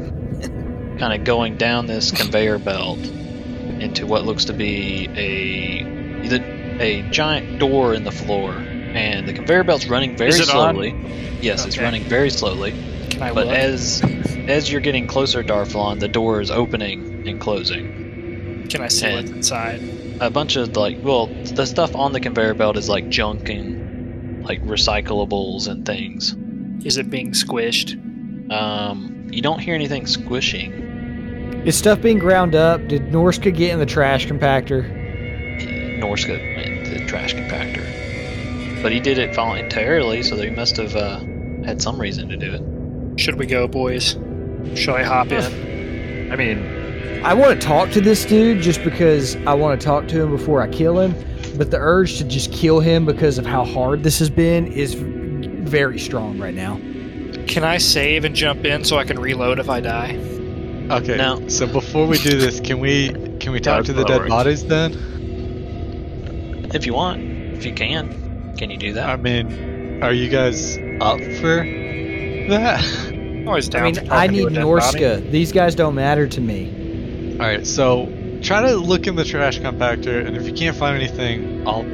Speaker 2: kind of going down this conveyor belt into what looks to be a the- a giant door in the floor, and the conveyor belt's running very
Speaker 5: Is it on?
Speaker 2: slowly. Yes, it's
Speaker 5: Okay.
Speaker 2: running very slowly.
Speaker 5: Can I
Speaker 2: but
Speaker 5: look?
Speaker 2: as as you're getting closer, Darflon, the door is opening and closing.
Speaker 5: Can I see what's inside?
Speaker 2: A bunch of like, well, the stuff on the conveyor belt is like junk and like recyclables and things.
Speaker 5: Is it being squished?
Speaker 2: Um, you don't hear anything squishing.
Speaker 8: Is stuff being ground up? Did Norska get in the trash compactor?
Speaker 2: Norska in the trash compactor. But he did it voluntarily, so they must have uh, had some reason to do it.
Speaker 5: Should we go, boys? Shall I hop
Speaker 8: (laughs)
Speaker 5: in?
Speaker 7: I mean,
Speaker 8: I want to talk to this dude just because I want to talk to him before I kill him, but the urge to just kill him because of how hard this has been is very strong right now.
Speaker 5: Can I save and jump in so I can reload if I die?
Speaker 4: Okay.
Speaker 2: Now-
Speaker 4: so before we do this, can we can we talk to the dead
Speaker 2: works.
Speaker 4: bodies then?
Speaker 2: If you want, if you can, can you do that?
Speaker 4: I mean, are you guys up for that? (laughs)
Speaker 5: I'm always down
Speaker 8: I
Speaker 5: for
Speaker 8: mean,
Speaker 5: talking
Speaker 8: I
Speaker 5: to
Speaker 8: need
Speaker 5: a dead body.
Speaker 8: Norska. These guys don't matter to me.
Speaker 4: All right, so try to look in the trash compactor, and if you can't find anything, I'll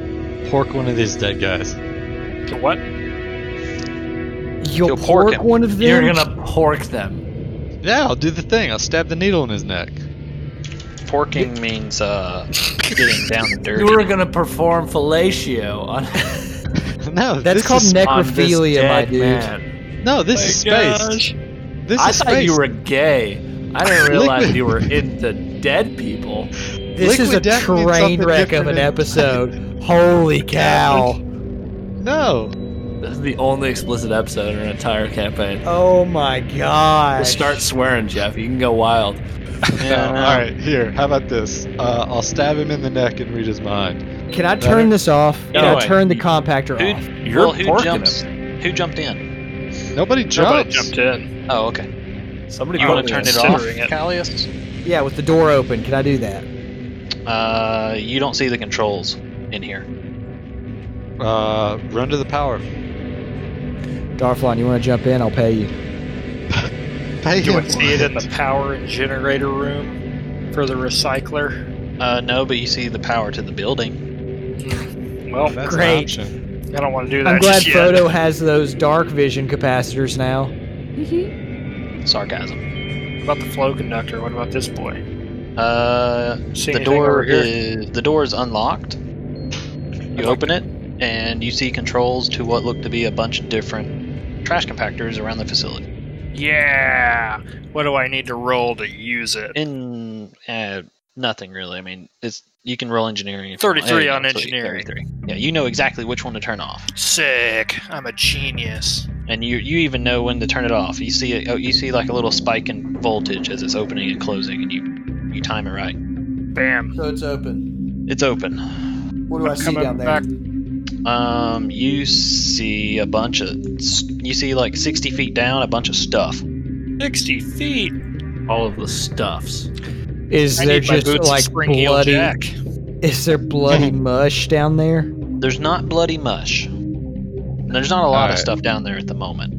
Speaker 4: pork one of these dead guys.
Speaker 5: To What?
Speaker 8: You'll,
Speaker 2: You'll pork
Speaker 8: pork
Speaker 2: him.
Speaker 8: one of them.
Speaker 7: you're gonna pork them.
Speaker 4: Yeah, I'll do the thing. I'll stab the needle in his neck. (laughs)
Speaker 7: (laughs)
Speaker 2: Porking means uh, getting down and dirty.
Speaker 7: You were gonna perform fellatio on.
Speaker 4: No,
Speaker 8: That's
Speaker 4: this
Speaker 8: called
Speaker 7: on
Speaker 4: is,
Speaker 7: this
Speaker 8: necrophilia, my
Speaker 7: dead
Speaker 8: dude.
Speaker 7: man.
Speaker 4: no. This is
Speaker 5: Oh Gosh.
Speaker 4: space. This
Speaker 7: I
Speaker 4: is
Speaker 7: thought
Speaker 4: space.
Speaker 7: you were gay. I didn't realize
Speaker 4: Liquid-
Speaker 7: you were into dead people.
Speaker 8: This is a
Speaker 4: Liquid death means
Speaker 8: train
Speaker 4: something
Speaker 8: wreck of an
Speaker 4: different in-
Speaker 8: episode. Holy cow.
Speaker 4: no.
Speaker 7: This is the only explicit episode in an entire campaign.
Speaker 8: Oh my god.
Speaker 7: Start swearing, Jeff. You can go wild.
Speaker 4: No,
Speaker 8: Um,
Speaker 4: all right, here. How about this? Uh, I'll stab him in the neck and read his mind.
Speaker 8: Can I turn this off? Can
Speaker 2: No,
Speaker 8: I turn the compactor
Speaker 2: Who,
Speaker 8: off?
Speaker 7: You're
Speaker 2: well, who
Speaker 7: porking
Speaker 2: jumps? Who jumped in?
Speaker 5: Nobody
Speaker 4: Nobody jumps.
Speaker 5: jumped in.
Speaker 2: Oh, okay.
Speaker 7: Somebody
Speaker 2: You
Speaker 7: go
Speaker 2: want to
Speaker 7: to
Speaker 2: turn
Speaker 7: the-
Speaker 2: it off,
Speaker 5: considering it.
Speaker 2: Callius?
Speaker 8: Yeah, with the door open. Can I do that?
Speaker 2: Uh, you don't see the controls in here.
Speaker 4: Uh, run to the power.
Speaker 8: Darflon, you want to jump in? I'll pay you.
Speaker 4: Pay
Speaker 5: Do
Speaker 4: him
Speaker 5: I see it
Speaker 4: for
Speaker 5: in the power and generator room for the recycler?
Speaker 2: Uh, no, but you see the power to the building.
Speaker 5: Well,
Speaker 4: (laughs) That's
Speaker 8: Great.
Speaker 4: an option.
Speaker 5: I don't want to do that.
Speaker 8: I'm glad
Speaker 5: just yet.
Speaker 8: Frodo has those dark vision capacitors now.
Speaker 2: Sarcasm.
Speaker 5: What about the flow conductor? What about this boy?
Speaker 2: Uh,
Speaker 5: See
Speaker 2: the
Speaker 5: anything
Speaker 2: door
Speaker 5: over here?
Speaker 2: is the door is unlocked. You open it, and you see controls to what look to be a bunch of different trash compactors around the facility.
Speaker 5: Yeah. What do I need to roll to use it?
Speaker 2: In uh, nothing really. I mean, it's you can roll engineering. if you want.
Speaker 5: 33
Speaker 2: There you
Speaker 5: on
Speaker 2: go, sweet,
Speaker 5: engineering.
Speaker 2: 33. Yeah, you know exactly which one to turn off,
Speaker 5: Sick. I'm a genius.
Speaker 2: and you you even know when to turn it off. You see it. Oh, you see like a little spike in voltage as it's opening and closing, and you you time it right.
Speaker 5: Bam.
Speaker 14: So it's open.
Speaker 2: It's open.
Speaker 14: What do i
Speaker 5: I'm
Speaker 14: see
Speaker 5: coming
Speaker 14: down there?
Speaker 5: back.
Speaker 2: Um, you see a bunch of you see like sixty feet down a bunch of stuff.
Speaker 5: 60 feet.
Speaker 7: all of the stuffs.
Speaker 8: Is
Speaker 5: I
Speaker 8: there
Speaker 5: need my
Speaker 8: just
Speaker 5: boots of
Speaker 8: like
Speaker 5: spring heel
Speaker 8: bloody?
Speaker 5: jack.
Speaker 8: Is
Speaker 5: (laughs)
Speaker 8: there bloody mush down there?
Speaker 2: There's not bloody mush. There's not a lot of
Speaker 4: Alright.
Speaker 2: stuff down there at the moment.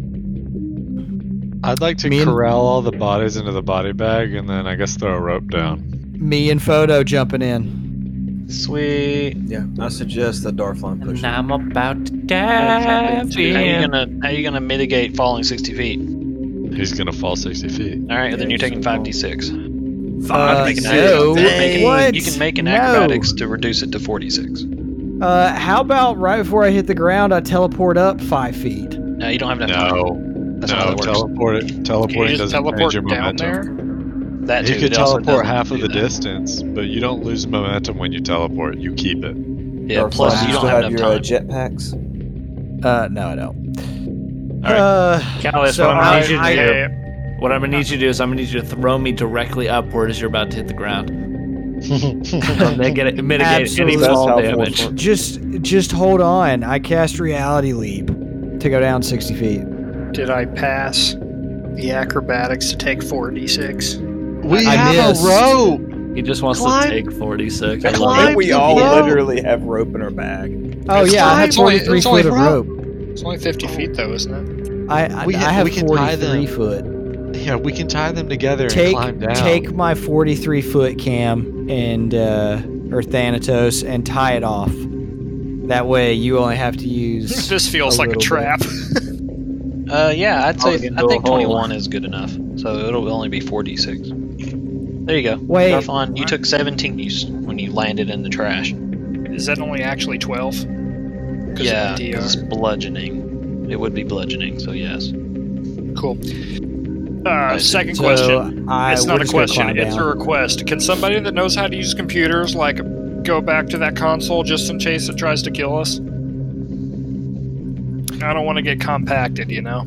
Speaker 4: I'd like to
Speaker 8: Me and-
Speaker 4: corral all the bodies into the body bag, and then I guess throw a rope down.
Speaker 8: Me and Photo jumping in.
Speaker 2: Sweet.
Speaker 13: Yeah, I suggest that Darflon push.
Speaker 7: And
Speaker 13: him.
Speaker 7: I'm about to
Speaker 2: How
Speaker 7: dive
Speaker 2: you
Speaker 7: in.
Speaker 2: gonna how you gonna mitigate falling sixty feet?
Speaker 4: He's gonna fall sixty feet.
Speaker 2: All right, and then you're taking five d six.
Speaker 8: Uh, so- What?
Speaker 2: You can make an
Speaker 8: No.
Speaker 2: acrobatics to reduce it to forty six.
Speaker 8: Uh, how about right before I hit the ground, I teleport up five feet?
Speaker 2: No, you don't have enough.
Speaker 4: No,
Speaker 2: That's
Speaker 4: no,
Speaker 2: not how it works.
Speaker 4: teleport it. Teleporting
Speaker 5: just
Speaker 4: doesn't
Speaker 5: teleport
Speaker 4: change your
Speaker 5: down
Speaker 4: momentum.
Speaker 2: Time. That
Speaker 4: you
Speaker 2: too,
Speaker 4: could
Speaker 2: it also
Speaker 4: teleport
Speaker 2: doesn't
Speaker 4: half of
Speaker 2: do
Speaker 4: the
Speaker 2: that.
Speaker 4: distance, but you don't lose momentum when you teleport. You
Speaker 8: (laughs)
Speaker 4: keep it.
Speaker 2: Yeah, plus you don't
Speaker 11: still
Speaker 2: have
Speaker 11: have
Speaker 2: enough
Speaker 11: your uh,
Speaker 2: time.
Speaker 11: jetpacks.
Speaker 8: Uh, no, I don't.
Speaker 10: All
Speaker 8: Uh,
Speaker 10: Callus,
Speaker 8: so
Speaker 10: what I'm
Speaker 8: I-
Speaker 10: gonna need you to
Speaker 8: I-
Speaker 10: do. What I'm gonna need you to do is I'm gonna need you to throw me directly upward as you're about to hit the ground. and then get it, (laughs) mitigate
Speaker 8: Absolutely.
Speaker 10: any fall damage.
Speaker 8: Just, just hold on. I cast Reality Leap to go down sixty feet.
Speaker 5: Did I pass the acrobatics to take 4d6?
Speaker 4: We
Speaker 8: I
Speaker 4: have
Speaker 8: missed.
Speaker 4: a rope.
Speaker 10: He just wants to
Speaker 4: Climb-
Speaker 10: take 46. I
Speaker 4: I
Speaker 10: love
Speaker 4: think
Speaker 10: it.
Speaker 4: we all
Speaker 11: literally have rope in our bag.
Speaker 8: Oh
Speaker 5: It's
Speaker 8: yeah, I
Speaker 5: fine,
Speaker 8: had
Speaker 5: it's only-
Speaker 8: forty-three
Speaker 5: it's only
Speaker 8: foot of
Speaker 5: rope.
Speaker 8: rope.
Speaker 5: It's only 50 feet, though, isn't it? (laughs)
Speaker 8: I, I,
Speaker 4: We-
Speaker 8: I have
Speaker 4: we can tie them.
Speaker 8: forty-three foot.
Speaker 4: Yeah, we can tie them together and
Speaker 8: take
Speaker 4: climb down.
Speaker 8: take my 43 foot cam and uh or thanatos and tie it off that way you only have to use
Speaker 5: This feels
Speaker 8: a
Speaker 5: like a
Speaker 8: little bit.
Speaker 5: trap.
Speaker 2: Uh, yeah, I'd say
Speaker 10: Probably
Speaker 2: I
Speaker 10: into
Speaker 2: think
Speaker 10: a hole.
Speaker 2: 21 is good enough. So it'll only be 4d6. There you go.
Speaker 8: Wait.
Speaker 2: Darflon, you took 17 use when you landed in the trash.
Speaker 5: Is that only actually 12? 'Cause of the
Speaker 2: Yeah, 'cause
Speaker 5: DR.
Speaker 2: it's bludgeoning. It would be bludgeoning, so yes.
Speaker 5: Cool.
Speaker 2: I
Speaker 5: Uh,
Speaker 2: see.
Speaker 5: second
Speaker 8: So,
Speaker 5: question.
Speaker 8: I-
Speaker 5: it's
Speaker 8: we're
Speaker 5: not a
Speaker 8: just gonna
Speaker 5: question.
Speaker 8: climb
Speaker 5: It's a
Speaker 8: down.
Speaker 5: request. Can somebody that knows how to use computers like go back to that console just in case it tries to kill us? I don't want to get compacted, you know.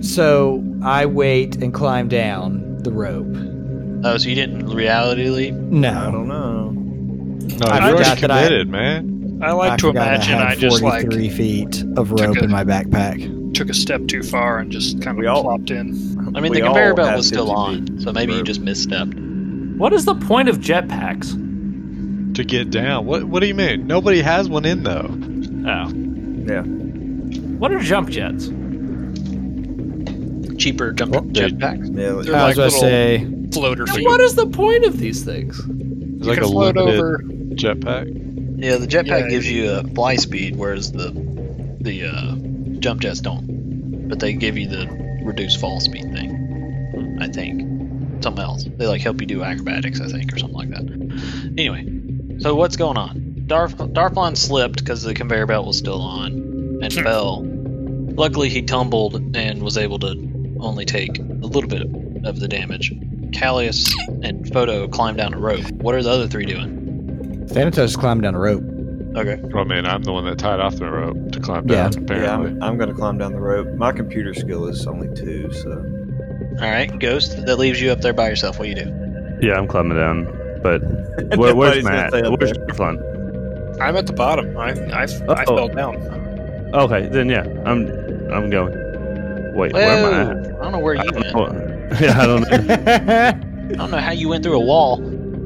Speaker 8: so i wait and climb down the rope
Speaker 2: Oh, so you didn't reality leap?
Speaker 11: I
Speaker 8: no
Speaker 11: don't know.
Speaker 4: No,
Speaker 8: I
Speaker 4: you're already
Speaker 8: forgot that I-
Speaker 4: committed, man.
Speaker 5: I like
Speaker 8: I
Speaker 5: to
Speaker 8: forgot
Speaker 5: imagine
Speaker 8: I,
Speaker 5: I,
Speaker 8: had
Speaker 5: just like
Speaker 8: 43 feet of rope
Speaker 5: took a-
Speaker 8: in my backpack
Speaker 5: took a step too far and just kind of
Speaker 11: We all-
Speaker 5: plopped in.
Speaker 2: I mean,
Speaker 11: We
Speaker 2: the
Speaker 11: all
Speaker 2: conveyor belt
Speaker 11: have
Speaker 2: was still
Speaker 11: 50 feet
Speaker 2: on, so maybe you
Speaker 11: rope.
Speaker 2: just misstepped.
Speaker 10: What is the point of jetpacks?
Speaker 4: To get down. What What do you mean? Nobody has one in though.
Speaker 10: Oh.
Speaker 11: Yeah.
Speaker 10: What are jump jets?
Speaker 2: Cheaper jump jetpacks.
Speaker 11: Yeah, like-
Speaker 5: They're
Speaker 8: i
Speaker 5: like
Speaker 8: was gonna
Speaker 5: little
Speaker 8: say
Speaker 5: floater
Speaker 10: And
Speaker 5: feet.
Speaker 10: what is the point of these things?
Speaker 4: It's
Speaker 5: You
Speaker 4: like
Speaker 5: can
Speaker 4: a
Speaker 5: float
Speaker 4: limited
Speaker 5: over.
Speaker 4: jetpack.
Speaker 2: Yeah, the jetpack
Speaker 5: Yeah.
Speaker 2: gives you a fly speed, whereas the the uh, jump jets don't. But they give you the reduced fall speed thing, I think. Something else. They like help you do acrobatics, I think, or something like that. Anyway, so what's going on? Darf- Darflon slipped because the conveyor belt was still on
Speaker 5: Hmm.
Speaker 2: and fell. Luckily, he tumbled and was able to only take a little bit of the damage. Callius and Photo climbed down a rope. What are the other three doing?
Speaker 8: thanatos climbed down a rope
Speaker 2: Okay.
Speaker 4: Well, I mean, Oh, I'm the one that tied off the rope to climb
Speaker 8: Yeah.
Speaker 4: down.
Speaker 11: Yeah,
Speaker 4: Apparently,
Speaker 11: I'm, I'm gonna climb down the rope. My computer skill is only two, so
Speaker 2: All right, Ghost. That leaves you up there by yourself. What do you do?
Speaker 6: Yeah, I'm climbing down.
Speaker 11: (laughs)
Speaker 6: But where,
Speaker 11: Nobody's
Speaker 6: where's
Speaker 11: gonna
Speaker 6: Matt?
Speaker 11: stay up
Speaker 6: Where's
Speaker 11: there.
Speaker 6: Darflon?
Speaker 5: I'm at the bottom. I I, I
Speaker 6: Uh-oh.
Speaker 5: fell down.
Speaker 6: Okay, then yeah, I'm I'm going. Wait, where am I? at?
Speaker 2: I don't know where
Speaker 6: I
Speaker 2: you
Speaker 6: don't
Speaker 2: went.
Speaker 6: know. (laughs) Yeah, I don't. know.
Speaker 2: I don't know how you went through a wall.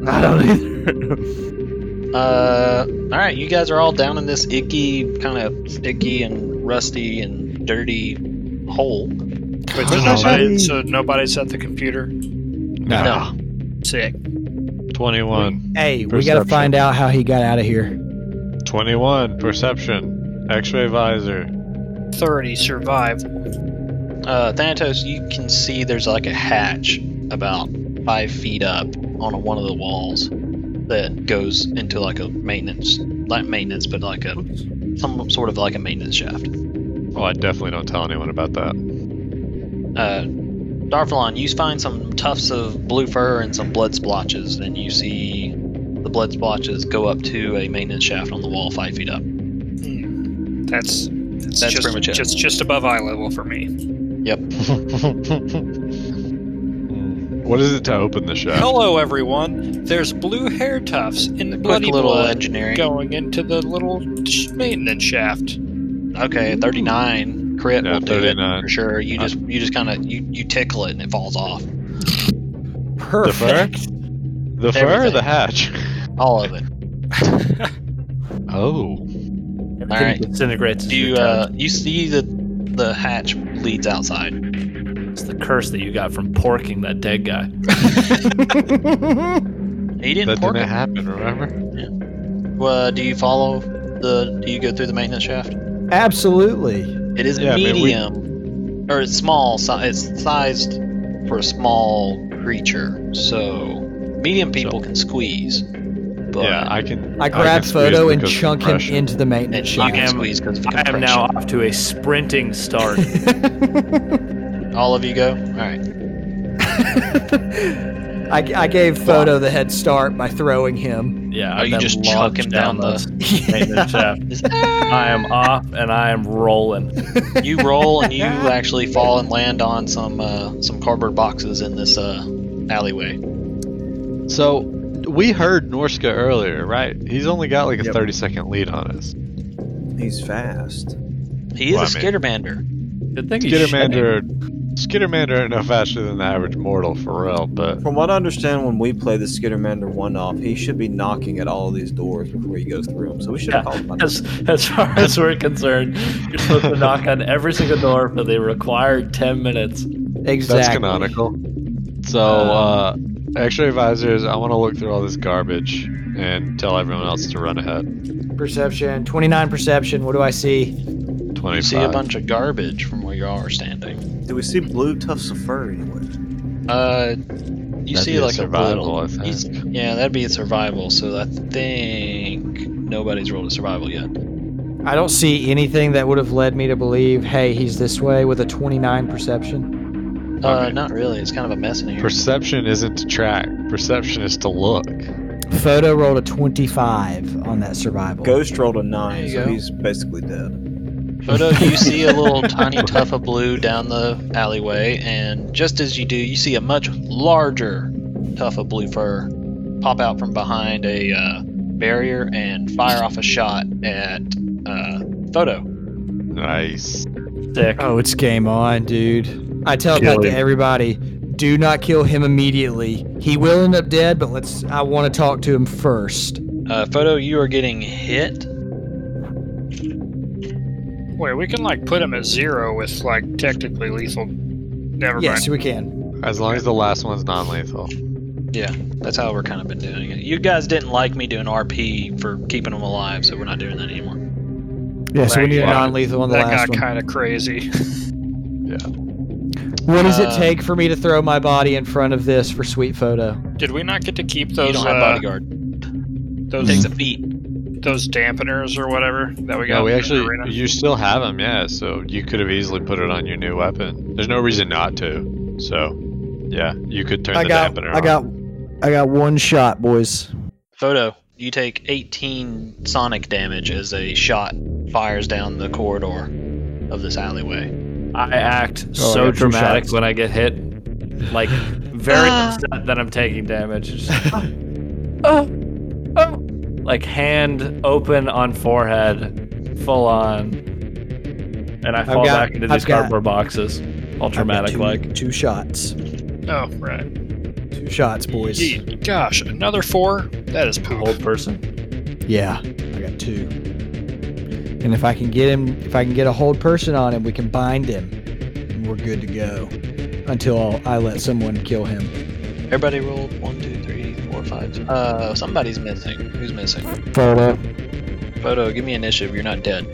Speaker 6: I don't either.
Speaker 2: Uh, all right, you guys are all down in this icky, kind of sticky and rusty and dirty hole.
Speaker 5: Wait, so,
Speaker 6: Gosh,
Speaker 5: nobody,
Speaker 6: I-
Speaker 5: so nobody's at the computer.
Speaker 4: no.
Speaker 5: Sick.
Speaker 4: Twenty-one.
Speaker 8: hey we gotta
Speaker 4: Perception.
Speaker 8: find out how he got out of here Mm.
Speaker 4: Twenty-one. Perception. X-ray visor.
Speaker 5: Thirty survived.
Speaker 2: Uh, Thanatos, you can see there's like a hatch about five feet up on a, one of the walls that goes into like a maintenance, like maintenance, but like a some sort of like a maintenance shaft.
Speaker 4: Oh, I definitely don't tell anyone about that.
Speaker 2: uh, Darfalon, you find some tufts of blue fur and some blood splotches, and you see the blood splotches go up to a maintenance shaft on the wall five feet up.
Speaker 5: Hmm. That's that's,
Speaker 2: That's
Speaker 5: just,
Speaker 2: pretty much it.
Speaker 5: just just above eye level for me.
Speaker 4: What is it to open the shaft?
Speaker 5: Hello, everyone. There's blue hair tufts in the
Speaker 2: Quick
Speaker 5: bloody
Speaker 2: little uh,
Speaker 5: blood
Speaker 2: engineering.
Speaker 5: going into the little sh- maintenance shaft.
Speaker 2: Okay, 39 crit
Speaker 4: Yeah,
Speaker 2: will do it
Speaker 4: 39.
Speaker 2: for sure. You just you just kind of you, you tickle it and it falls off.
Speaker 4: The fur? The fur or
Speaker 2: Everything.
Speaker 4: the hatch?
Speaker 2: All of it.
Speaker 4: Oh.
Speaker 10: Everything
Speaker 2: right.
Speaker 10: disintegrates. as
Speaker 2: Do you
Speaker 10: you're
Speaker 2: uh you see the the hatch leads outside?
Speaker 10: done. It's the curse that you got from porking that dead guy.
Speaker 2: He didn't
Speaker 4: That
Speaker 2: pork
Speaker 4: didn't
Speaker 2: it.
Speaker 4: happen, remember?
Speaker 2: Uh, do you follow the? Do you go through the maintenance shaft?
Speaker 8: absolutely
Speaker 2: It is
Speaker 4: Yeah, I mean, we-
Speaker 2: medium. or it's small. si- It's sized for a small creature, so medium people can squeeze. But
Speaker 4: yeah, I can.
Speaker 8: I grab
Speaker 4: grabbed
Speaker 8: photo and chunk him into the maintenance
Speaker 2: I
Speaker 8: shaft.
Speaker 2: can squeeze because of the
Speaker 7: I am
Speaker 2: compression.
Speaker 7: now off to a sprinting
Speaker 2: (laughs)
Speaker 7: start.
Speaker 2: All of you go. All right.
Speaker 8: I, I gave Photo the head start by throwing him.
Speaker 7: Yeah,
Speaker 2: Oh,
Speaker 7: I've
Speaker 2: you
Speaker 7: been
Speaker 2: just chuck
Speaker 7: launched
Speaker 2: him down
Speaker 7: the
Speaker 2: (laughs)
Speaker 7: maintenance shaft. I am off and I am rolling.
Speaker 2: You roll and you actually fall and land on some uh, some cardboard boxes in this uh, alleyway.
Speaker 4: So we heard Norska earlier, right? He's only got like a
Speaker 13: Yep.
Speaker 4: thirty second lead on us.
Speaker 13: He's fast.
Speaker 2: He is
Speaker 4: Well,
Speaker 2: a
Speaker 4: I mean-
Speaker 2: skittermander.
Speaker 7: Good thing he's
Speaker 4: Skittermander, Skittermander ain't no faster than the average mortal for real, but
Speaker 13: From what I understand, when we play the Skittermander one off, he should be knocking at all of these doors before he goes through them. So we should have
Speaker 7: Yeah,
Speaker 13: called him. on that.
Speaker 7: As, as far as we're concerned, you're supposed to knock on every single door for the required 10 minutes.
Speaker 4: that's
Speaker 8: Exactly. Um,
Speaker 4: canonical. So uh, X-ray visors, I want to look through all this garbage and tell everyone else to run ahead.
Speaker 8: Perception, 29 perception. What do I see?
Speaker 4: Twenty
Speaker 2: You see a
Speaker 4: five.
Speaker 2: bunch of garbage from where you all are standing.
Speaker 13: Do we see blue tufts of fur anywhere?
Speaker 2: Uh, you
Speaker 4: That'd
Speaker 2: see
Speaker 4: be a
Speaker 2: like
Speaker 4: survival,
Speaker 2: a
Speaker 4: I
Speaker 2: blue.
Speaker 4: think.
Speaker 2: he's- Yeah, that'd be a survival. So I think nobody's rolled a survival yet. Uh,
Speaker 8: I don't see anything that would have led me to believe, hey, he's this way with a 29 perception.
Speaker 2: Uh,
Speaker 4: Okay.
Speaker 2: not really. It's kind of a mess in here.
Speaker 4: Perception isn't to track. Perception is to look.
Speaker 8: Photo rolled a 25 on that survival.
Speaker 13: Ghost rolled a nine,
Speaker 2: you
Speaker 13: so
Speaker 2: go.
Speaker 13: he's basically dead.
Speaker 2: Photo, you see a little tiny tuft of blue down the alleyway, and just as you do, you see a much larger tuft of blue fur pop out from behind a uh, barrier and fire off a shot at uh, Photo.
Speaker 4: Nice.
Speaker 7: Sick.
Speaker 8: Oh, it's game on, dude. I tell that to everybody, do not kill him immediately. He will end up dead, but let's I want to talk to him first.
Speaker 2: Uh, Photo, you are getting hit.
Speaker 5: Wait, we can like put him at zero with like technically lethal. Never
Speaker 8: Yes,
Speaker 5: mind.
Speaker 8: we can.
Speaker 4: As long as the last one's non-lethal.
Speaker 2: Yeah, that's how we're kind of been doing it. You guys didn't like me doing RP for keeping them alive, so we're not doing that anymore.
Speaker 8: Yeah, so we need a
Speaker 5: That got-
Speaker 8: non-lethal on the
Speaker 5: that
Speaker 8: last
Speaker 5: got
Speaker 8: one.
Speaker 5: kind of crazy.
Speaker 8: What does it
Speaker 2: Uh,
Speaker 8: take for me to throw my body in front of this for sweet photo?
Speaker 5: Did we not get to keep
Speaker 2: you
Speaker 5: those
Speaker 2: don't have
Speaker 5: uh,
Speaker 2: bodyguard. It takes
Speaker 5: those
Speaker 2: a beat.
Speaker 5: those dampeners or whatever that we got?
Speaker 4: Yeah, we
Speaker 5: in the
Speaker 4: actually,
Speaker 5: arena?
Speaker 4: you still have them, yeah. So you could have easily put it on your new weapon. There's no reason not to. So, yeah, you could turn
Speaker 8: I
Speaker 4: the
Speaker 8: got
Speaker 4: dampener
Speaker 8: I
Speaker 4: on.
Speaker 8: got I got one shot, boys.
Speaker 2: Photo, you take 18 sonic damage as a shot fires down the corridor of this alleyway.
Speaker 7: I act
Speaker 6: Oh, I
Speaker 7: so
Speaker 6: got two
Speaker 7: dramatic
Speaker 6: shots.
Speaker 7: when I get hit. Like, very
Speaker 2: Uh.
Speaker 7: upset that I'm taking damage. It's just, "Oh, oh." Like, hand open on forehead, full on. And I fall
Speaker 8: got-
Speaker 7: back into
Speaker 8: I've
Speaker 7: these
Speaker 8: got-
Speaker 7: cardboard boxes. All
Speaker 8: I've got
Speaker 7: dramatic,
Speaker 8: two-
Speaker 7: like.
Speaker 8: two shots.
Speaker 5: Oh right.
Speaker 8: Two shots, boys.
Speaker 5: Gee, gosh, another four. That is poop.
Speaker 7: Old person.
Speaker 8: Yeah, I got two. And if I can get him, if I can get a hold person on him, we can bind him, and we're good to go until I let someone kill him.
Speaker 2: Everybody rolled one, two, three, four, five. Uh, somebody's missing. Who's missing?
Speaker 8: Photo.
Speaker 2: Photo, give me initiative. You're not dead.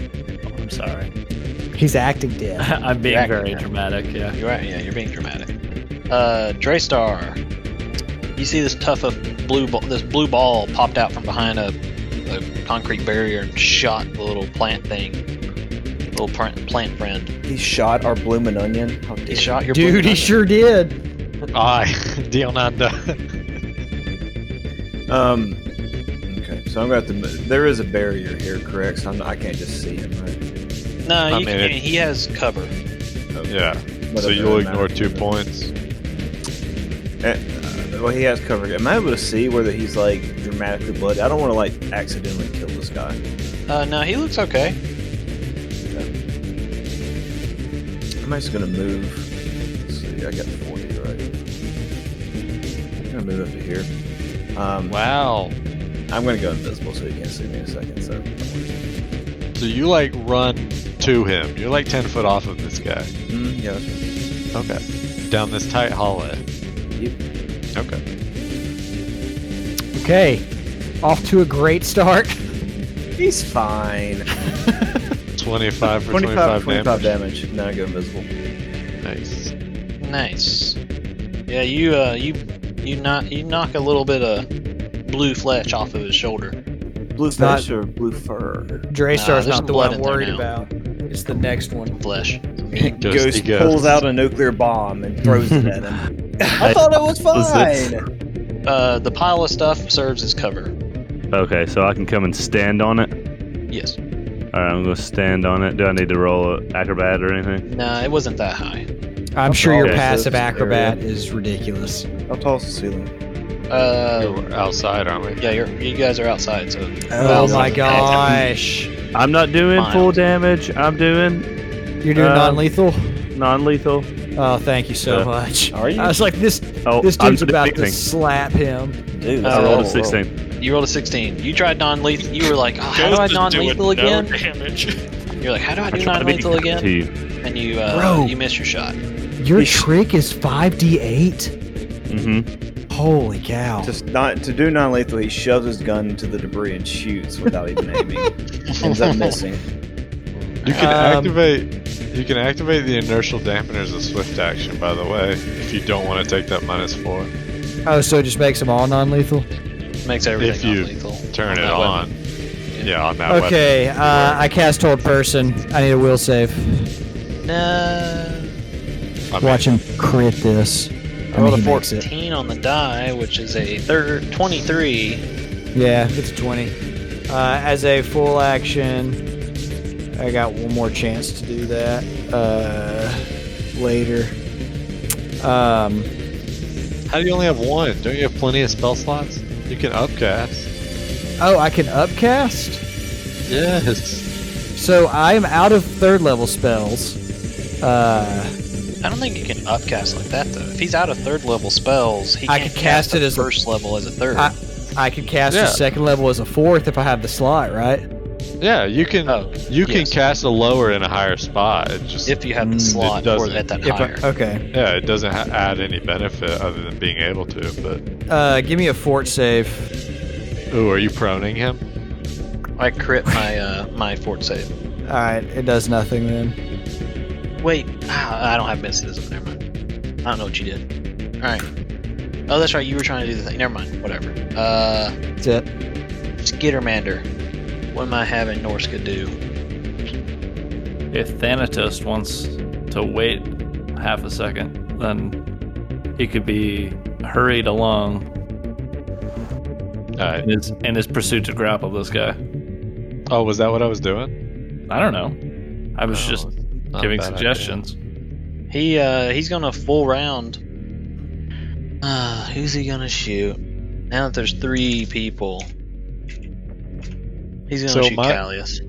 Speaker 7: I'm sorry. (laughs)
Speaker 8: He's acting dead.
Speaker 7: I'm being
Speaker 2: Exactly.
Speaker 7: very dramatic, yeah.
Speaker 2: You're right. Yeah, you're being dramatic. Uh, Draystar, you see this tuft of blue, ball, this blue ball popped out from behind a, a concrete barrier and shot the little plant thing, little plant, plant friend.
Speaker 13: He shot our bloomin' onion. How
Speaker 2: He
Speaker 13: dare
Speaker 2: shot your
Speaker 8: Dude,
Speaker 2: blue
Speaker 8: he sure did.
Speaker 4: I, (laughs) Dionanda.
Speaker 8: (laughs)
Speaker 13: you. Um. Okay, so I'm going to move. There is a barrier here, correct? So I'm, I can't just see him, right?
Speaker 2: No,
Speaker 4: I
Speaker 2: you
Speaker 4: mean,
Speaker 2: can,
Speaker 4: it-
Speaker 2: he has cover.
Speaker 4: Yeah. so
Speaker 13: Whatever,
Speaker 4: you'll
Speaker 13: it doesn't
Speaker 4: ignore
Speaker 13: matter.
Speaker 4: two points.
Speaker 13: Uh, well, he has cover. Am I able to see whether he's like dramatically bloody? I don't want to like accidentally kill this guy.
Speaker 2: Uh, no, he looks okay.
Speaker 13: I'm just gonna move. Let's see, I got 40 right. I'm gonna move up to here. Um,
Speaker 4: Wow.
Speaker 13: I'm gonna go invisible so he can't see me in a second. So
Speaker 4: So you like run to him. You're like ten foot off of this guy.
Speaker 13: Mm, yeah, that's right.
Speaker 4: Okay. Down this tight hallway. Okay.
Speaker 8: Okay, off to a great start.
Speaker 13: he's fine.
Speaker 4: Twenty five for
Speaker 13: 25, 25
Speaker 4: damage.
Speaker 13: damage. Now I go invisible.
Speaker 4: Nice.
Speaker 2: Nice. Yeah, you uh, you you knock you knock a little bit of blue flesh off of his shoulder.
Speaker 11: Blue
Speaker 2: Not-
Speaker 11: fish or blue fur?
Speaker 2: Nah,
Speaker 3: Draystar's
Speaker 2: there's
Speaker 3: not the
Speaker 2: blood
Speaker 3: one I'm
Speaker 2: in there
Speaker 3: worried
Speaker 2: now.
Speaker 3: about. It's the next one.
Speaker 2: Flesh.
Speaker 13: Ghost
Speaker 4: Ghost,
Speaker 13: pulls out a nuclear bomb and throws it at (laughs) him. I thought it was fine.
Speaker 2: Uh, the pile of stuff serves as cover.
Speaker 6: Okay, so I can come and stand on it.
Speaker 2: Yes.
Speaker 6: All right, I'm gonna stand on it. Do I need to roll a acrobat or anything?
Speaker 2: Nah, it wasn't that high.
Speaker 8: I'm sure your
Speaker 2: Oh,
Speaker 6: Okay.
Speaker 8: passive
Speaker 6: Area.
Speaker 8: acrobat is ridiculous.
Speaker 11: How tall is the ceiling?
Speaker 2: Uh,
Speaker 4: We're outside, aren't we?
Speaker 2: yeah, you're, you guys are outside, so.
Speaker 8: Oh
Speaker 2: Well,
Speaker 8: my
Speaker 2: yeah.
Speaker 8: gosh.
Speaker 6: I'm not doing
Speaker 2: Miles.
Speaker 6: full damage. I'm doing
Speaker 8: You're doing
Speaker 2: Uh,
Speaker 6: Um,
Speaker 8: non-lethal.
Speaker 6: non-lethal.
Speaker 8: Oh, thank you so
Speaker 6: Uh,
Speaker 8: much.
Speaker 13: Are you?
Speaker 8: I was like, this
Speaker 6: Oh,
Speaker 8: this
Speaker 6: I'm
Speaker 8: dude's about to
Speaker 6: predicting.
Speaker 8: slap him.
Speaker 13: Dude,
Speaker 6: I
Speaker 13: that's
Speaker 2: Oh.
Speaker 6: rolled a
Speaker 13: awful.
Speaker 6: 16.
Speaker 2: You rolled a 16. You tried non-lethal. You were like, oh, how do I non-lethal again?
Speaker 7: damage.
Speaker 2: You're like, how do I do
Speaker 6: trying to be
Speaker 2: non-lethal
Speaker 6: kind to
Speaker 2: again?
Speaker 6: you.
Speaker 2: And you uh,
Speaker 8: Bro.
Speaker 2: you miss your shot.
Speaker 8: Your trick is 5d8?
Speaker 6: Mm-hmm.
Speaker 8: Holy cow.
Speaker 13: Just not to do non-lethal. He shoves his gun into the debris and shoots without even (laughs) aiming. Ends up missing.
Speaker 4: You can
Speaker 8: Um,
Speaker 4: activate. You can activate the inertial dampener as a swift action, by the way, if you don't want to take that minus four.
Speaker 8: Oh, so it just makes them all non-lethal?
Speaker 2: Makes everything
Speaker 4: If you
Speaker 2: non-lethal.
Speaker 4: Turn it
Speaker 2: that
Speaker 4: on. Yeah, on that weapon.
Speaker 8: Okay, uh, I cast Hold Person. I need a will save.
Speaker 2: No.
Speaker 4: I mean,
Speaker 8: Watch him crit this. I
Speaker 11: rolled a
Speaker 8: mean, he makes it.
Speaker 2: 14 on the die, which is a third 23.
Speaker 8: Yeah, it's a 20. Uh, as a full action, I got one more chance to do that uh, later. Um,
Speaker 4: How do you only have one? Don't you have plenty of spell slots? You can upcast.
Speaker 8: oh, I can upcast?
Speaker 4: Yes.
Speaker 8: So I am out of third level spells. Uh,
Speaker 2: I don't think you can upcast like that though. If he's out of third level spells, he
Speaker 8: I
Speaker 2: can't
Speaker 8: could cast it
Speaker 2: a
Speaker 8: as a-
Speaker 2: first level as a third.
Speaker 8: I I could cast
Speaker 4: Yeah.
Speaker 8: a second level as a fourth if I have the slot, right?
Speaker 4: Yeah, you can.
Speaker 2: Oh,
Speaker 4: you can
Speaker 2: yes.
Speaker 4: cast a lower and a higher spot. It just
Speaker 2: if you have the slot for
Speaker 4: doesn't.
Speaker 2: at that
Speaker 8: If I- (laughs)
Speaker 2: higher.
Speaker 8: okay.
Speaker 4: yeah, it doesn't ha- add any benefit other than being able to. But
Speaker 8: Uh, give me a fort save.
Speaker 4: ooh, are you proning him?
Speaker 2: I crit my uh, my fort save.
Speaker 8: All right, it does nothing then.
Speaker 2: Wait, ah, I don't have mysticism. Never mind. I don't know what you did. All right. Oh, that's right. You were trying to do the thing. Never mind. Whatever. Uh,
Speaker 8: That's it.
Speaker 2: Skittermander. What am I having Norska do?
Speaker 7: If Thanatos wants to wait half a second, then he could be hurried along
Speaker 4: Uh,
Speaker 7: in his, in his pursuit to grapple this guy.
Speaker 4: oh, was that what I was doing?
Speaker 7: I don't know. I was
Speaker 4: Oh,
Speaker 7: just
Speaker 4: not a
Speaker 7: giving
Speaker 4: bad idea.
Speaker 7: suggestions.
Speaker 2: He uh, he's gonna full round. Uh, who's he gonna shoot? Now that there's three people, he's gonna
Speaker 4: So
Speaker 2: shoot
Speaker 4: my-
Speaker 2: Callius.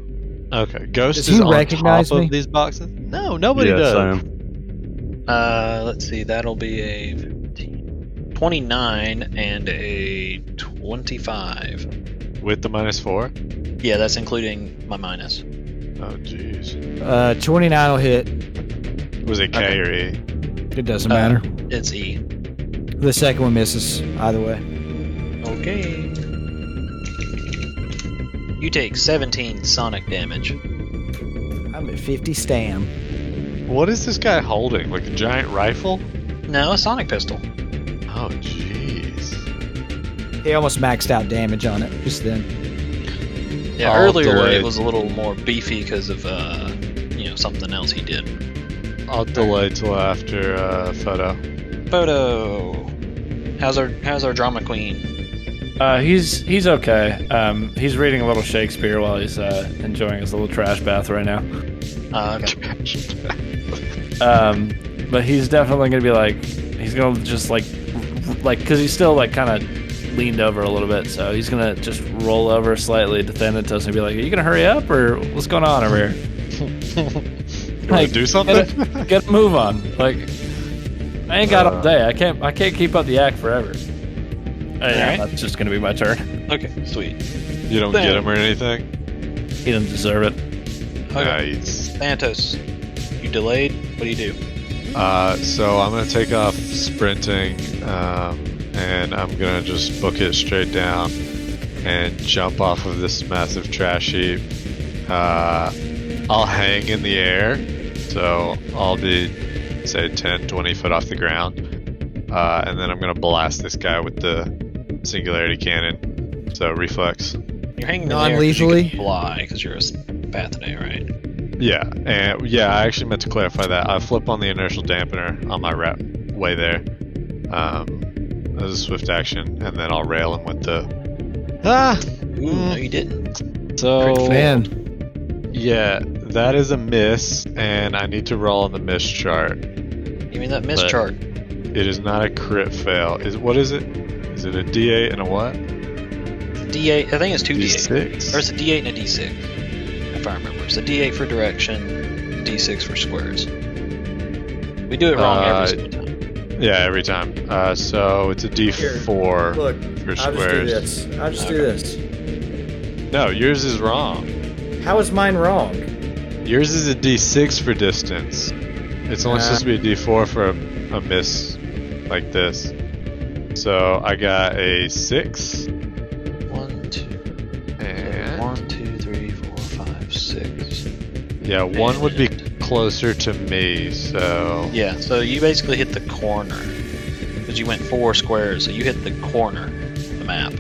Speaker 4: Okay, Ghost
Speaker 8: Does
Speaker 4: is
Speaker 8: he
Speaker 4: on
Speaker 8: recognize
Speaker 4: top
Speaker 8: me?
Speaker 4: of these boxes. No, nobody
Speaker 6: yes,
Speaker 4: does.
Speaker 6: I am.
Speaker 2: Uh, let's see. That'll be a 15, 29 and a 25.
Speaker 4: With the minus four?
Speaker 2: Yeah, that's including my minus.
Speaker 4: Oh, jeez.
Speaker 8: Uh, 29 will hit.
Speaker 4: Was it K
Speaker 2: Okay.
Speaker 4: or E?
Speaker 8: It doesn't
Speaker 2: Uh,
Speaker 8: matter.
Speaker 2: It's E.
Speaker 8: The second one misses either way.
Speaker 2: Okay. You take 17 sonic damage.
Speaker 8: I'm at 50 stam.
Speaker 4: What is this guy holding? Like a giant rifle?
Speaker 2: No, a sonic pistol.
Speaker 4: Oh, jeez.
Speaker 8: He almost maxed out damage on it just then.
Speaker 2: Yeah,
Speaker 4: Oh,
Speaker 2: earlier
Speaker 4: delayed.
Speaker 2: it was a little more beefy because of uh, you know, something else he did.
Speaker 4: I'll delay till after uh, photo.
Speaker 2: Photo. How's our How's our drama queen?
Speaker 7: Uh, he's he's okay. Um, he's reading a little Shakespeare while he's uh, enjoying his little trash bath right now.
Speaker 4: (laughs)
Speaker 2: Uh, okay.
Speaker 7: Um, but he's definitely gonna be like, he's gonna just like, like, cause he's still like kind of leaned over a little bit, so he's gonna just roll over slightly to Thanatos and be like, "Are you gonna hurry up or what's going on over here?
Speaker 4: You wanna do
Speaker 7: Get
Speaker 4: something? Uh.
Speaker 7: a, get a move on! Like, I ain't got all day. I can't. I can't keep up the act forever. Uh, yeah,
Speaker 2: Alright.
Speaker 7: that's just gonna be my turn.
Speaker 2: okay, sweet.
Speaker 4: you don't get him or anything?
Speaker 7: He doesn't deserve it.
Speaker 2: Okay.
Speaker 4: Nice.
Speaker 2: Santos, you delayed. What do you do?
Speaker 4: Uh, so I'm going to take off sprinting um, and I'm going to just book it straight down and jump off of this massive trash heap. Uh, I'll hang in the air, so I'll be say 10, 20 foot off the ground. Uh, and then I'm going to blast this guy with the singularity cannon. So reflex.
Speaker 2: You're hanging non lethally? Fly, because you're a spathinate, right?
Speaker 4: Yeah, and yeah, I actually meant to clarify that. I flip on the inertial dampener on my rep way there. Um, as a swift action, and then I'll rail him with the ah.
Speaker 2: Ooh, no, you didn't.
Speaker 4: So
Speaker 8: Oh. Man,
Speaker 4: yeah, that is a miss, and I need to roll on the miss chart.
Speaker 2: Give me that miss
Speaker 4: But-
Speaker 2: chart.
Speaker 4: It is not a crit fail. Is what is it? Is it a D8 and a what?
Speaker 2: D8, I think it's two
Speaker 4: D8.
Speaker 2: Or it's a D8 and a D6, if I remember. It's a D8 for direction, D6 for squares. We do it wrong
Speaker 4: Uh,
Speaker 2: every single time.
Speaker 4: Yeah, every time. Uh, so it's a D4
Speaker 3: Look,
Speaker 4: for
Speaker 3: I'll just do
Speaker 4: squares.
Speaker 3: this. I'll just do this.
Speaker 4: No, yours is wrong.
Speaker 3: How is mine wrong?
Speaker 4: Yours is a D6 for distance. It's only
Speaker 3: Uh.
Speaker 4: supposed to be a D4 for a, a miss like this. So I got a six
Speaker 2: One, two,
Speaker 4: and
Speaker 2: one, two, three, four, five, six.
Speaker 4: yeah, one would be closer to me. So
Speaker 2: Yeah, so you basically hit the corner. Because you went four squares, so you hit the corner of the map.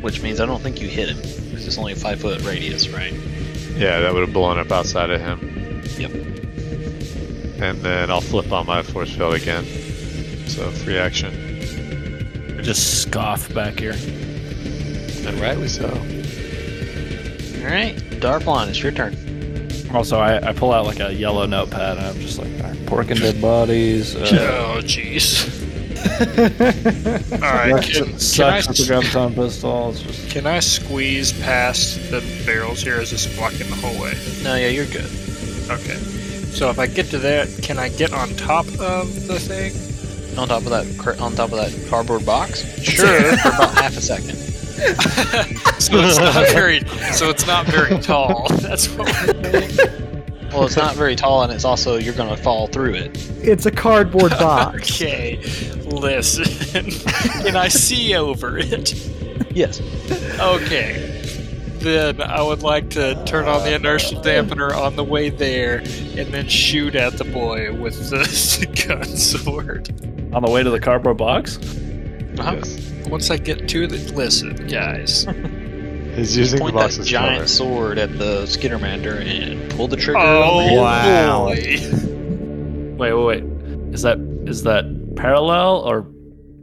Speaker 2: Which means I don't think you hit him. Because it's only a five foot radius, right?
Speaker 4: yeah, that would have blown up outside of him.
Speaker 2: Yep.
Speaker 4: And then I'll flip on my force field again. So free action.
Speaker 7: I just scoff back here.
Speaker 4: And rightly so.
Speaker 2: Alright, Darplon, it's your turn.
Speaker 7: Also, I, I pull out like a yellow notepad and I'm just like, "All right, pork and dead bodies. Uh,
Speaker 5: Oh, jeez. All
Speaker 7: Suck-
Speaker 5: right. Can, can, I,
Speaker 7: sucks with the graviton pistol. It's just
Speaker 5: can I squeeze past the barrels here? Is this blocking the whole way?
Speaker 2: No, yeah, you're good.
Speaker 5: Okay. So if I get to that, can I get on top of the thing?
Speaker 2: On top of that, cr- on top of that cardboard box
Speaker 5: (laughs) Sure.
Speaker 2: (laughs) for about half a second.
Speaker 5: so it's not very. So it's not very tall. (laughs) That's what.
Speaker 2: Well, it's not very tall, and it's also you're gonna fall through it.
Speaker 8: it's a (laughs) cardboard box.
Speaker 5: Okay. Listen. (laughs) can I see over it?
Speaker 2: Yes.
Speaker 5: Okay. Then I would like to turn on the inertial dampener on the way there and then shoot at the boy with the (laughs) gun sword.
Speaker 7: on the way to the cardboard box.
Speaker 5: Uh-huh. Once I get to the. Listen, guys.
Speaker 4: He's using
Speaker 2: Point
Speaker 4: the
Speaker 2: that
Speaker 4: box's
Speaker 2: giant
Speaker 4: color.
Speaker 2: sword at the Skittermander and pull the trigger. on
Speaker 5: oh,
Speaker 2: the-
Speaker 8: Wow.
Speaker 5: boy.
Speaker 7: Wait, wait, wait. Is that is that parallel or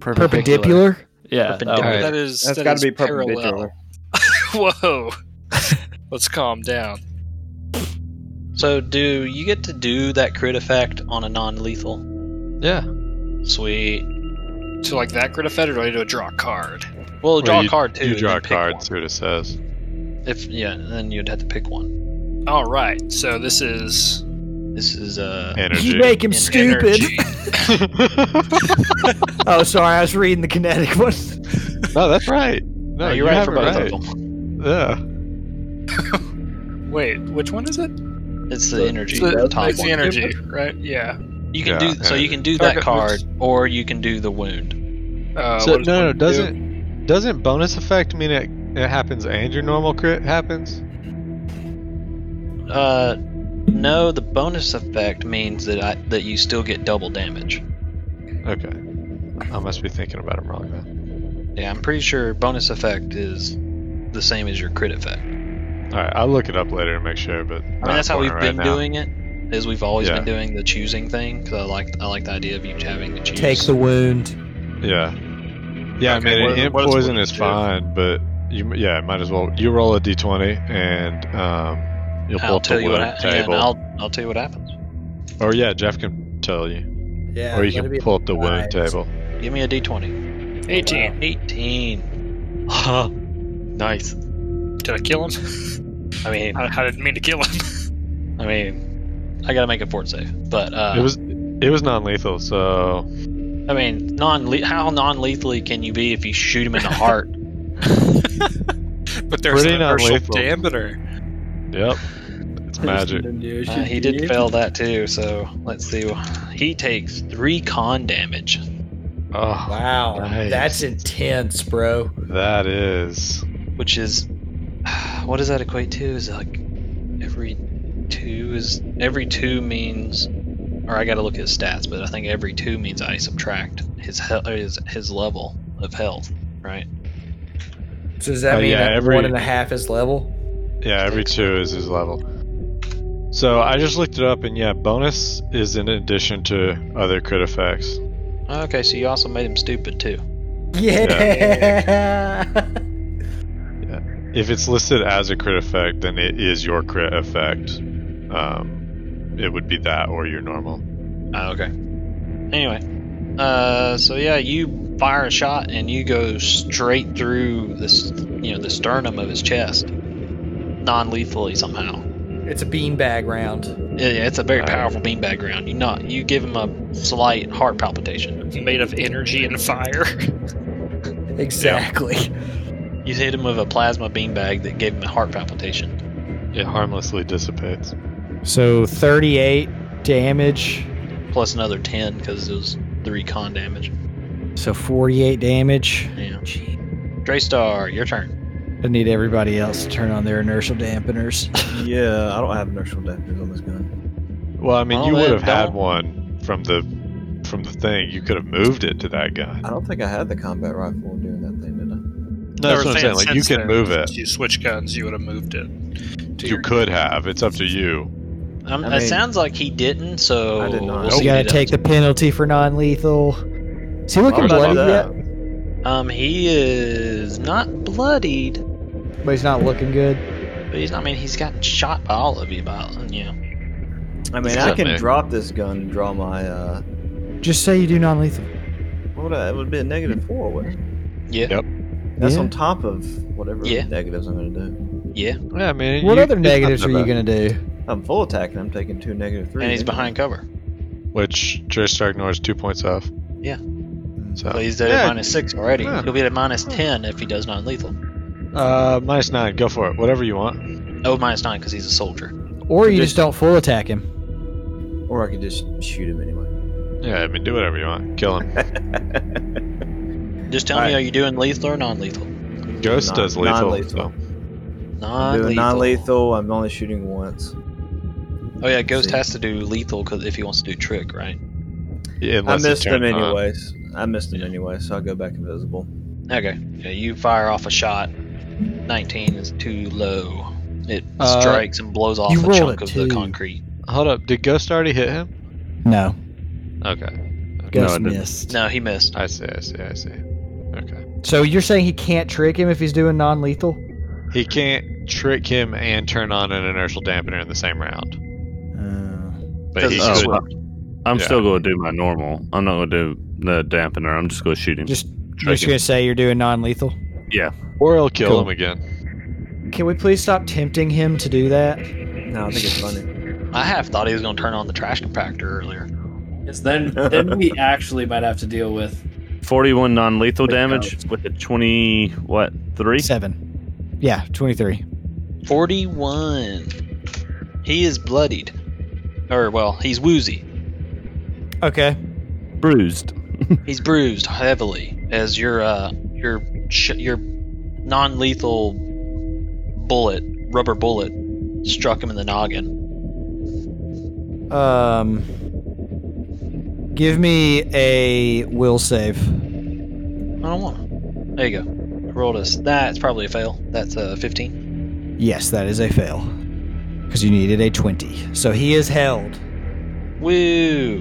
Speaker 7: perpendicular?
Speaker 8: Perpendicular.
Speaker 7: Yeah. that one.
Speaker 5: That is.
Speaker 13: That's
Speaker 5: that
Speaker 13: got
Speaker 5: is
Speaker 13: to be
Speaker 5: parallel.
Speaker 13: perpendicular.
Speaker 5: (laughs) Whoa. Let's calm down.
Speaker 2: So, do you get to do that crit effect on a non-lethal?
Speaker 4: Yeah.
Speaker 2: Sweet.
Speaker 5: So, like that crit effect, or do I need to draw a card?
Speaker 2: Well, draw
Speaker 4: Well,
Speaker 2: a card too.
Speaker 4: You
Speaker 2: and
Speaker 4: draw
Speaker 2: then
Speaker 4: a
Speaker 2: pick
Speaker 4: card.
Speaker 2: one.
Speaker 4: See what it says.
Speaker 2: If yeah, then you'd have to pick one.
Speaker 5: All right. So this is
Speaker 2: This is uh.
Speaker 4: Energy.
Speaker 8: You
Speaker 4: (laughs)
Speaker 8: make him
Speaker 2: Energy.
Speaker 8: stupid.
Speaker 5: energy.
Speaker 8: oh, sorry, I was reading the kinetic one.
Speaker 4: no, that's right. No,
Speaker 2: No,
Speaker 4: you
Speaker 2: you're right
Speaker 4: have
Speaker 2: for
Speaker 4: it
Speaker 2: both
Speaker 4: right.
Speaker 2: of them.
Speaker 4: Yeah.
Speaker 5: Wait, which one is it?
Speaker 2: It's the energy.
Speaker 5: The-
Speaker 2: the top
Speaker 5: it's
Speaker 2: one.
Speaker 5: the energy, right? Yeah.
Speaker 2: You can
Speaker 4: Yeah,
Speaker 2: do so. You can do
Speaker 5: Okay,
Speaker 2: that card, or you can do the wound.
Speaker 5: Uh,
Speaker 4: so
Speaker 5: what does
Speaker 4: no, no,
Speaker 5: one do?
Speaker 4: doesn't doesn't bonus effect mean it it happens and your normal crit happens?
Speaker 2: Uh, no. The bonus effect means that I that you still get double damage.
Speaker 4: Okay. I must be thinking about it wrong then.
Speaker 2: Yeah, I'm pretty sure bonus effect is the same as your crit effect. I mean,
Speaker 4: All right, I'll look it up later to make sure. But I
Speaker 2: that's how we've been doing it. Is we've always
Speaker 4: Yeah.
Speaker 2: been doing the choosing thing because I like I like the idea of you having to choose.
Speaker 8: Take the wound.
Speaker 4: Yeah. Yeah,
Speaker 5: Okay,
Speaker 4: I mean,
Speaker 5: what-
Speaker 4: ant
Speaker 5: what does
Speaker 4: poison
Speaker 5: wound
Speaker 4: is
Speaker 5: do?
Speaker 4: fine, but you yeah, might as well you roll a d20 and um, you'll pull
Speaker 2: I'll
Speaker 4: up the
Speaker 2: tell you what.
Speaker 4: wound
Speaker 2: hap- yeah, and
Speaker 4: table.
Speaker 2: I'll I'll tell you what happens.
Speaker 4: Or yeah, Jeff can tell you,
Speaker 3: Yeah.
Speaker 4: or you
Speaker 3: let it
Speaker 4: can
Speaker 3: be
Speaker 4: pull up the
Speaker 3: five.
Speaker 4: wound table.
Speaker 2: Give me a d20.
Speaker 5: 18.
Speaker 2: 18. nice.
Speaker 5: Did I kill him?
Speaker 2: I mean,
Speaker 5: I, I didn't mean to kill him. (laughs)
Speaker 2: I mean, I gotta make a fort save, but uh,
Speaker 4: it was it was non-lethal, so
Speaker 2: I mean, non how non lethally can you be if you shoot him in the heart?
Speaker 5: But there's
Speaker 4: Pretty
Speaker 5: an inertial
Speaker 4: non-lethal.
Speaker 5: diameter.
Speaker 4: yep, it's magic.
Speaker 2: Uh, he did fail that too, so let's see. He takes three con damage.
Speaker 4: Oh,
Speaker 3: Wow.
Speaker 4: Nice.
Speaker 3: That's intense, bro.
Speaker 4: that is
Speaker 2: which is (sighs) what does that equate to? Is it like every two is every two means or I got to look at his stats, but I think every two means I subtract his health, his his level of health, right?
Speaker 3: So does that
Speaker 8: Oh,
Speaker 4: Uh,
Speaker 3: mean
Speaker 4: yeah,
Speaker 3: that
Speaker 4: every-
Speaker 3: one and a half is level? (laughs)
Speaker 4: Yeah, every two is his level. So I just looked it up, and yeah, bonus is in addition to other crit effects.
Speaker 2: Okay, so you also made him stupid too.
Speaker 4: If it's listed as a crit effect, then it is your crit effect. Um, it would be that or your normal.
Speaker 2: Oh, okay. Anyway, uh, so yeah, you fire a shot and you go straight through this, you know, the sternum of his chest, non-lethally somehow.
Speaker 3: (laughs) It's a beanbag round.
Speaker 2: Yeah, yeah, it's a very powerful beanbag round. You not, you give him a slight heart palpitation.
Speaker 5: Made of energy and fire.
Speaker 3: Exactly.
Speaker 2: You hit him with a plasma beanbag that gave him a heart palpitation.
Speaker 4: It harmlessly dissipates.
Speaker 8: So 38 damage.
Speaker 2: Plus another ten because it was three con damage.
Speaker 8: So 48 damage.
Speaker 2: Yeah. Draystar, your turn.
Speaker 8: I need everybody else to turn on their
Speaker 3: (laughs)
Speaker 8: inertial dampeners.
Speaker 13: Yeah, I don't have inertial dampeners on this gun.
Speaker 4: Well, I mean,
Speaker 13: Well,
Speaker 4: you would
Speaker 13: then
Speaker 4: have had
Speaker 13: don't-
Speaker 4: one from the from the thing. You could have moved it to that guy.
Speaker 13: I don't think I had the combat rifle during that thing, did I?
Speaker 4: No, that's what I'm saying. Like you can move it.
Speaker 5: You switch guns, you would have moved it.
Speaker 4: You could have. It's up to you.
Speaker 2: Um,
Speaker 8: I mean-
Speaker 2: it sounds like he didn't. So I did not.
Speaker 3: Oh,
Speaker 8: So you gotta take the penalty for non lethal. Is he looking bloody yet?
Speaker 2: Um, he is not bloodied.
Speaker 8: But he's not looking good.
Speaker 2: But he's not. I mean, he's gotten shot by all of you, by you know.
Speaker 13: I mean, I can drop this gun and draw my. uh
Speaker 8: Just say you do non lethal.
Speaker 13: What would I? It would be a negative four, wouldn't it?
Speaker 2: Yeah.
Speaker 4: Yep.
Speaker 13: That's
Speaker 8: Yeah.
Speaker 13: on top of whatever
Speaker 2: Yeah.
Speaker 13: negatives I'm going to do.
Speaker 2: Yeah.
Speaker 4: Yeah, I mean.
Speaker 8: What
Speaker 13: you-
Speaker 8: other
Speaker 13: it's
Speaker 8: negatives are
Speaker 13: nothing
Speaker 8: you
Speaker 13: about-
Speaker 8: gonna do?
Speaker 13: I'm full attack and I'm taking two negative three.
Speaker 2: And he's behind cover.
Speaker 4: Which Draystar ignores two points off.
Speaker 2: Yeah.
Speaker 4: So
Speaker 2: But he's at
Speaker 4: Yeah.
Speaker 2: minus six already.
Speaker 4: Yeah.
Speaker 2: He'll be at minus ten if he does non-lethal.
Speaker 4: Uh, minus nine. Go for it. Whatever you want.
Speaker 2: Oh, minus nine because he's a soldier.
Speaker 8: Or you just don't full attack him.
Speaker 13: Or I could just shoot him anyway.
Speaker 4: Yeah, I mean, do whatever you want. Kill (laughs) him.
Speaker 2: Just tell me,
Speaker 13: Alright.
Speaker 2: are you doing lethal or non-lethal?
Speaker 4: Ghost
Speaker 13: Non-
Speaker 4: does lethal.
Speaker 13: non-lethal.
Speaker 4: so-
Speaker 13: I'm
Speaker 2: Non-lethal.
Speaker 13: doing non-lethal. I'm only shooting once.
Speaker 2: Oh yeah, Ghost
Speaker 13: See.
Speaker 2: has to do lethal because if he wants to do trick, right?
Speaker 4: Yeah, unless uh,
Speaker 13: I
Speaker 4: it
Speaker 13: missed him
Speaker 4: turned on.
Speaker 13: anyways. I missed him anyway, so I go back invisible.
Speaker 2: Okay. Yeah, you fire off a shot. Nineteen is too low. It
Speaker 4: Uh,
Speaker 2: strikes and blows off
Speaker 8: you
Speaker 2: a
Speaker 8: rolled
Speaker 2: chunk
Speaker 8: a
Speaker 2: of
Speaker 8: two.
Speaker 2: the concrete.
Speaker 4: Hold up. Did Ghost already hit him?
Speaker 8: No.
Speaker 4: Okay.
Speaker 8: Ghost
Speaker 6: No, it didn't.
Speaker 8: missed.
Speaker 2: No, he missed.
Speaker 4: I see. I see. I see. Okay.
Speaker 8: So you're saying he can't trick him if he's doing non lethal?
Speaker 4: He can't trick him and turn on an inertial dampener in the same round. But he
Speaker 6: Oh,
Speaker 4: could.
Speaker 6: well, I'm
Speaker 4: Yeah.
Speaker 6: still going to do my normal. I'm not going to do the dampener. I'm just going to shoot him.
Speaker 8: Just you're
Speaker 6: Trick
Speaker 8: just
Speaker 6: him.
Speaker 8: gonna say you're doing non lethal?
Speaker 6: yeah.
Speaker 4: Or he'll kill
Speaker 8: Cool.
Speaker 4: him again.
Speaker 8: Can we please stop tempting him to do that?
Speaker 13: No, I think it's funny.
Speaker 2: I half thought he was going to turn on the trash compactor earlier.
Speaker 7: Yes, then then we actually might have to deal with
Speaker 6: 41 non-lethal damage with a 20 what three?
Speaker 8: Seven. Yeah, twenty three.
Speaker 2: 41. He is bloodied. Or, well, he's woozy.
Speaker 8: Okay.
Speaker 6: bruised.
Speaker 2: He's bruised heavily as your, uh, your, sh- your non lethal bullet, rubber bullet, struck him in the noggin.
Speaker 8: Um Give me a will save.
Speaker 2: I don't want him. There you go. I rolled us. That's probably a fail. That's a 15.
Speaker 8: Yes, that is a fail. Because you needed a twenty. So he is held.
Speaker 2: Woo!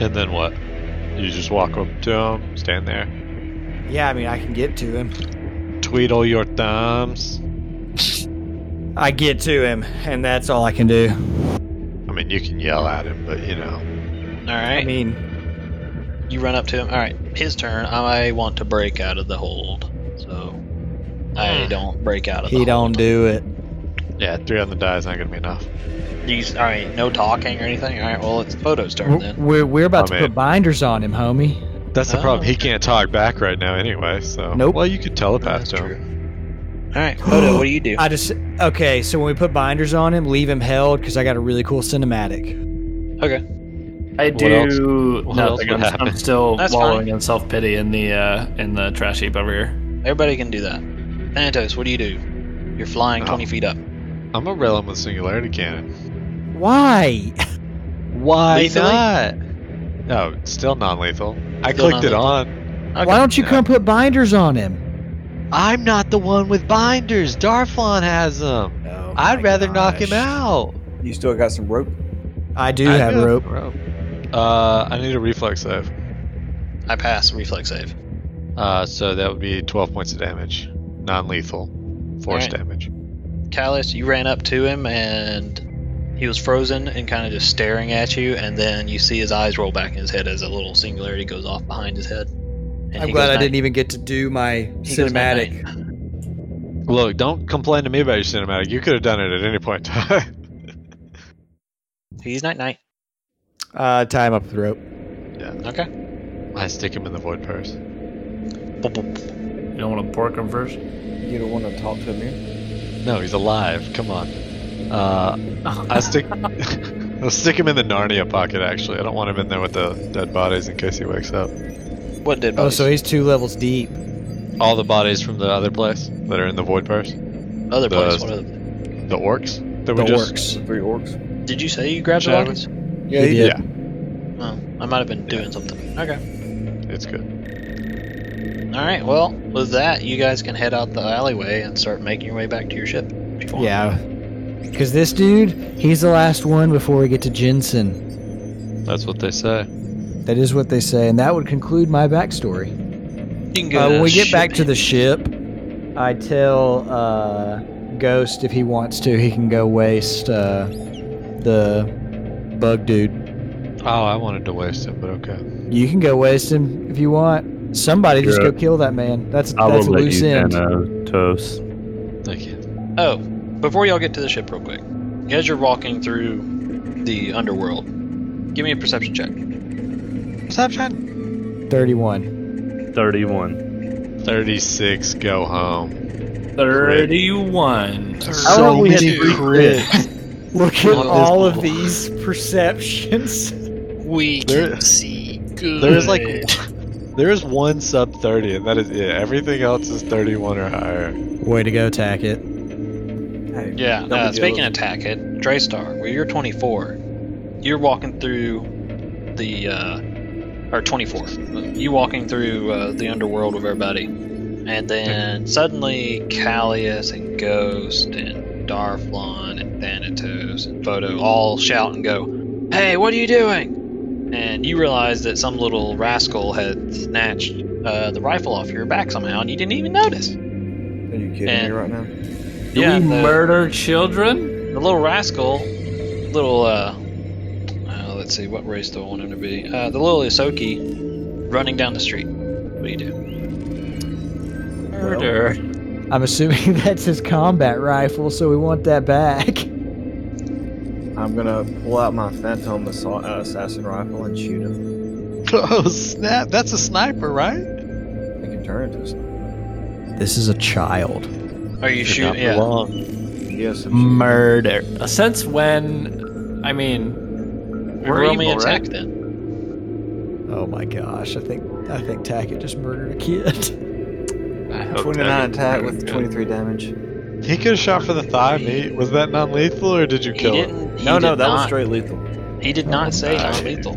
Speaker 4: And then what? You just walk up to him, stand there,
Speaker 8: Yeah, I mean I can get to him.
Speaker 4: tweedle your thumbs.
Speaker 8: I get to him, and that's all I can do.
Speaker 4: I mean, you can yell at him, but you know.
Speaker 8: I
Speaker 2: Alright.
Speaker 8: mean,
Speaker 2: You run up to him. All right, his turn. I want to break out of the hold, so I don't break out of the
Speaker 8: Hmm. he
Speaker 2: hold.
Speaker 8: don't do it.
Speaker 4: Yeah, three on the die is not going to be enough.
Speaker 2: He's all right. No talking or anything. All right. Well, it's Photo's turn
Speaker 8: We're,
Speaker 2: then.
Speaker 8: we're, we're about
Speaker 4: Oh,
Speaker 8: to
Speaker 4: man.
Speaker 8: put binders on him, homie.
Speaker 4: That's the problem.
Speaker 2: Oh.
Speaker 4: He can't talk back right now anyway, so.
Speaker 8: Nope.
Speaker 4: Well, you could telepath to him.
Speaker 2: All right, Photo. what do you do?
Speaker 8: I just okay. So when we put binders on him, leave him held because I got a really cool cinematic.
Speaker 2: Okay.
Speaker 7: I
Speaker 4: What else-
Speaker 7: do
Speaker 4: what else
Speaker 7: nothing.
Speaker 4: would
Speaker 7: I'm,
Speaker 4: happen?
Speaker 7: I'm still
Speaker 2: That's
Speaker 7: wallowing
Speaker 2: fine.
Speaker 7: in self pity in the uh, in the trash heap over here.
Speaker 2: Everybody can do that. Thanatos, what do you do? You're flying
Speaker 4: Oh.
Speaker 2: 20 feet up.
Speaker 4: I'm a realm with singularity cannon.
Speaker 8: Why?
Speaker 4: Why
Speaker 12: Lethally?
Speaker 4: not? No, it's still non-lethal. I
Speaker 12: Still
Speaker 4: clicked it
Speaker 12: non-lethal.
Speaker 4: on.
Speaker 8: Why don't you come put binders on him?
Speaker 12: I'm not the one with binders. Darflon has them.
Speaker 8: Oh
Speaker 12: I'd rather knock him out.
Speaker 13: You still got some rope?
Speaker 8: I do
Speaker 4: I
Speaker 8: have
Speaker 4: do have
Speaker 8: rope.
Speaker 4: Uh, I need a reflex save.
Speaker 2: I pass reflex save.
Speaker 4: Uh, so that would be 12 points of damage, non-lethal, force
Speaker 2: Alright.
Speaker 4: damage.
Speaker 2: Callus, you ran up to him and he was frozen and kind of just staring at you, and then you see his eyes roll back in his head as a little singularity goes off behind his head. And
Speaker 8: I'm
Speaker 2: he
Speaker 8: glad
Speaker 2: goes
Speaker 8: I
Speaker 2: night-
Speaker 8: didn't even get to do my
Speaker 2: he goes night-night.
Speaker 8: cinematic.
Speaker 4: Look, don't complain to me about your cinematic. You could have done it at any point in time. (laughs)
Speaker 2: He's night night.
Speaker 8: Uh, tie him up with rope.
Speaker 2: Okay.
Speaker 4: I stick him in the void purse.
Speaker 7: You don't want to pork him first?
Speaker 13: You don't want to talk to him here?
Speaker 4: No, he's alive. Come on. Uh, I stick. (laughs) I'll stick him in the Narnia pocket. Actually, I don't want him in there with the dead bodies in case he wakes up.
Speaker 2: What did
Speaker 8: Oh, so he's two levels deep.
Speaker 4: All the bodies from the other place that are in the void purse. the-
Speaker 2: other place? What other...
Speaker 4: The orcs that
Speaker 13: The
Speaker 4: we just.
Speaker 13: orcs. Three orcs.
Speaker 2: Did you say you grabbed the
Speaker 4: Shadow.
Speaker 2: rockets?
Speaker 13: Yeah,
Speaker 8: he
Speaker 4: Yeah,
Speaker 2: Oh, I might have been doing something. Okay.
Speaker 4: it's good.
Speaker 2: All right. Well, with that, you guys can head out the alleyway and start making your way back to your ship. if you want.
Speaker 8: Yeah. Because this dude, he's the last one before we get to Jensen.
Speaker 4: That's what they say.
Speaker 8: That is what they say, and that would conclude my backstory.
Speaker 2: You can go
Speaker 8: Uh,
Speaker 2: to
Speaker 8: when we get
Speaker 2: ship
Speaker 8: back to the ship, I tell uh, Ghost if he wants to, he can go waste uh, the bug dude.
Speaker 4: Oh, I wanted to waste him, but okay.
Speaker 8: You can go waste him if you want. Somebody just
Speaker 6: Yeah.
Speaker 8: go kill that man. That's
Speaker 6: I
Speaker 8: that's a
Speaker 6: will let
Speaker 8: loose
Speaker 6: you
Speaker 8: end.
Speaker 6: Thanatos.
Speaker 4: Thank you.
Speaker 2: Oh, before y'all get to the ship, real quick. As you're walking through the underworld, give me a perception check.
Speaker 12: Perception.
Speaker 8: Thirty-one.
Speaker 6: 31.
Speaker 4: Thirty-six. Go home.
Speaker 7: 31.
Speaker 8: I
Speaker 12: So
Speaker 4: Oh,
Speaker 8: want we had
Speaker 12: many
Speaker 8: three
Speaker 2: (laughs)
Speaker 12: crits.
Speaker 8: Look at
Speaker 12: Oh, this
Speaker 8: all of
Speaker 12: boy.
Speaker 8: these perceptions.
Speaker 5: We
Speaker 4: There-
Speaker 5: can see good.
Speaker 4: There is like, there is one sub thirty, and that is it. Everything else is thirty-one or higher.
Speaker 8: Way to go, tack it.
Speaker 13: Hey,
Speaker 2: Yeah.
Speaker 13: double
Speaker 2: Uh,
Speaker 13: deal.
Speaker 2: speaking of Tackett, Draystar, where you're 24, you're walking through the, uh, or 24, you walking through uh, the underworld with everybody, and then suddenly Callias and Ghost and Darflon and Thanatos and Photo all shout and go, "Hey, what are you doing?" And you realize that some little rascal had snatched uh, the rifle off your back somehow, and you didn't even notice.
Speaker 13: Are you kidding
Speaker 2: and-
Speaker 13: me right now?
Speaker 7: Do
Speaker 2: Yeah,
Speaker 7: we
Speaker 2: the-
Speaker 7: murder children?
Speaker 2: the little rascal, little uh, uh, let's see, what race do I want him to be? Uh, the little Isoki running down the street. What do you do?
Speaker 7: Murder.
Speaker 8: I'm assuming (laughs) that's his combat rifle, so we want that back. (laughs)
Speaker 13: I'm gonna pull out my phantom assa- uh, assassin rifle and shoot him.
Speaker 12: (laughs) Oh snap! That's a sniper, right?
Speaker 13: I can turn into a sniper.
Speaker 8: This is a child.
Speaker 2: Are you shooting? Yeah.
Speaker 13: Yes, I'm
Speaker 2: Mm.
Speaker 13: shooting.
Speaker 7: Murder. Since when? I mean, we're
Speaker 2: Roll me
Speaker 7: evil,
Speaker 2: an
Speaker 7: right?
Speaker 2: attack then.
Speaker 8: Oh my gosh, I think I think Tackett just murdered a kid. (laughs)
Speaker 7: I hope
Speaker 13: 29
Speaker 7: that-
Speaker 13: attack with 23 damage.
Speaker 4: He could have shot for the thigh meat. Was that non-lethal, or did you
Speaker 2: He
Speaker 4: kill him?
Speaker 2: didn't. He
Speaker 13: No, no,
Speaker 2: did
Speaker 13: that was
Speaker 2: not-
Speaker 13: straight lethal.
Speaker 2: He did not say non-lethal.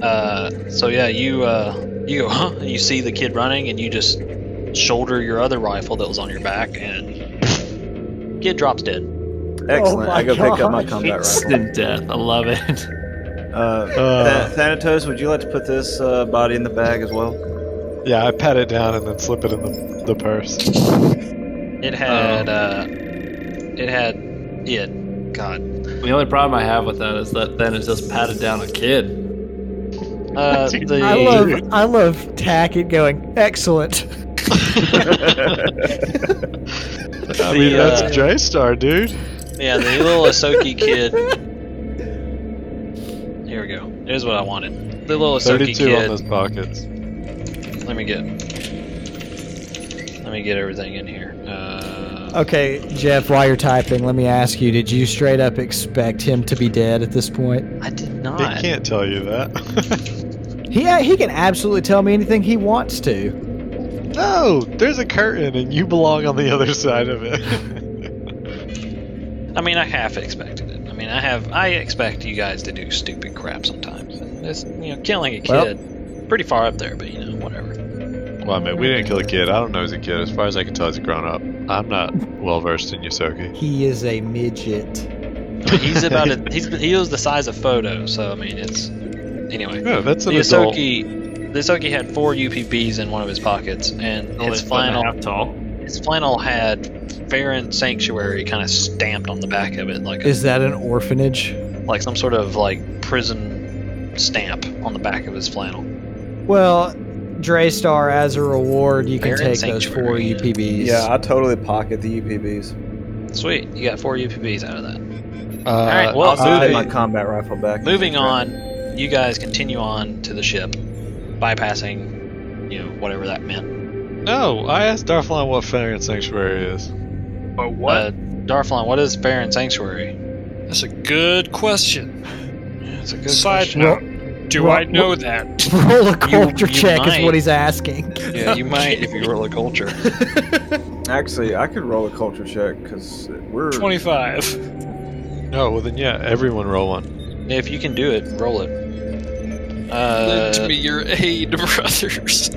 Speaker 2: Uh, so yeah, you uh, you (laughs) go, huh? And you see the kid running, and you just shoulder your other rifle that was on your back, and kid drops dead.
Speaker 13: Excellent.
Speaker 8: my
Speaker 13: I go pick up my
Speaker 8: gosh.
Speaker 13: combat rifle.
Speaker 7: Instant death. I love it. (laughs)
Speaker 13: Uh,
Speaker 4: Uh.
Speaker 13: Tha- Thanatos, would you like to put this uh, body in the bag as well?
Speaker 4: Yeah, I pat it down and then slip it in the, the purse. Um,
Speaker 2: It had uh, it had it. God.
Speaker 7: The only problem I have with that is that then it just patted down a kid.
Speaker 2: Uh, the
Speaker 8: I love I love Tackett going, excellent.
Speaker 4: I mean,
Speaker 2: The,
Speaker 4: that's
Speaker 2: uh,
Speaker 4: Draystar, dude.
Speaker 2: Yeah, the little Asoki
Speaker 4: (laughs)
Speaker 2: kid. Here we go. Here's what I wanted. The little Asoki
Speaker 4: 32 on
Speaker 2: kid.
Speaker 4: those pockets.
Speaker 2: Let me get. Let me get everything in here. Uh,
Speaker 8: Okay, Jeff, while you're typing, let me ask you, did you straight up expect him to be dead at this point?
Speaker 2: I did
Speaker 4: They
Speaker 2: not.
Speaker 4: can't tell you that. (laughs)
Speaker 8: He uh, he can absolutely tell me anything he wants to.
Speaker 4: no, there's a curtain and you belong on the other side of it. (laughs)
Speaker 2: I mean, I half expected it. I mean, mean, I have I expect you guys to do stupid crap sometimes. And It's you know killing a
Speaker 4: Well-
Speaker 2: kid, pretty far up there, but you know whatever.
Speaker 4: Well, I mean, we didn't kill a kid. I don't know he's a kid. As far as I can tell, he's a grown up. I'm not well versed in Yosoki.
Speaker 8: He is a midget.
Speaker 2: I mean,
Speaker 13: (laughs)
Speaker 2: he's about a, he's he was the size of photo, so I mean it's anyway.
Speaker 4: Yeah, that's an
Speaker 2: the
Speaker 4: adult.
Speaker 2: Isoki, the Isoki had four UPBs in one of his pockets, and
Speaker 10: Only
Speaker 2: his
Speaker 10: foot and a
Speaker 2: flannel
Speaker 10: half tall.
Speaker 2: his flannel had Farron Sanctuary kind of stamped on the back of it, like a,
Speaker 8: Is that an orphanage?
Speaker 2: like some sort of like prison stamp on the back of his flannel.
Speaker 8: Well, Draystar, as a reward, you can
Speaker 2: Parent
Speaker 8: take those four UPBs. (laughs)
Speaker 13: Yeah, I totally pocket the E UPBs.
Speaker 2: Sweet, you got four UPBs out of that.
Speaker 13: Uh,
Speaker 2: All right, well,
Speaker 13: I'll
Speaker 2: moving-
Speaker 13: take my combat rifle back.
Speaker 2: Moving on, you guys continue on to the ship, bypassing, you know, whatever that meant.
Speaker 4: No, I asked Darflon what Farian Sanctuary is.
Speaker 5: But what?
Speaker 2: Uh, Darflon, what is Farron Sanctuary?
Speaker 5: That's a good question.
Speaker 2: That's a good
Speaker 5: Side
Speaker 2: question.
Speaker 5: note: Do
Speaker 8: Roll-
Speaker 5: I know
Speaker 8: roll-
Speaker 5: that?
Speaker 8: Roll a
Speaker 2: You-
Speaker 8: culture
Speaker 2: you
Speaker 8: check is
Speaker 2: might.
Speaker 8: what he's asking.
Speaker 2: Yeah, you might if you roll a culture.
Speaker 13: Actually, I could roll a culture check because we're
Speaker 5: Twenty-five.
Speaker 4: No, well then, yeah, everyone roll one.
Speaker 2: (laughs) If you can do it, roll it. Uh,
Speaker 15: Lend me your
Speaker 5: (laughs)
Speaker 15: aid, brothers.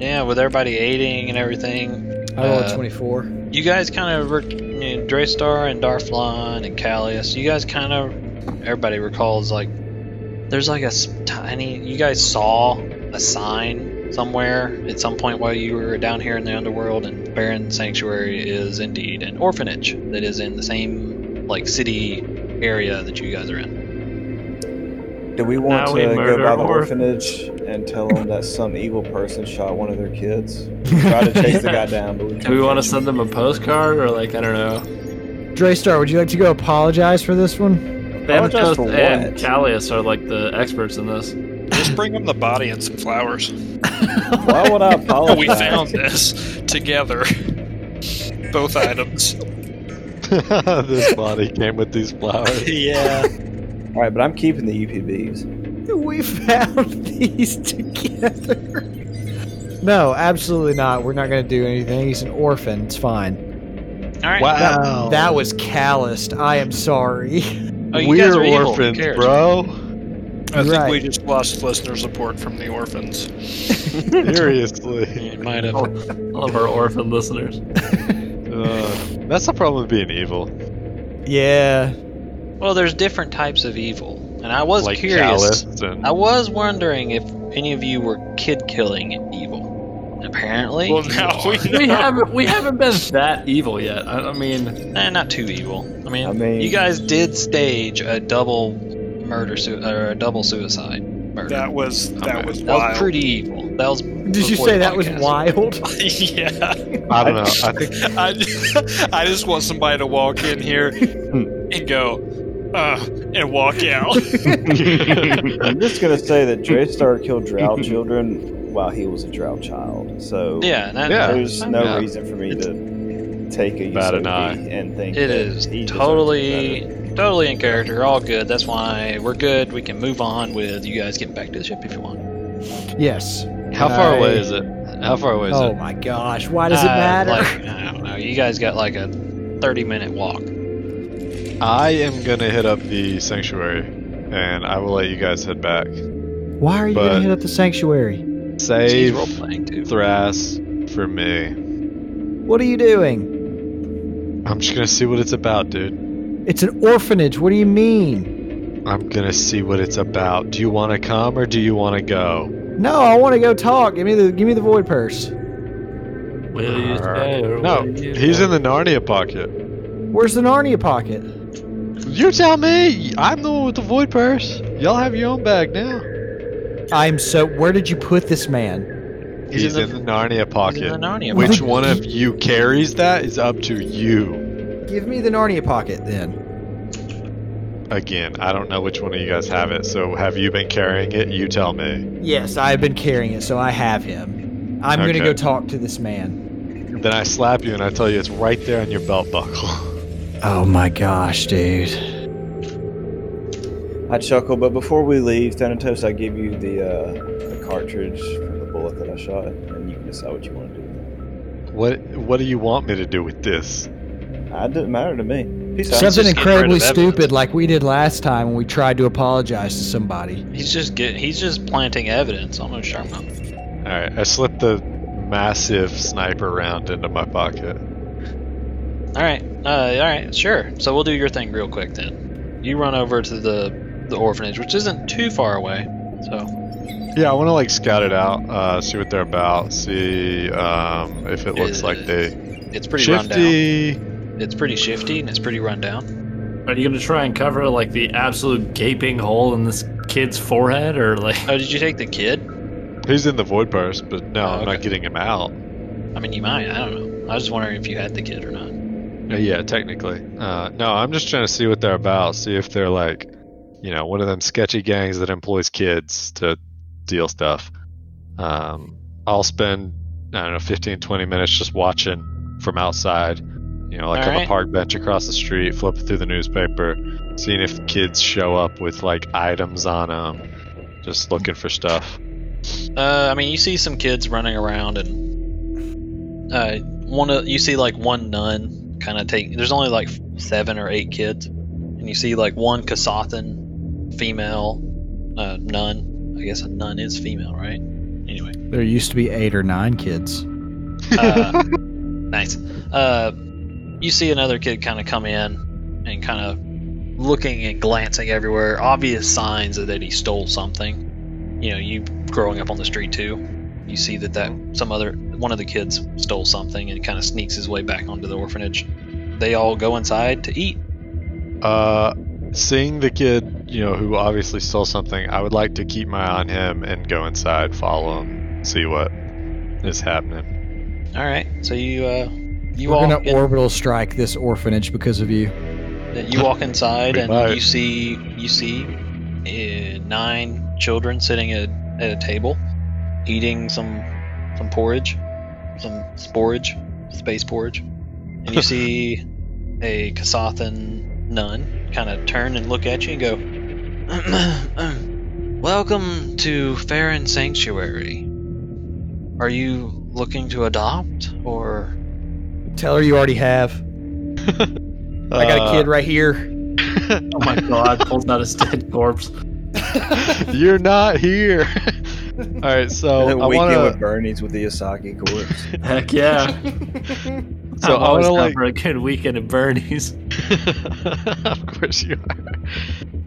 Speaker 2: Yeah, with everybody aiding and everything.
Speaker 8: I rolled
Speaker 2: uh,
Speaker 8: 24.
Speaker 2: You guys kind of, rec- you know, Draystar and Darflon and Callius, you guys kind of, everybody recalls like, there's like a s- tiny, you guys saw a sign somewhere at some point while you were down here in the underworld, and Baron Sanctuary is indeed an orphanage that is in the same, like, city area that you guys are in.
Speaker 13: Do we want
Speaker 10: Now we
Speaker 13: to go
Speaker 10: murder
Speaker 13: by the
Speaker 10: or-
Speaker 13: orphanage and tell them that some evil person shot one of their kids? Try to chase the guy
Speaker 2: (laughs)
Speaker 13: down, but we
Speaker 7: Do we want to send them a postcard or like I don't know?
Speaker 8: Draystar, would you like to go apologize for this one?
Speaker 7: Thanatos
Speaker 13: for
Speaker 7: and
Speaker 13: what?
Speaker 7: Callius are like the experts in this.
Speaker 5: Just bring him the body and some flowers.
Speaker 13: Why would I apologize?
Speaker 5: (laughs) we found this together. Both items.
Speaker 4: (laughs) this body came with these flowers.
Speaker 2: yeah.
Speaker 13: All right, but I'm keeping the E UPBs.
Speaker 8: We found (laughs) these together. No, absolutely not. We're not going to do anything. He's an orphan. It's fine.
Speaker 2: All right.
Speaker 8: That- That, was calloused. I am sorry. (laughs)
Speaker 2: Oh, you guys
Speaker 4: We're
Speaker 2: are evil. Who
Speaker 4: orphans,
Speaker 2: cares? (laughs)
Speaker 4: bro.
Speaker 5: I think
Speaker 8: Right.
Speaker 5: we just lost listener support from the orphans.
Speaker 4: Seriously.
Speaker 2: You might have.
Speaker 7: All of our orphan listeners.
Speaker 4: Uh, that's the problem with being evil.
Speaker 8: Yeah.
Speaker 2: Well, there's different types of evil, and I was
Speaker 4: like
Speaker 2: curious.
Speaker 4: callous and
Speaker 2: I was wondering if any of you were kid killing evil. Apparently,
Speaker 5: Well, now we know.
Speaker 7: We haven't we haven't been that evil yet. I, I mean,
Speaker 2: eh, not too evil. I mean,
Speaker 13: I mean-
Speaker 2: you guys did stage a double murder su- or a double suicide murder.
Speaker 5: That was that was
Speaker 2: that
Speaker 5: wild.
Speaker 2: was pretty evil. That was.
Speaker 8: Did you say that was wild?
Speaker 5: (laughs) yeah.
Speaker 4: I don't know. I
Speaker 2: (laughs)
Speaker 4: think (laughs)
Speaker 5: I, I just want somebody to walk in here and go, uh, and (laughs) walk out.
Speaker 13: I'm just gonna say that Draystar killed drow children while he was a drow child. So
Speaker 2: Yeah, that,
Speaker 4: Yeah.
Speaker 13: there's no
Speaker 4: Yeah.
Speaker 13: reason for me to take a
Speaker 4: Bat an
Speaker 13: Yusoki
Speaker 4: eye.
Speaker 13: and think
Speaker 2: It
Speaker 13: that
Speaker 2: is
Speaker 13: he deserves
Speaker 2: totally,
Speaker 13: better.
Speaker 2: totally in character. All good. That's why we're good. We can move on with you guys getting back to the ship if you want.
Speaker 8: Yes.
Speaker 4: How far
Speaker 8: I-
Speaker 4: away is it? How far away is
Speaker 8: Oh
Speaker 4: it?
Speaker 8: my gosh. Why does it
Speaker 2: Uh,
Speaker 8: matter?
Speaker 2: Like, I don't know. You guys got like a 30 minute walk.
Speaker 4: I am gonna hit up the sanctuary, and I will let you guys head back.
Speaker 8: Why are you going
Speaker 4: but-
Speaker 8: to hit up the sanctuary?
Speaker 2: He's
Speaker 4: Save
Speaker 2: role playing too.
Speaker 4: Thras for me.
Speaker 8: What are you doing?
Speaker 4: I'm just gonna see what it's about, dude.
Speaker 8: It's an orphanage. What do you mean?
Speaker 4: I'm gonna see what it's about. Do you want to come or do you want to go?
Speaker 8: No, I want to go talk. Give me the give me the void purse.
Speaker 7: will you stay or
Speaker 4: No,
Speaker 7: will you
Speaker 4: he's
Speaker 7: go?
Speaker 4: in the Narnia pocket.
Speaker 8: Where's the Narnia pocket?
Speaker 4: You tell me. I'm the one with the void purse. Y'all have your own bag now.
Speaker 8: I'm so. Where did you put this man?
Speaker 4: He's, in, the, Narnia pocket.
Speaker 2: He's in the Narnia
Speaker 4: Which
Speaker 2: pocket.
Speaker 4: one of you carries that is up to you.
Speaker 8: Give me the Narnia pocket then.
Speaker 4: Again, I don't know which one of you guys have it. So have you been carrying it? You tell me.
Speaker 8: Yes, I've been carrying it, so I have him. I'm gonna
Speaker 4: Okay.
Speaker 8: go talk to this man.
Speaker 4: Then I slap you and I tell you it's right there on your belt buckle. (laughs)
Speaker 8: Oh my gosh, dude.
Speaker 13: I chuckle, but before we leave, Thanatos, I give you the uh, the cartridge for the bullet that I shot, and you can decide what you want to do.
Speaker 4: What What do you want me to do with this?
Speaker 13: It didn't matter to me.
Speaker 15: Sounds
Speaker 13: (laughs)
Speaker 8: Something
Speaker 15: just getting
Speaker 8: incredibly
Speaker 15: rid of evidence.
Speaker 8: stupid like we did last time when we tried to apologize to somebody.
Speaker 2: He's just get, he's just planting evidence. I'm gonna sharp him.
Speaker 4: All right, I slipped the massive sniper round into my pocket.
Speaker 2: All right, uh, all right, sure. So we'll do your thing real quick then. You run over to the the orphanage, which isn't too far away. So
Speaker 4: Yeah, I want to like scout it out, uh, see what they're about, see um, if it looks like they
Speaker 2: it's pretty
Speaker 4: shifty.
Speaker 2: run down. It's pretty shifty and it's pretty run down.
Speaker 7: Are you gonna try and cover like the absolute gaping hole in this kid's forehead, or like?
Speaker 2: Oh, did you take the kid?
Speaker 4: He's in the void purse, but no,
Speaker 2: Oh,
Speaker 4: I'm not
Speaker 2: okay.
Speaker 4: getting him out.
Speaker 2: I mean, you might. I don't know. I was just wondering if you had the kid or not.
Speaker 4: Uh, Yeah, technically. Uh, no, I'm just trying to see what they're about, see if they're like, you know, one of them sketchy gangs that employs kids to deal stuff. Um, I'll spend, I don't know, 15, 20 minutes just watching from outside, you know, like on
Speaker 2: Alright.
Speaker 4: the park bench across the street, flipping through the newspaper, seeing if kids show up with like items on them, just looking for stuff.
Speaker 2: Uh, I mean, you see some kids running around, and uh, one of you see like one nun kind of take. There's only like seven or eight kids, and you see like one Kasathan female uh, nun. I guess a nun is female, right? Anyway,
Speaker 8: There used to be eight or nine kids.
Speaker 2: uh, nice. Uh, you see another kid kind of come in and kind of looking and glancing everywhere. Obvious signs that he stole something. You know, you growing up on the street too. You see that that some other one of the kids stole something and kind of sneaks his way back onto the orphanage. They all go inside to eat.
Speaker 4: Uh, seeing the kid, you know, who obviously stole something, I would like to keep my eye on him and go inside, follow him, see what is happening.
Speaker 2: All right, so you uh, you
Speaker 8: We're
Speaker 2: all
Speaker 8: gonna
Speaker 2: get-
Speaker 8: orbital strike this orphanage because of you.
Speaker 2: that you walk inside
Speaker 4: We
Speaker 2: and
Speaker 4: might.
Speaker 2: you see you see uh, nine children sitting at, at a table eating some some porridge some sporage space porridge and
Speaker 4: (laughs)
Speaker 2: you see a Kasathan nun kind of turn and look at you and go (clears throat) welcome to Farron Sanctuary are you looking to adopt or
Speaker 8: Tell her you already have. I got a
Speaker 2: Uh,
Speaker 8: kid right here.
Speaker 4: Uh,
Speaker 7: Oh my god! Pulls out his dead corpse.
Speaker 4: (laughs) You're not
Speaker 2: (laughs)
Speaker 4: here. All right, so
Speaker 13: And then
Speaker 4: I
Speaker 13: weekend with
Speaker 4: want
Speaker 13: Bernie's with the Asaki corpse.
Speaker 10: (laughs)
Speaker 7: Heck yeah!
Speaker 4: to.
Speaker 7: So
Speaker 4: So
Speaker 7: I'm
Speaker 4: I want
Speaker 7: always
Speaker 4: to
Speaker 7: down
Speaker 4: like.
Speaker 7: for a good weekend at Bernie's.
Speaker 4: (laughs) of course you are.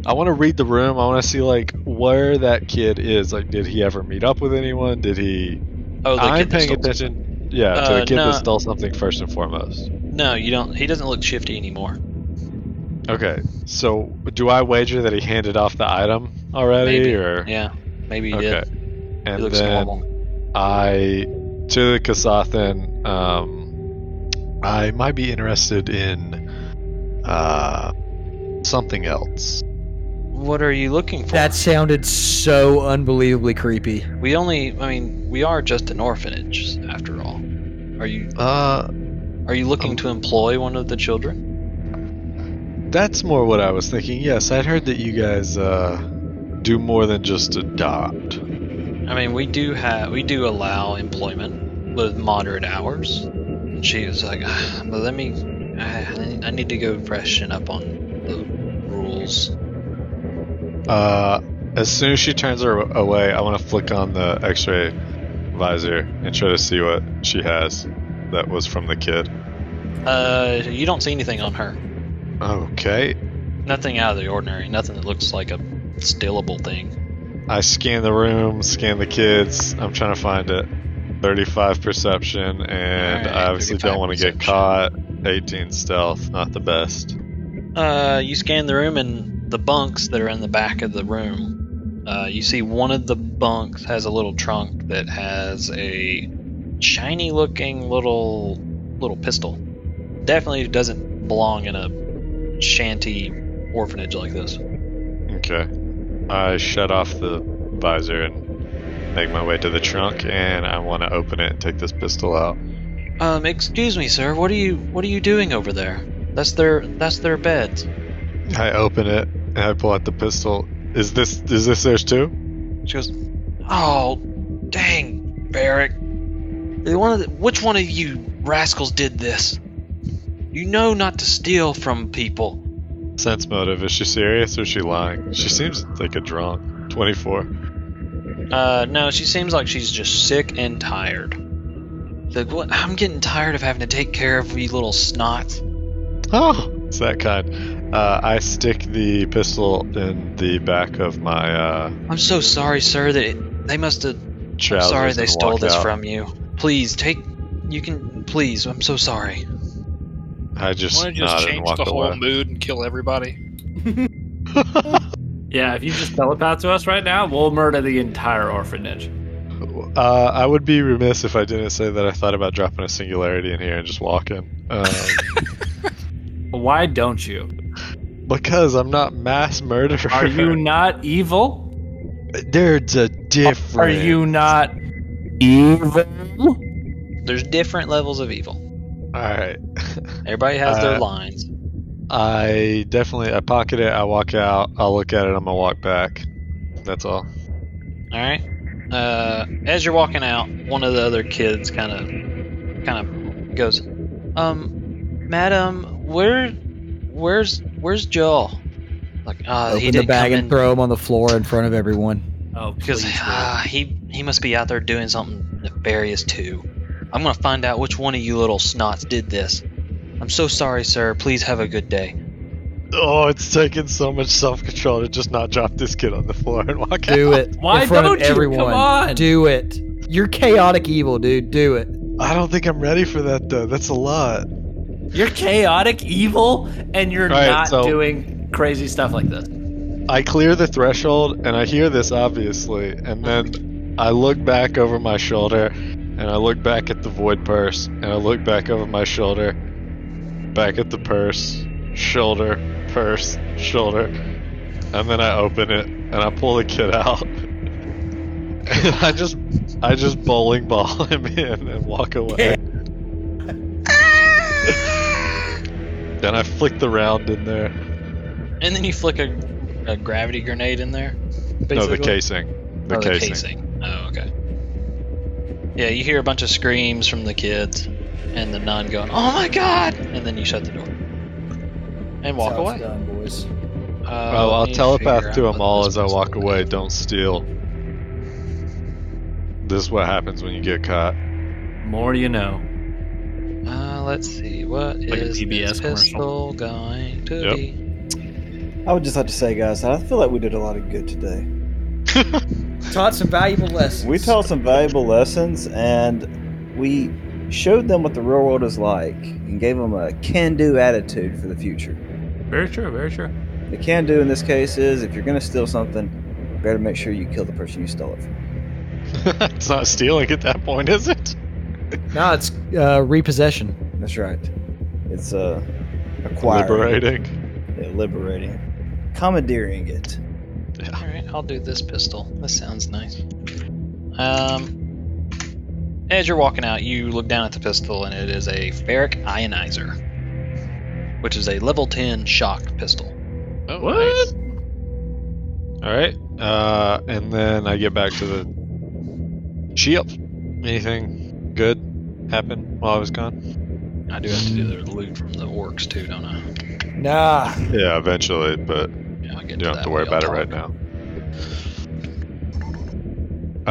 Speaker 4: I want to read the room. I want to see like where that kid is. Like, did he ever meet up with anyone? Did he?
Speaker 2: oh the
Speaker 4: I'm
Speaker 2: kid that
Speaker 4: paying
Speaker 2: stole-
Speaker 4: attention. Yeah, to
Speaker 2: Uh,
Speaker 4: the kid
Speaker 2: no.
Speaker 4: that stole something first and foremost.
Speaker 2: no you don't he doesn't look shifty anymore
Speaker 4: Okay, so do I wager that he handed off the item already,
Speaker 2: Maybe.
Speaker 4: or
Speaker 2: Yeah, maybe he
Speaker 4: okay?
Speaker 2: did. He
Speaker 4: And
Speaker 2: looks
Speaker 4: then
Speaker 2: normal.
Speaker 4: I to the Kasathan. Um, I might be interested in uh something else.
Speaker 2: What are you looking for?
Speaker 8: That sounded so unbelievably creepy.
Speaker 2: we only, I mean, we are just an orphanage after all. Are you
Speaker 4: Uh,
Speaker 2: are you looking to employ one of the children?
Speaker 4: that's more what I was thinking. Yes, I'd heard that you guys uh do more than just adopt.
Speaker 2: I mean, we do have we do allow employment with moderate hours. And she was like, "Ah, but let me, I, I need to go freshen up on the rules.
Speaker 4: Uh, as soon as she turns her away, I want to flick on the X-ray visor and try to see what she has that was from the kid.
Speaker 2: Uh, you don't see anything on her.
Speaker 4: Okay,
Speaker 2: Nothing out of the ordinary. Nothing that looks like a stillable thing.
Speaker 4: I scan the room, scan the kids. I'm trying to find it. 35 perception, and
Speaker 2: Alright,
Speaker 4: I obviously don't
Speaker 2: 35
Speaker 4: want to get caught. 18 stealth, not the best.
Speaker 2: Uh, you scan the room and the bunks that are in the back of the room. Uh, you see one of the bunks has a little trunk that has a shiny looking little little pistol. Definitely doesn't belong in a shanty orphanage like this.
Speaker 4: Okay. I shut off the visor and make my way to the trunk, and I want to open it and take this pistol out.
Speaker 2: Um, excuse me, sir. What are you what are you doing over there? That's their that's their beds.
Speaker 4: I open it and I pull out the pistol. Is this is this theirs too?
Speaker 2: She goes, "Oh, dang, Barrick! One of the, which one of you rascals did this?"
Speaker 15: You know not to steal from people.
Speaker 4: Sense motive. Is she serious or is she lying? She seems like a drunk. 24.
Speaker 2: Uh, no, she seems like she's just sick and tired.
Speaker 15: Like, what? I'm getting tired of having to take care of you little snots.
Speaker 4: Oh, it's that kind. Uh, I stick the pistol in the back of my uh,
Speaker 15: I'm so sorry, sir, that it, they must have. I'm
Speaker 4: trousers.
Speaker 15: sorry they
Speaker 4: and
Speaker 15: stole
Speaker 4: walk
Speaker 15: this
Speaker 4: out.
Speaker 15: from you. Please take. You can. Please, I'm so sorry.
Speaker 4: I just
Speaker 5: Want to
Speaker 4: nod
Speaker 5: just
Speaker 4: and
Speaker 5: change
Speaker 4: walk
Speaker 5: the whole
Speaker 4: away.
Speaker 5: mood and kill everybody?
Speaker 10: Yeah, if you just telepath to us right now, we'll murder the entire orphanage.
Speaker 4: (laughs) Uh, I would be remiss if I didn't say that I thought about dropping a singularity in here and just walking. Um, (laughs)
Speaker 10: Why don't you?
Speaker 4: because I'm not mass murderer.
Speaker 10: Are
Speaker 4: (laughs)
Speaker 10: you not evil?
Speaker 4: There's a difference.
Speaker 10: Are you not evil?
Speaker 2: There's different levels of evil.
Speaker 4: All right. (laughs)
Speaker 2: Everybody has
Speaker 4: Uh,
Speaker 2: their lines.
Speaker 4: I definitely I pocket it. I walk out. I'll look at it. I'm gonna walk back. That's all.
Speaker 2: All right. Uh, as you're walking out, one of the other kids kind of, kind of goes,
Speaker 15: Um, madam, where, where's, where's Joel? Like, uh, he
Speaker 8: Open the
Speaker 15: didn't
Speaker 8: bag
Speaker 15: come
Speaker 8: and
Speaker 15: in
Speaker 8: throw them on the floor in front of
Speaker 2: (laughs)
Speaker 8: everyone.
Speaker 10: Oh,
Speaker 15: because
Speaker 4: ah.
Speaker 15: uh, he he must be out there doing something nefarious too. I'm gonna find out which one of you little snots did this. I'm so sorry, sir. Please have a good day.
Speaker 4: Oh, it's taking so much self control to just not drop this kid on the floor and walk out.
Speaker 8: Do it
Speaker 10: Why
Speaker 8: in front
Speaker 10: don't
Speaker 8: of
Speaker 10: you? Come
Speaker 8: everyone.
Speaker 10: on.
Speaker 8: Do it. You're chaotic evil, dude. Do it.
Speaker 4: I don't think I'm ready for that though. That's a lot.
Speaker 10: You're chaotic evil, and you're
Speaker 4: Alright,
Speaker 10: not
Speaker 4: so-
Speaker 10: doing crazy stuff like this.
Speaker 4: I clear the threshold and I hear this obviously, and then I look back over my shoulder and I look back at the void purse and I look back over my shoulder, back at the purse, shoulder, purse, shoulder, and then I open it and I pull the kid out. (laughs) And I just, I just bowling ball (laughs) him in and walk away. then I flick the round in there.
Speaker 2: and then you flick a, a gravity grenade in there. Basically.
Speaker 4: No, the casing. The
Speaker 2: Oh,
Speaker 4: casing.
Speaker 2: Oh, okay. Yeah, you hear a bunch of screams from the kids, and the nun going, "Oh my god!" and then you shut the door and walk
Speaker 8: That's how
Speaker 2: away.
Speaker 8: it's done, boys.
Speaker 2: Uh,
Speaker 4: Well,
Speaker 2: let
Speaker 4: I'll
Speaker 2: me
Speaker 4: telepath
Speaker 2: figure
Speaker 4: to
Speaker 2: out
Speaker 4: them
Speaker 2: what
Speaker 4: all
Speaker 2: this
Speaker 4: as I
Speaker 2: one's
Speaker 4: walk
Speaker 2: doing.
Speaker 4: away. Don't steal. This is what happens when you get caught. (laughs)
Speaker 10: More you know.
Speaker 2: Uh, let's see. what is
Speaker 10: Like a PBS
Speaker 2: this
Speaker 10: commercial.
Speaker 2: pistol going to
Speaker 4: Yep.
Speaker 2: be?
Speaker 13: (laughs) I would just like to say, guys, I feel like we did a lot of good today.
Speaker 8: Taught some valuable lessons.
Speaker 13: We taught some valuable lessons, and we showed them what the real world is like, and gave them a can-do attitude for the future.
Speaker 10: Very true. Very true.
Speaker 13: The can-do in this case is, if you're going to steal something, better make sure you kill the person you stole it from.
Speaker 4: it's not stealing at that point, is it?
Speaker 8: No, it's uh, repossession.
Speaker 13: That's right. It's uh, acquiring,
Speaker 4: Liberating.
Speaker 13: Yeah, liberating, commandeering it.
Speaker 2: All right, I'll do this pistol. This sounds nice. Um, as you're walking out, you look down at the pistol, and it is a ferric ionizer, which is a level 10 shock pistol.
Speaker 4: Oh, what? All right. Uh, and then I get back to the shield. Anything good happen while I was gone?
Speaker 2: I do have to do the loot from the orcs too, don't I?
Speaker 8: Nah.
Speaker 4: Yeah, eventually, but
Speaker 2: Yeah, I'll get
Speaker 4: you
Speaker 2: to
Speaker 4: don't have
Speaker 2: that
Speaker 4: to worry
Speaker 2: when
Speaker 4: about
Speaker 2: y'all
Speaker 4: it right
Speaker 2: talk.
Speaker 4: now.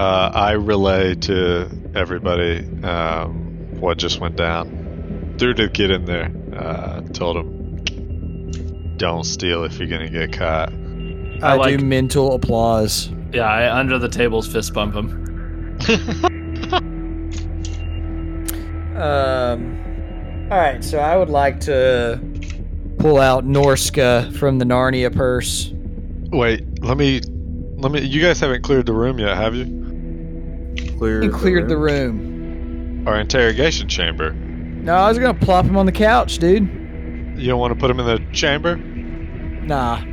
Speaker 4: Uh, I relay to everybody um, what just went down. Threw the kid in there. Uh, told him, don't steal if you're gonna get caught.
Speaker 10: I
Speaker 8: I,
Speaker 10: like-
Speaker 8: do mental applause.
Speaker 10: Yeah, I under the tables fist bump him.
Speaker 8: Um, all right, so I would like to pull out Norska from the Narnia purse.
Speaker 4: Wait, let me, let me. You guys haven't cleared the room yet, have you?
Speaker 11: Clear
Speaker 8: You cleared the
Speaker 11: room.
Speaker 8: room.
Speaker 4: Our interrogation chamber.
Speaker 8: No, I was gonna plop him on the couch, dude.
Speaker 4: You don't want to put him in the chamber?
Speaker 8: Nah.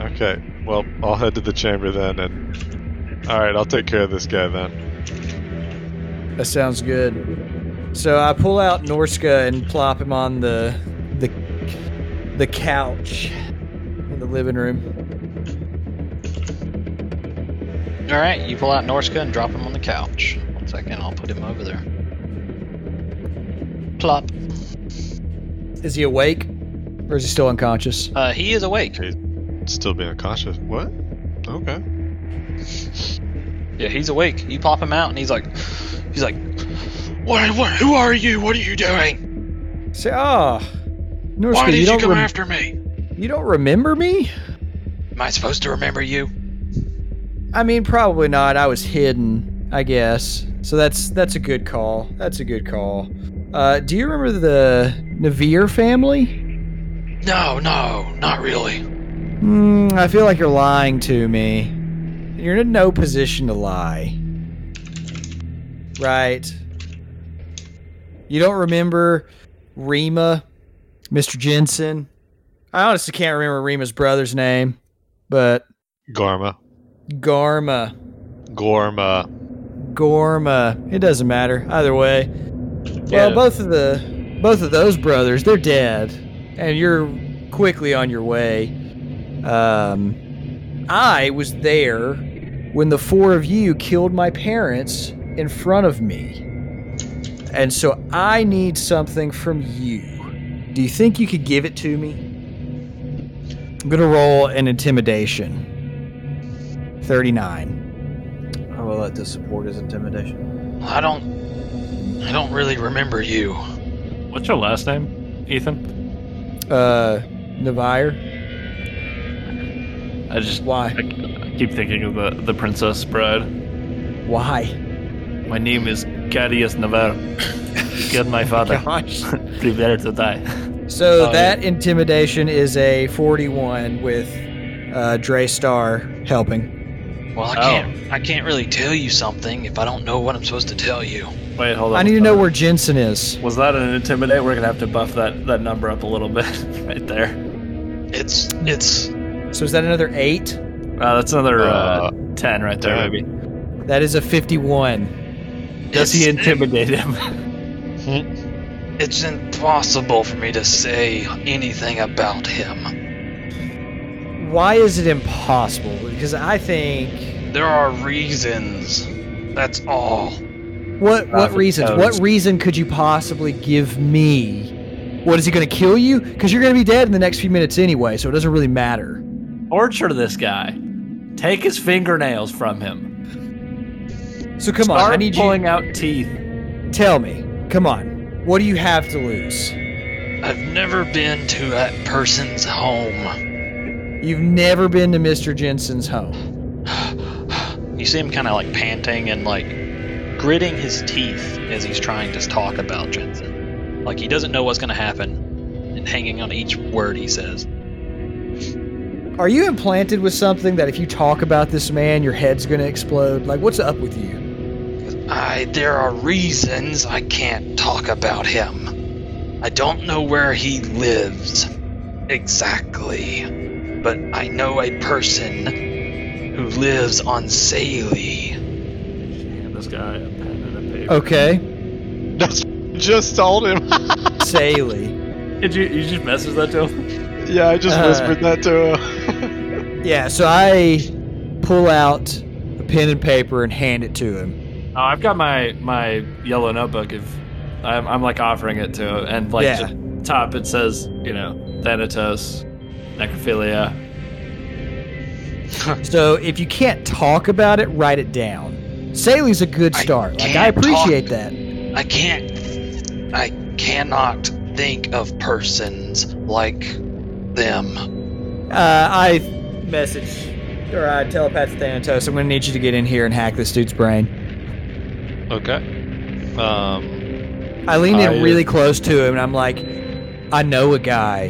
Speaker 4: Okay. Well, I'll head to the chamber then, and all right, I'll take care of this guy then.
Speaker 8: That sounds good. So I pull out Norska and plop him on the the the couch in the living room.
Speaker 2: All right, you pull out Norska and drop him on the couch. One second, I'll put him over there. Plop.
Speaker 8: Is he awake, or is he still unconscious?
Speaker 2: Uh, he is awake.
Speaker 4: He's still being conscious. What? Okay.
Speaker 2: Yeah, he's awake. You pop him out, and he's like, he's like, what? what who are you? What are you doing?
Speaker 8: Say, ah, Norska,
Speaker 2: Why did you,
Speaker 8: don't
Speaker 2: come
Speaker 8: rem-
Speaker 2: after me?
Speaker 8: You don't remember me?
Speaker 2: Am I supposed to remember you?
Speaker 8: I mean, probably not. I was hidden, I guess. So that's that's a good call. That's a good call. Uh, do you remember the Navir family?
Speaker 15: No, no, not really.
Speaker 8: Hmm, I feel like you're lying to me. You're in no position to lie. Right. You don't remember Rima, Mr. Jensen? I honestly can't remember Rima's brother's name, but
Speaker 4: Garma.
Speaker 8: Garma.
Speaker 4: Gorma.
Speaker 8: Gorma. uh, It doesn't matter either way.
Speaker 4: Yeah.
Speaker 8: Well, both of the both of those brothers, they're dead, and you're quickly on your way. Um, I was there when the four of you killed my parents in front of me, and so I need something from you. Do you think you could give it to me? I'm gonna roll an intimidation. Thirty-nine.
Speaker 11: I will let this support his intimidation.
Speaker 15: I don't. I don't really remember you.
Speaker 7: What's your last name, Ethan?
Speaker 8: Uh, Navire.
Speaker 7: I just
Speaker 8: Why?
Speaker 7: I, I keep thinking of the the Princess Bride.
Speaker 8: Why?
Speaker 7: My name is Cadius Navarre. Killed my father.
Speaker 8: (laughs) Gosh.
Speaker 7: Prepare to die.
Speaker 8: So
Speaker 7: Oh,
Speaker 8: that intimidation is a 41 with uh, Dre Star helping.
Speaker 15: Well, I
Speaker 7: Oh.
Speaker 15: can't. I can't really tell you something if I don't know what I'm supposed to tell you.
Speaker 7: Wait, hold on.
Speaker 8: I need to know where Jensen is.
Speaker 7: Was that an intimidate? We're gonna have to buff that that number up a little bit (laughs) right there.
Speaker 15: It's it's
Speaker 8: So is that another eight?
Speaker 7: Uh, that's another uh,
Speaker 4: Uh,
Speaker 7: ten right there,
Speaker 4: ten.
Speaker 7: maybe.
Speaker 8: That is a 51.
Speaker 7: Does he
Speaker 15: It's-
Speaker 7: intimidate him? (laughs)
Speaker 4: Hmm.
Speaker 15: it's impossible for me to say anything about him.
Speaker 8: Why is it impossible? Because I think
Speaker 15: There are reasons. That's all.
Speaker 8: what what
Speaker 7: Profit
Speaker 8: reasons?
Speaker 7: codes.
Speaker 8: What reason could you possibly give me? What is he going to kill you? Because you're going to be dead in the next few minutes anyway, so it doesn't really matter.
Speaker 7: Torture this guy. Take his fingernails from him.
Speaker 8: So come on,
Speaker 7: Start
Speaker 8: I need
Speaker 7: pulling out teeth.
Speaker 8: you. Tell me, come on, what do you have to lose?
Speaker 15: I've never been to that person's home.
Speaker 8: You've never been to Mr. Jensen's home.
Speaker 2: You see him kind of like panting and like gritting his teeth as he's trying to talk about Jensen. Like he doesn't know what's going to happen and hanging on each word he says.
Speaker 8: Are you implanted with something that if you talk about this man, your head's going to explode? Like, what's up with you?
Speaker 15: I there are reasons I can't talk about him. I don't know where he lives exactly, but I know a person who lives on Saley.
Speaker 7: Hand this guy a pen and a
Speaker 8: Oh.
Speaker 7: paper.
Speaker 8: Okay,
Speaker 4: (laughs) That's just told him. (laughs)
Speaker 8: Saley.
Speaker 7: Did you you just message that to him?
Speaker 4: yeah, I just
Speaker 8: Uh.
Speaker 4: whispered that to him. (laughs)
Speaker 8: Yeah, so I pull out a pen and paper and hand it to him.
Speaker 7: Oh, I've got my my yellow notebook. If I'm, I'm like offering it to him, and like
Speaker 8: Yeah.
Speaker 7: just top it says you know Thanatos, necrophilia.
Speaker 8: So if you can't talk about it, write it down. Saley's a good
Speaker 15: I
Speaker 8: start. like, I
Speaker 15: can't
Speaker 8: appreciate
Speaker 15: talk.
Speaker 8: that.
Speaker 15: I can't I cannot think of persons like them.
Speaker 8: Uh, I message or I telepath Thanatos. I'm going to need you to get in here and hack this dude's brain.
Speaker 4: okay. Um,
Speaker 8: I uh, lean
Speaker 4: I-
Speaker 8: in really close to him and I'm like, I know a guy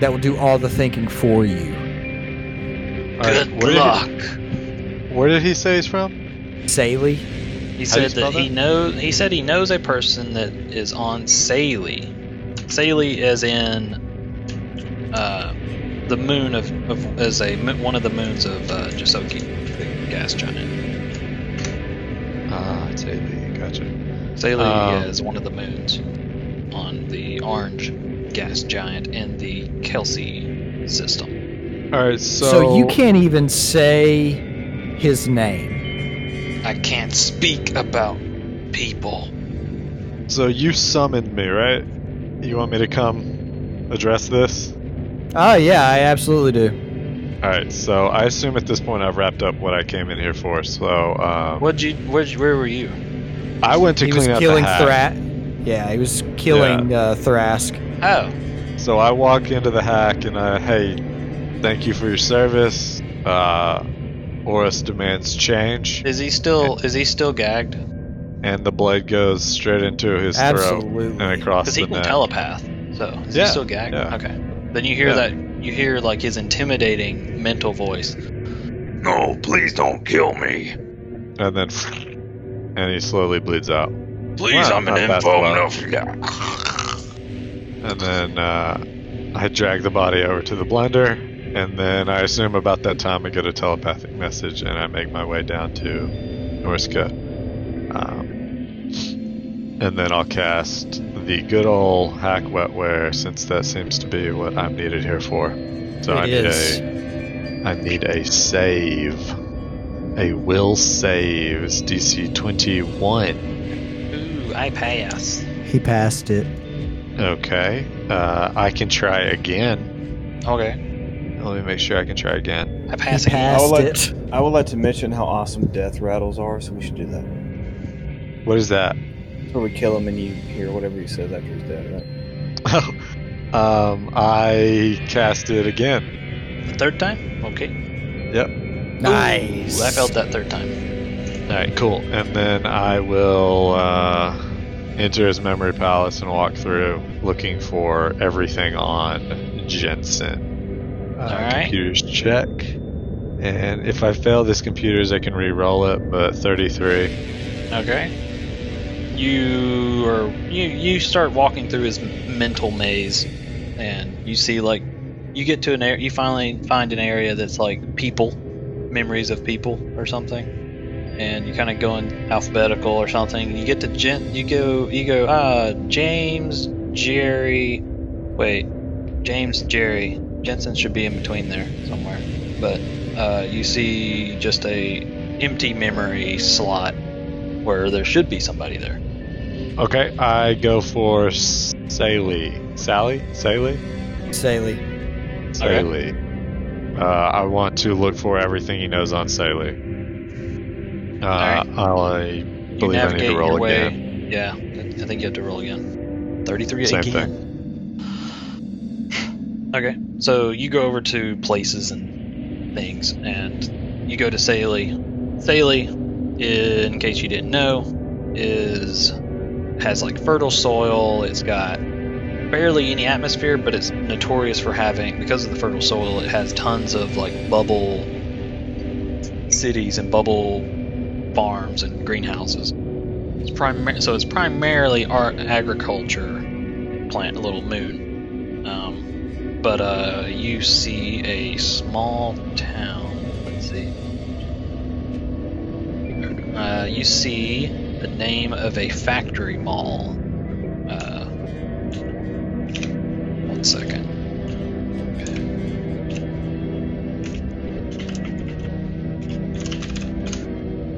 Speaker 8: that will do all the thinking for you.
Speaker 4: all right,
Speaker 15: Good
Speaker 4: where,
Speaker 15: luck.
Speaker 4: did he, where did he say he's from?
Speaker 8: Saley.
Speaker 2: He
Speaker 4: How do you
Speaker 2: said
Speaker 4: spell
Speaker 2: that he
Speaker 4: that?
Speaker 2: knows. He said he knows a person that is on Saley. Saley, as in uh, the moon of, of as a mo- one of the moons of uh, Jisoki, the gas giant.
Speaker 4: Ah, it's AV. Gotcha.
Speaker 2: Saley
Speaker 4: Um,
Speaker 2: is one of the moons on the orange gas giant in the Kelsey system.
Speaker 4: All right, so,
Speaker 8: So, you can't even say his name.
Speaker 15: I can't speak about people.
Speaker 4: So you summoned me, right? You want me to come address this?
Speaker 8: Oh yeah, I absolutely do.
Speaker 4: All right. So I assume at this point I've wrapped up what I came in here for. So um,
Speaker 2: What'd you? Where'd you where were you?
Speaker 4: I went to
Speaker 8: he was
Speaker 4: clean up
Speaker 8: killing
Speaker 4: the hack.
Speaker 8: Thra- Yeah, he was killing uh, Thrask.
Speaker 2: Oh,
Speaker 4: So I walk into the hack and I, hey, thank you for your service. Uh, Oris demands change,
Speaker 2: is he still? Is he still gagged?
Speaker 4: and the blade goes straight into his throat
Speaker 8: Absolutely.
Speaker 4: and across
Speaker 2: Because he
Speaker 4: the
Speaker 2: can
Speaker 4: neck.
Speaker 2: telepath. So is
Speaker 4: Yeah,
Speaker 2: he still gagged?
Speaker 4: yeah.
Speaker 2: Okay. Then you hear
Speaker 4: Yeah.
Speaker 2: that you hear like his intimidating mental voice.
Speaker 16: No, please don't kill me.
Speaker 4: and then, (laughs) and he slowly bleeds out.
Speaker 16: Please,
Speaker 4: Wow,
Speaker 16: I'm an
Speaker 4: not that
Speaker 16: info.
Speaker 4: slow.
Speaker 16: No, yeah.
Speaker 4: And then uh, I drag the body over to the blender, and then I assume about that time I get a telepathic message, and I make my way down to Norska. Um, and then I'll cast the good old hack wetware, since that seems to be what I'm needed here for. So I
Speaker 8: It
Speaker 4: need
Speaker 8: is.
Speaker 4: a I need a save. A will save is DC 21.
Speaker 2: Ooh, I pass.
Speaker 8: He passed it.
Speaker 4: Okay. Uh, I can try again.
Speaker 2: Okay.
Speaker 4: Let me make sure I can try again.
Speaker 2: I pass
Speaker 8: He
Speaker 2: again.
Speaker 13: I would,
Speaker 8: Passed
Speaker 13: like,
Speaker 8: it.
Speaker 13: I would like to mention how awesome death rattles are, so we should do that.
Speaker 4: What is that? (laughs)
Speaker 13: Where we kill him and you hear whatever he says after he's dead, right?
Speaker 4: Oh, um, I cast it again.
Speaker 2: The third time? Okay.
Speaker 4: Yep.
Speaker 8: Nice.
Speaker 2: Ooh, I failed that third time.
Speaker 4: All right, cool. And then I will uh, enter his memory palace and walk through, looking for everything on Jensen. Uh,
Speaker 2: All right.
Speaker 4: Computers check. And if I fail this computers, I can re-roll it. But 33.
Speaker 2: Okay. You are you you start walking through his mental maze, and you see like you get to an area. You finally find an area that's like people, memories of people or something, and you kind of go in alphabetical or something. And you get to Jen. You go you go uh James Jerry. Wait, James Jerry Jensen should be in between there somewhere, but uh, you see just a empty memory slot where there should be somebody there.
Speaker 4: Okay, I go for S- Sally. Sally? Sally?
Speaker 8: Saley.
Speaker 4: Sally. Uh, I want to look for everything he knows on Sally. Uh,
Speaker 2: Alright.
Speaker 4: I
Speaker 2: You
Speaker 4: believe I need
Speaker 2: navigate
Speaker 4: to roll
Speaker 2: your way.
Speaker 4: again.
Speaker 2: Yeah, I think you have to roll again. 33
Speaker 4: Same
Speaker 2: again. (sighs) Okay, so you go over to places and things, and you go to Saley. Saley, in case you didn't know, is has like fertile soil. It's got barely any atmosphere, but it's notorious for having because of the fertile soil. It has tons of like bubble cities and bubble farms and greenhouses. It's primar- so it's primarily our agriculture plant, Little Moon. Um, but uh, you see a small town. Let's see. Uh, you see the name of a factory mall. Uh, one second.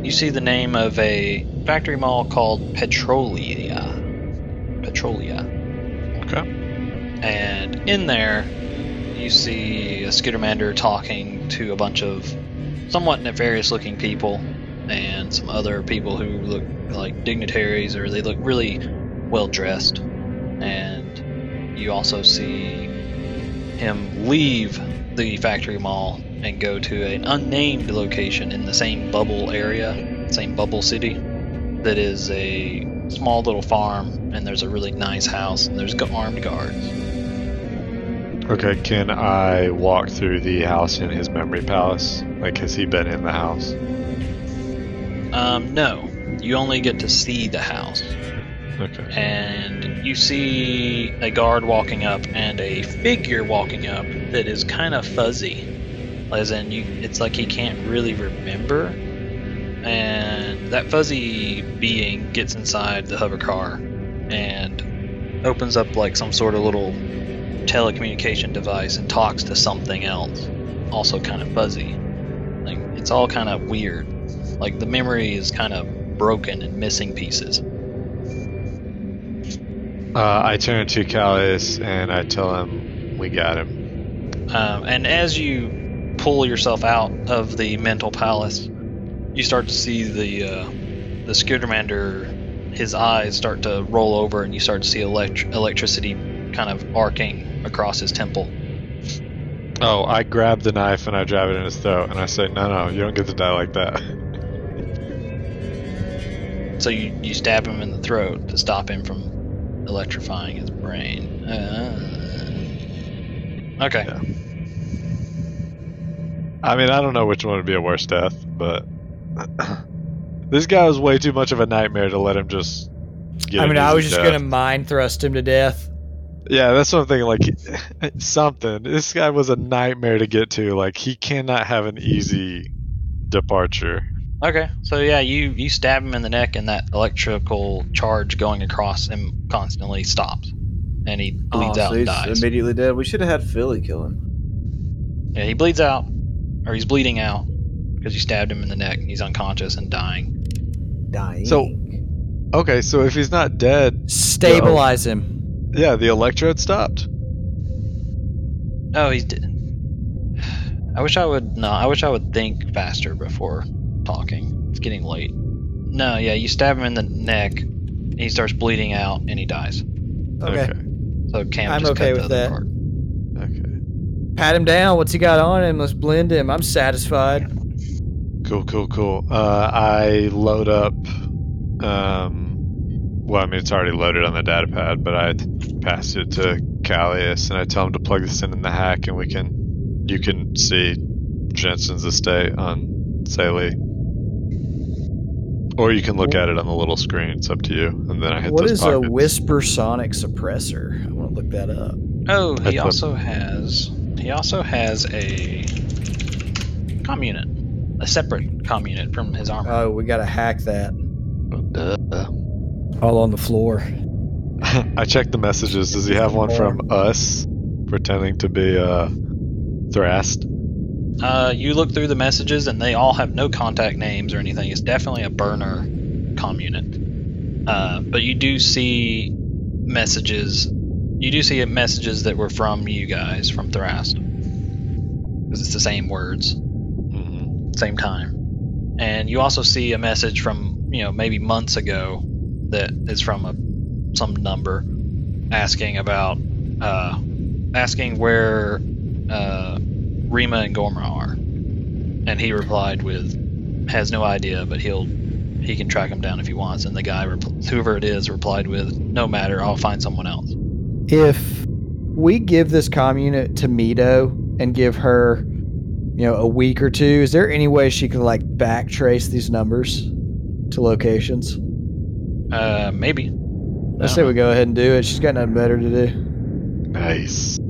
Speaker 2: You see the name of a factory mall called Petrolia. Petrolia.
Speaker 4: Okay.
Speaker 2: And in there, you see a Scootermander talking to a bunch of somewhat nefarious looking people and some other people who look like dignitaries or they look really well dressed. And you also see him leave the factory mall and go to an unnamed location in the same bubble area, same bubble city, that is a small little farm, and there's a really nice house, and there's gu- armed guards.
Speaker 4: Okay, can I walk through the house in his memory palace? Like, has he been in the house?
Speaker 2: Um, no, you only get to see the house,
Speaker 4: Okay.
Speaker 2: and you see a guard walking up and a figure walking up that is kind of fuzzy, as in you, it's like he can't really remember. And that fuzzy being gets inside the hover car and opens up like some sort of little telecommunication device and talks to something else, also kind of fuzzy. Like it's all kind of weird. Like the memory is kind of broken and missing pieces.
Speaker 4: Uh, I turn to Callis and I tell him we got him.
Speaker 2: Um, and as you pull yourself out of the mental palace, you start to see the uh, the Scootermander. His eyes start to roll over, and you start to see elect- electricity kind of arcing across his temple.
Speaker 4: Oh, I grab the knife and I drive it in his throat and I say, "No, no, you don't get to die like that." (laughs)
Speaker 2: So you, you stab him in the throat to stop him from electrifying his brain. Uh, okay.
Speaker 4: I mean, I don't know which one would be a worse death, but (clears throat) this guy was way too much of a nightmare to let him just. Get
Speaker 8: I mean,
Speaker 4: an
Speaker 8: I
Speaker 4: easy
Speaker 8: was just
Speaker 4: death.
Speaker 8: gonna mind thrust him to death.
Speaker 4: Yeah, that's what I'm thinking. Like (laughs) something. This guy was a nightmare to get to. Like he cannot have an easy departure.
Speaker 2: Okay, so yeah, you you stab him in the neck, and that electrical charge going across him constantly stops, and he bleeds
Speaker 13: Oh,
Speaker 2: out
Speaker 13: so
Speaker 2: and
Speaker 13: he's
Speaker 2: dies.
Speaker 13: immediately dead. We should have had Philly kill him.
Speaker 2: Yeah, he bleeds out, or he's bleeding out because you stabbed him in the neck, and he's unconscious and dying.
Speaker 13: Dying.
Speaker 4: So, okay, so if he's not dead,
Speaker 8: Stabilize him.
Speaker 4: yeah, the electrode stopped.
Speaker 2: Oh, he's dead. I wish I would no. I wish I would think faster before talking. It's getting late. No, yeah, you stab him in the neck, and he starts bleeding out, and he dies.
Speaker 8: Okay.
Speaker 2: So Cam,
Speaker 8: I'm
Speaker 2: just
Speaker 8: okay
Speaker 2: cut
Speaker 8: with
Speaker 2: the other
Speaker 8: that.
Speaker 2: Part.
Speaker 8: Pat him down. What's he got on him? Let's blend him. I'm satisfied.
Speaker 4: Cool, cool, cool. Uh, I load up. Um, well, I mean, it's already loaded on the data pad, but I pass it to Callius and I tell him to plug this in in the hack, and we can, you can see Jensen's estate on Saley. Or you can look at it on the little screen. It's up to you. And then I hit
Speaker 8: What
Speaker 4: those
Speaker 8: is
Speaker 4: pockets.
Speaker 8: a whisper sonic suppressor? I want to look that up.
Speaker 2: Oh,
Speaker 4: That's
Speaker 2: he
Speaker 4: what-
Speaker 2: also has he also has a comm unit, a separate comm unit from his armor.
Speaker 8: Oh, we gotta hack that. All on the floor.
Speaker 4: (laughs) I checked the messages. Does he have one from us pretending to be uh, Thrast?
Speaker 2: Uh, you look through the messages, and they all have no contact names or anything. It's definitely a burner comm unit. Uh, but you do see messages. You do see messages that were from you guys from Thrust, because it's the same words,
Speaker 4: Mm-hmm.
Speaker 2: same time. And you also see a message from you know maybe months ago that is from a some number asking about uh, asking where. Uh, Rima and Gormra are. And he replied with, has no idea, but he'll he can track him down if he wants. And the guy, repl- whoever it is, replied with, no matter, I'll find someone else.
Speaker 8: If we give this comm unit to Mito and give her, you know, a week or two, is there any way she could like backtrace these numbers to locations?
Speaker 2: Uh, maybe.
Speaker 8: I say we go ahead and do it. She's got nothing better to do.
Speaker 4: Nice.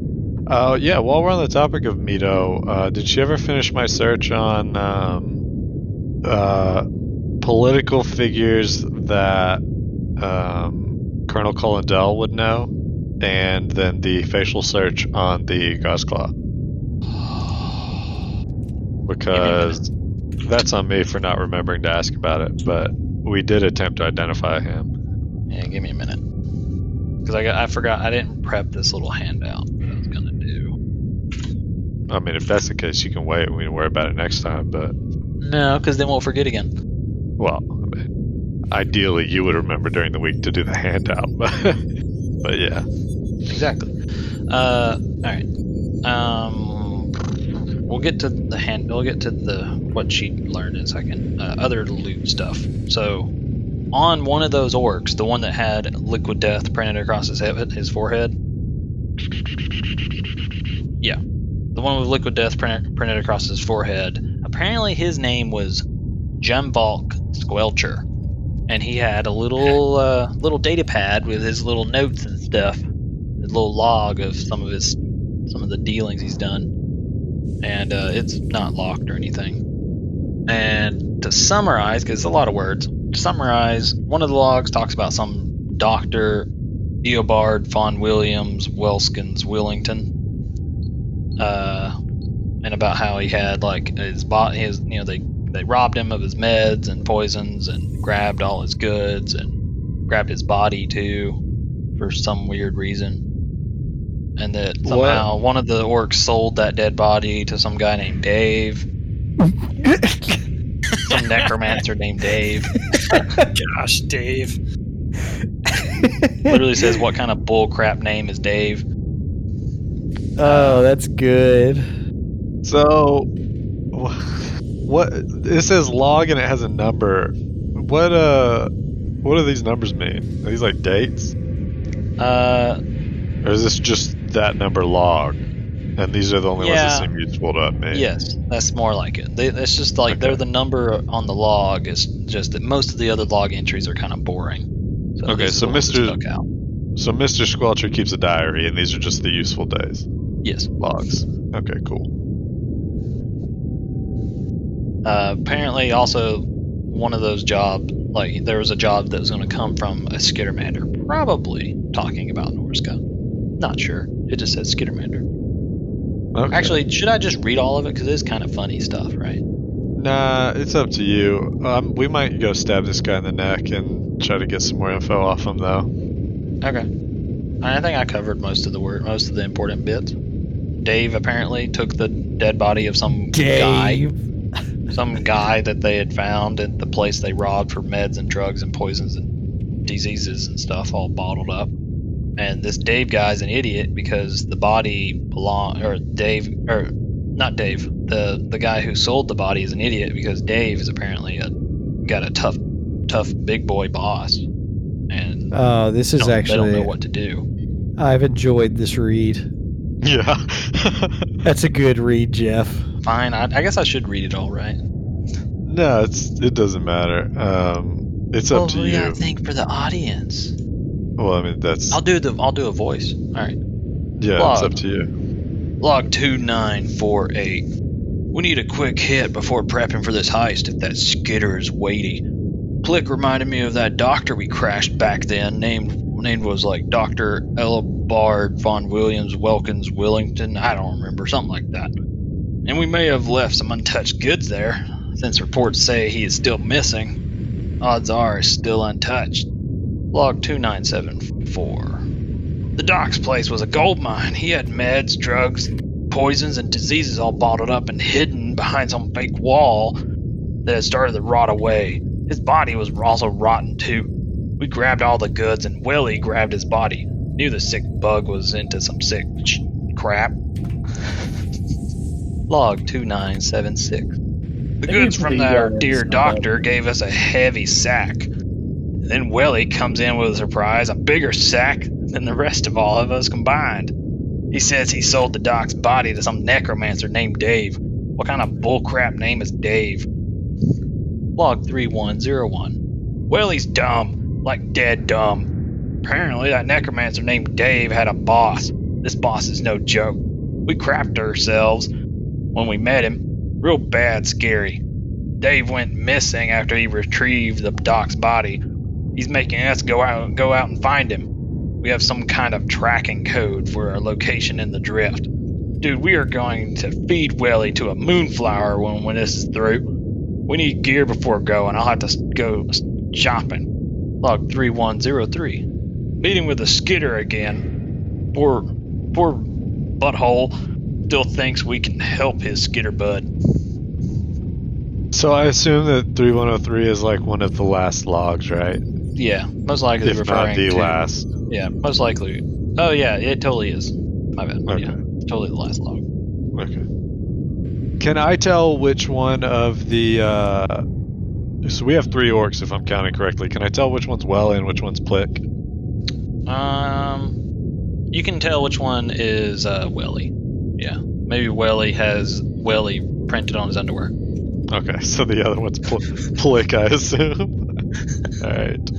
Speaker 4: Uh, yeah, while we're on the topic of Mito, uh, did she ever finish my search on um, uh, political figures that um, Colonel Colondell would know? And then the facial search on the Gosclaw. Because that's on me for not remembering to ask about it, but we did attempt to identify him.
Speaker 2: Yeah, give me a minute. Because I, got- I forgot, I didn't prep this little handout that I was going to do.
Speaker 4: I mean, if that's the case, you can wait and we can worry about it next time, but
Speaker 2: No, because then we'll forget again.
Speaker 4: Well, I mean, ideally, you would remember during the week to do the handout, (laughs) but, but yeah.
Speaker 2: Exactly. Uh, alright. Um, we'll get to the hand, we'll get to the, what she learned in a second. Uh, other loot stuff. So, on one of those orcs, the one that had liquid death printed across his head, his forehead. Yeah, the one with liquid death print, printed across his forehead. Apparently, his name was Jumbalk Squelcher, and he had a little uh, little data pad with his little notes and stuff, his little log of some of his some of the dealings he's done, and uh, it's not locked or anything. And to summarize, because it's a lot of words, to summarize, one of the logs talks about some doctor, Eobard Von Williams Welskins Willington, uh, and about how he had like his bot, his you know they they robbed him of his meds and poisons and grabbed all his goods and grabbed his body too, for some weird reason, and that somehow one of the orcs sold that dead body to some guy named Dave, some necromancer named Dave.
Speaker 5: Gosh, Dave.
Speaker 2: Literally says, "What kind of bullcrap name is Dave?"
Speaker 8: (laughs) Oh, that's good.
Speaker 4: So, what? It says log and it has a number. What uh, what do these numbers mean? Are these like dates?
Speaker 2: Uh,
Speaker 4: or is this just that number log? And these are the only ones that seem useful to me.
Speaker 2: Yes, that's more like it. They, it's just like they're the number on the log. It's just that most of the other log entries are kind of boring.
Speaker 4: okay,
Speaker 2: this is
Speaker 4: so
Speaker 2: the one that
Speaker 4: Mr.
Speaker 2: stuck out.
Speaker 4: So Mr. Squelcher keeps a diary, and these are just the useful days.
Speaker 2: Yes.
Speaker 4: Logs. Okay, cool.
Speaker 2: Uh, apparently, also one of those job like there was a job that was going to come from a skittermander, probably talking about Norska. Not sure. It just says skittermander.
Speaker 4: Okay.
Speaker 2: Actually, should I just read all of it because it's kind of funny stuff, right?
Speaker 4: Nah, it's up to you. Um, we might go stab this guy in the neck and try to get some more info off him,
Speaker 2: (laughs)
Speaker 4: though.
Speaker 2: Okay. I think I covered most of the word, most of the important bits. Dave apparently took the dead body of some guy, some guy that they had found at the place they robbed for meds and drugs and poisons and diseases and stuff, all bottled up. And this Dave guy's an idiot because the body belong or Dave or not Dave, the the guy who sold the body is an idiot because Dave is apparently a got a tough tough big boy boss. And
Speaker 8: Oh, this is
Speaker 2: don't- they don't
Speaker 8: actually-
Speaker 2: know what to do.
Speaker 8: I've enjoyed this read.
Speaker 4: (laughs) Yeah.
Speaker 8: That's a good read, Jeff.
Speaker 2: Fine, I, I guess I should read it all right.
Speaker 4: No, it's it doesn't matter. Um, it's up to you.
Speaker 2: think for the audience?
Speaker 4: Well, I mean that's
Speaker 2: I'll do the I'll do a voice. All right.
Speaker 4: yeah,
Speaker 2: Log.
Speaker 4: it's up to you.
Speaker 2: Log 2948. We need a quick hit before prepping for this heist if that skitter is weighty. Click reminded me of that doctor we crashed back then, named named was like Dr. Elbard von Williams Wilkins Willington, I don't remember, something like that. And we may have left some untouched goods there, since reports say he is still missing. Odds are it's still untouched. Log 2974. The doc's place was a gold mine. He had meds, drugs, poisons, and diseases all bottled up and hidden behind some fake wall that had started to rot away. His body was also rotten, too. We grabbed all the goods, and Willie grabbed his body. Knew the sick bug was into some sick ch- crap. Log 2976. The goods from our dear doctor gave us a heavy sack. Then Willie comes in with a surprise, a bigger sack than the rest of all of us combined. He says he sold the doc's body to some necromancer named Dave. What kind of bullcrap name is Dave? Log 3101. Willie's dumb, like dead dumb. Apparently, that necromancer named Dave had a boss. This boss is no joke. We crapped ourselves when we met him. Real bad, scary. Dave went missing after he retrieved the doc's body. He's making us go out go out and find him. We have some kind of tracking code for our location in the drift. Dude, we are going to feed Welly to a moonflower when, when this is through. We need gear before going. I'll have to s- go s- shopping. Log 3103. Meeting with a skitter again. Poor, poor butthole still thinks we can help his skitter bud.
Speaker 4: So I assume that 3103 is like one of the last logs, right?
Speaker 2: Yeah, most likely
Speaker 4: if
Speaker 2: referring
Speaker 4: not the
Speaker 2: to
Speaker 4: last.
Speaker 2: Yeah, most likely. Oh yeah, it totally is. My bad.
Speaker 4: Okay.
Speaker 2: Yeah, totally the last log.
Speaker 4: Okay. Can I tell which one of the? Uh, so we have three orcs, if I'm counting correctly. Can I tell which one's well and which one's Plick?
Speaker 2: Um, you can tell which one is uh, Welly. Yeah, maybe Welly has Welly printed on his underwear.
Speaker 4: Okay, (laughs) so the other one's pl- Plick, I assume. (laughs) All right.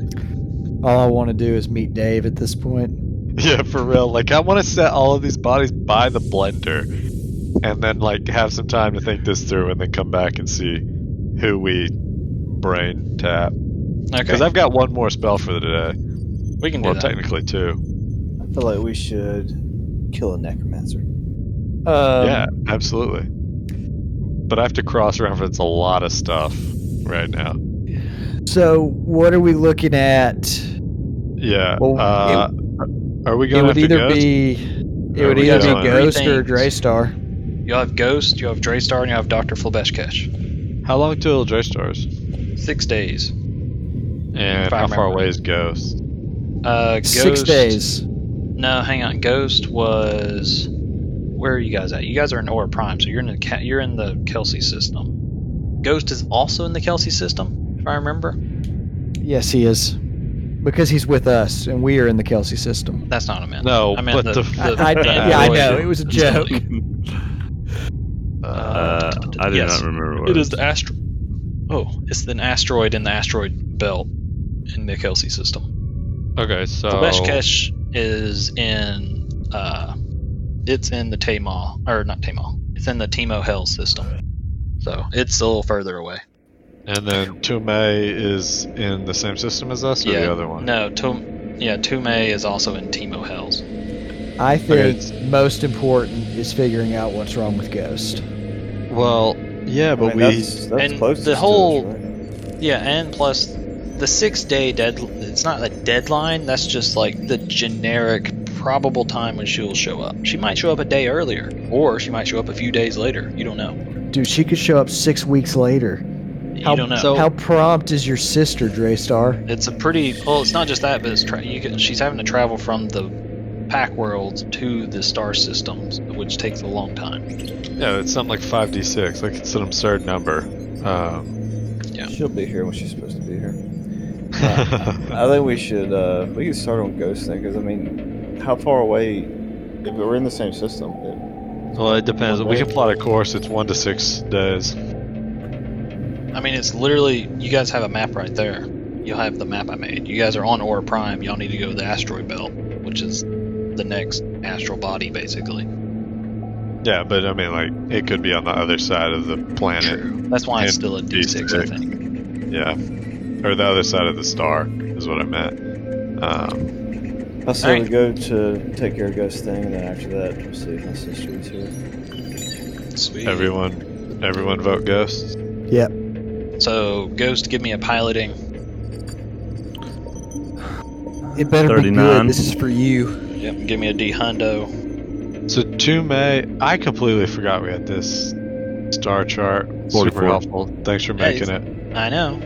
Speaker 8: All I want to do is meet Dave at this point.
Speaker 4: Yeah, for real. Like, I want to set all of these bodies by the blender, and then like have some time to think this through, and then come back and see who we brain tap.
Speaker 2: Okay.
Speaker 4: Because I've got one more spell for the day.
Speaker 2: We can do
Speaker 4: Well,
Speaker 2: that.
Speaker 4: technically two.
Speaker 13: I feel like we should kill a necromancer.
Speaker 8: Um,
Speaker 4: yeah, absolutely. But I have to cross-reference a lot of stuff right now.
Speaker 8: So, what are we looking at?
Speaker 4: Yeah.
Speaker 8: Well,
Speaker 4: uh, Are we going?
Speaker 3: it would
Speaker 4: after
Speaker 3: either
Speaker 4: Ghost?
Speaker 3: be it
Speaker 4: Or
Speaker 3: would
Speaker 4: are we
Speaker 3: either
Speaker 4: going-
Speaker 3: be Ghost or
Speaker 2: Three things.
Speaker 3: Draystar.
Speaker 2: You'll have Ghost, you'll have Draystar, and you'll have Dr. Flabeshkesh.
Speaker 4: How long till Draystar's?
Speaker 2: Six days.
Speaker 4: And
Speaker 2: If I
Speaker 4: how far
Speaker 2: remember.
Speaker 4: away is Ghost?
Speaker 2: Uh, Ghost,
Speaker 3: Six days.
Speaker 2: No, hang on. Ghost was. Where are you guys at? You guys are in Aura Prime, so you're in the Ca- you're in the Kelsey system. Ghost is also in the Kelsey system, if I remember.
Speaker 3: Yes, he is. Because he's with us and we are in the Kelsey system.
Speaker 2: That's not what I meant.
Speaker 4: No,
Speaker 2: I meant
Speaker 4: but
Speaker 2: the,
Speaker 4: the- (laughs)
Speaker 2: the,
Speaker 3: I, I- yeah, I know. It was a joke.
Speaker 6: Uh, I do
Speaker 2: yes.
Speaker 6: not remember what
Speaker 2: It is the astro. Oh, it's an asteroid in the asteroid belt in the Kelsey system.
Speaker 4: Okay, so
Speaker 2: The Beshkesh is in. Uh, it's in the Tamal or not Tamal. It's in the Timo Hell system. So it's a little further away.
Speaker 4: and then Tume is in the same system as us, or the other one?
Speaker 2: No, Tom. Yeah, Tume is also in Timo Hells.
Speaker 3: I think
Speaker 4: it's-
Speaker 3: most important is figuring out what's wrong with Ghost.
Speaker 4: Well, yeah, but
Speaker 13: I mean,
Speaker 4: we
Speaker 13: that's, that's
Speaker 2: and
Speaker 13: closest
Speaker 2: the
Speaker 13: to
Speaker 2: whole
Speaker 13: us, right?
Speaker 2: Yeah, and plus the six day dead. It's not a deadline. That's just like the generic probable time when she'll show up. She might show up a day earlier, or she might show up a few days later. You don't know.
Speaker 3: Dude, she could show up six weeks later.
Speaker 2: You
Speaker 3: How,
Speaker 2: don't know.
Speaker 3: how prompt is your sister, Draystar?
Speaker 2: it's a pretty. Well, it's not just that, but it's tra- you can, she's having to travel from the pack worlds to the star systems, which takes a long time.
Speaker 4: yeah, it's something like five d six. Like it's an absurd number. Um,
Speaker 13: She'll be here when she's supposed to be here. I think we should uh, we can start on Ghost thing because I mean, how far away? If we're in the same system, it,
Speaker 4: (laughs) well, it depends. We can plot a course. It's one to six days.
Speaker 2: I mean, it's literally you guys have a map right there. You'll have the map I made. You guys are on Aura Prime. Y'all need to go to the asteroid belt, which is the next astral body, basically.
Speaker 4: Yeah, but I mean, like it could be on the other side of the planet.
Speaker 2: That's why
Speaker 4: And
Speaker 2: it's still a D6, I
Speaker 4: D6.
Speaker 2: think.
Speaker 4: Yeah, or the other side of the star is what I meant. Um,
Speaker 13: I say
Speaker 2: Alright.
Speaker 13: we go to take care of Ghost thing, and then after that, we'll see if my sister is here.
Speaker 2: Sweet.
Speaker 4: everyone, everyone vote ghosts.
Speaker 3: Yep.
Speaker 2: So, Ghost, give me a piloting.
Speaker 3: It better be good.
Speaker 6: 39.
Speaker 3: This is for you.
Speaker 2: Yep, give me a D Hundo.
Speaker 4: So two May, I completely forgot we had this star chart. Super
Speaker 6: 44.
Speaker 4: helpful. Thanks for
Speaker 2: Hey,
Speaker 4: making it.
Speaker 2: I know.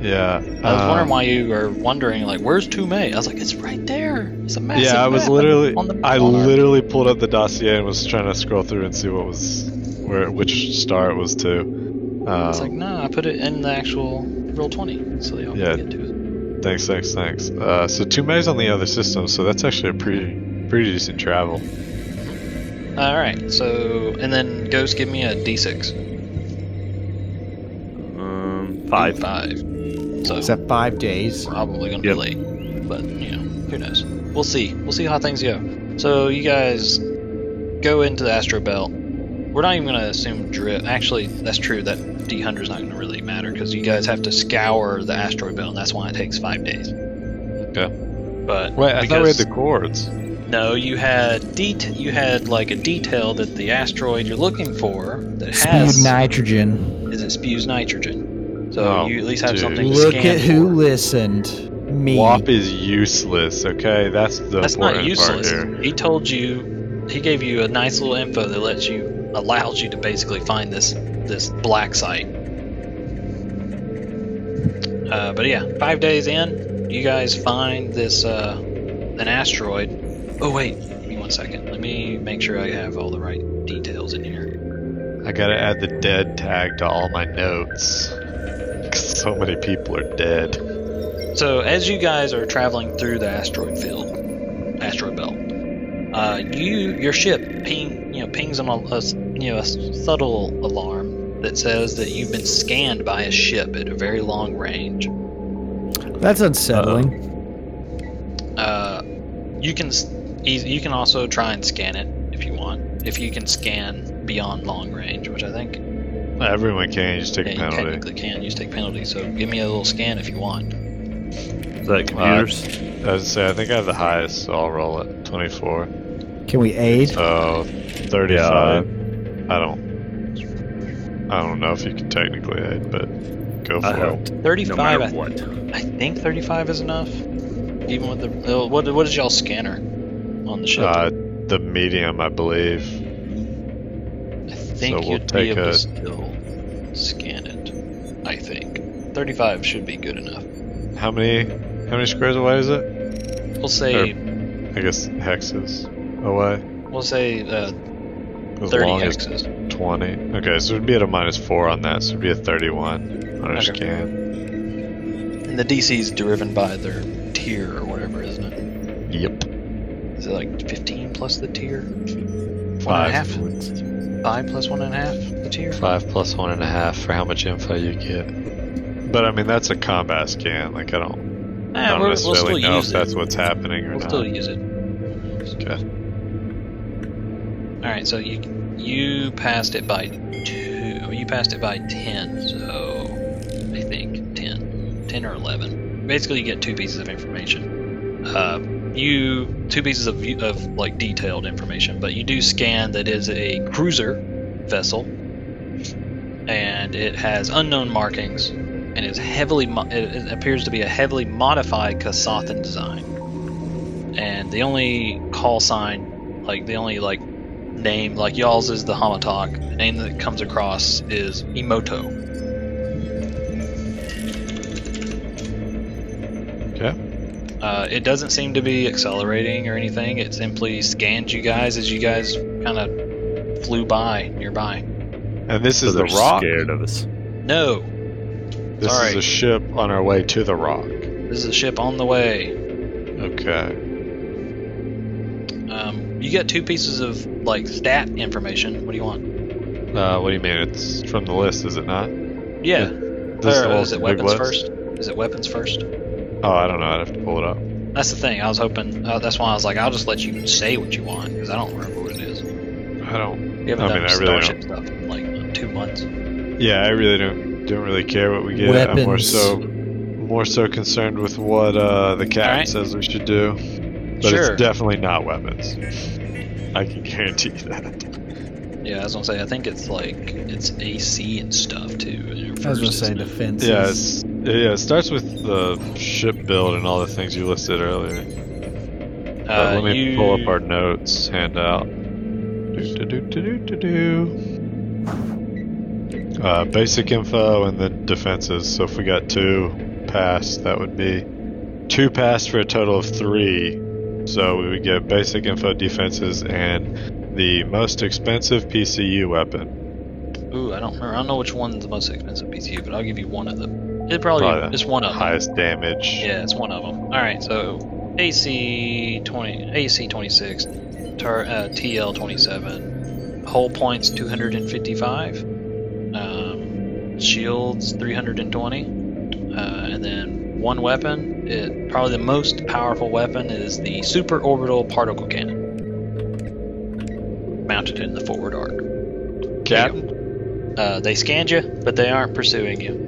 Speaker 4: Yeah.
Speaker 2: I was
Speaker 4: um,
Speaker 2: wondering why you were wondering, like, where's Toomey? I was like, it's right there. It's a massive
Speaker 4: Yeah, I was
Speaker 2: map
Speaker 4: literally,
Speaker 2: on the-
Speaker 4: I
Speaker 2: on our-
Speaker 4: literally pulled up the dossier and was trying to scroll through and see what was where, which star it was to.
Speaker 2: I was like,
Speaker 4: Um,
Speaker 2: no, I put it in the actual roll 20, so y'all
Speaker 4: Yeah.
Speaker 2: can get to it.
Speaker 4: thanks, thanks, thanks. Uh, so two May's on the other system, so that's actually a pretty, pretty decent travel.
Speaker 2: All right. So, and then Ghost, give me a D6.
Speaker 6: Um, five.
Speaker 2: Five. So
Speaker 8: Is that five days?
Speaker 2: probably gonna
Speaker 6: Yep.
Speaker 2: be late, but you know, who knows? We'll see. We'll see how things go. So you guys go into the Astro Belt. We're not even gonna assume drip. Actually, that's true. That D hundred's not gonna really matter because you guys have to scour the asteroid belt, and that's why it takes five days.
Speaker 4: Okay.
Speaker 2: But
Speaker 4: Wait, I thought we had
Speaker 2: because-
Speaker 4: the cords.
Speaker 2: No, you had det- you had like a detail that the asteroid you're looking for that has
Speaker 8: Speed nitrogen.
Speaker 2: is it spews nitrogen. So
Speaker 4: Oh,
Speaker 2: you at least have
Speaker 4: dude.
Speaker 2: something to
Speaker 8: Look
Speaker 2: scan
Speaker 8: at who
Speaker 2: for.
Speaker 8: listened. Me.
Speaker 4: WAP is useless. Okay, that's the
Speaker 2: That's
Speaker 4: important
Speaker 2: not useless.
Speaker 4: part here.
Speaker 2: He told you, he gave you a nice little info that lets you allows you to basically find this this black site. Uh, but yeah, five days in, you guys find this uh, an asteroid. Oh wait, give me one second. Let me make sure I have all the right details in here.
Speaker 4: I gotta add the dead tag to all my notes. 'Cause so many people are dead.
Speaker 2: So as you guys are traveling through the asteroid field, asteroid belt, uh, you your ship ping you know pings on a, a s- you know a subtle alarm that says that you've been scanned by a ship at a very long range.
Speaker 8: That's unsettling.
Speaker 2: Uh, you can s- eas- you can also try and scan it if you want. If you can scan beyond long range, which I think
Speaker 4: Everyone can, you just take
Speaker 2: yeah,
Speaker 4: a
Speaker 2: you
Speaker 4: penalty.
Speaker 2: technically can, you just take penalties. So give me a little scan if you want.
Speaker 6: Is that computers?
Speaker 4: I was say, I think I have the highest, so I'll roll it. 24.
Speaker 8: Can we aid?
Speaker 4: So, 35. I don't. I don't know if you can technically aid, but go
Speaker 6: I
Speaker 4: for it.
Speaker 6: helped. No
Speaker 2: Thirty-five,
Speaker 6: matter
Speaker 2: I,
Speaker 6: what.
Speaker 2: I think thirty-five is enough. Even with the uh, what what is y'all scanner on the ship?
Speaker 4: Uh, the medium, I believe.
Speaker 2: I think
Speaker 4: so we'll
Speaker 2: you'd be
Speaker 4: take
Speaker 2: able
Speaker 4: a-
Speaker 2: to still scan it. I think thirty-five should be good enough.
Speaker 4: How many? How many squares away is it?
Speaker 2: We'll say
Speaker 4: I guess hexes away.
Speaker 2: we'll say uh,
Speaker 4: As
Speaker 2: thirty
Speaker 4: long as
Speaker 2: hexes.
Speaker 4: 20. Okay, so it'd be at a minus 4 on that, so it'd be a 31 on our
Speaker 2: Okay.
Speaker 4: scan.
Speaker 2: And the DC is driven by their tier or whatever, isn't it?
Speaker 4: Yep.
Speaker 2: Is it like fifteen plus the tier?
Speaker 4: Five.
Speaker 2: One and a half. Five plus one and a half. The tier.
Speaker 4: 5 plus 1.5 for how much info you get. But I mean, that's a combat scan. Like, I don't,
Speaker 2: Eh,
Speaker 4: I don't
Speaker 2: we'll- we'll
Speaker 4: necessarily
Speaker 2: still
Speaker 4: know if
Speaker 2: use it.
Speaker 4: that's what's happening or
Speaker 2: We'll
Speaker 4: not.
Speaker 2: still use it.
Speaker 4: Okay.
Speaker 2: All right, so you you passed it by two. oh, You passed it by ten. So I think 10, 10 or eleven. Basically, you get two pieces of information. Uh, you two pieces of of like detailed information, but you do scan that is a cruiser vessel, and it has unknown markings, and is heavily mo- it it appears to be a heavily modified Kasathan design and the only call sign, like the only like name, like y'all's is the Hamatok. The name that comes across is Emoto.
Speaker 4: Okay.
Speaker 2: Uh, it doesn't seem to be accelerating or anything. It simply scanned you guys as you guys kind of flew by nearby.
Speaker 4: And this
Speaker 6: So
Speaker 4: is the
Speaker 6: they're
Speaker 4: rock.
Speaker 6: Scared of us.
Speaker 2: No,
Speaker 4: This
Speaker 2: All
Speaker 4: is
Speaker 2: right.
Speaker 4: a ship on our way to the rock.
Speaker 2: this is a ship on the way.
Speaker 4: Okay.
Speaker 2: Um, you got two pieces of like stat information. What do you want?
Speaker 4: Uh, what do you mean? It's from the list, is it not?
Speaker 2: Yeah.
Speaker 4: This
Speaker 2: or
Speaker 4: whole
Speaker 2: is it
Speaker 4: big
Speaker 2: weapons
Speaker 4: list?
Speaker 2: first? Is it weapons first?
Speaker 4: Oh, I don't know. I'd have to pull it up.
Speaker 2: That's the thing. I was hoping. Uh, that's why I was like, I'll just let you say what you want because I don't remember what it is.
Speaker 4: I don't.
Speaker 2: You haven't
Speaker 4: I
Speaker 2: done
Speaker 4: mean, I really
Speaker 2: Starship stuff in like two months.
Speaker 4: Yeah, I really don't don't really care what we get. I'm more
Speaker 8: Weapons.
Speaker 4: so more so concerned with what uh, the captain
Speaker 2: Alright.
Speaker 4: says we should do. But
Speaker 2: Sure.
Speaker 4: it's definitely not weapons. I can guarantee that.
Speaker 2: Yeah, I was gonna say. I think it's like it's AC and stuff too.
Speaker 8: I was gonna say defenses.
Speaker 4: Yeah, it's, yeah, it starts with the ship build and all the things you listed earlier. But
Speaker 2: Uh,
Speaker 4: let me
Speaker 2: you-
Speaker 4: pull up our notes handout. Do-do-do-do-do-do. Uh, basic info and then defenses. So if we got two pass, that would be two pass for a total of three. So we would get basic info, defenses, and the most expensive PCU weapon.
Speaker 2: Ooh, I don't remember. I don't know which one's the most expensive PCU, but I'll give you one of them. It probably,
Speaker 4: Probably the
Speaker 2: it's one of them.
Speaker 4: Highest damage.
Speaker 2: Yeah, it's one of them. All right, so AC twenty, AC twenty six, tar, uh, TL twenty seven, hull points two hundred and fifty five, um, shields three hundred and twenty, uh, and then one weapon. It probably the most powerful weapon is the super orbital particle cannon, mounted in the forward arc.
Speaker 4: Captain,
Speaker 2: Uh, they scanned you, but they aren't pursuing you.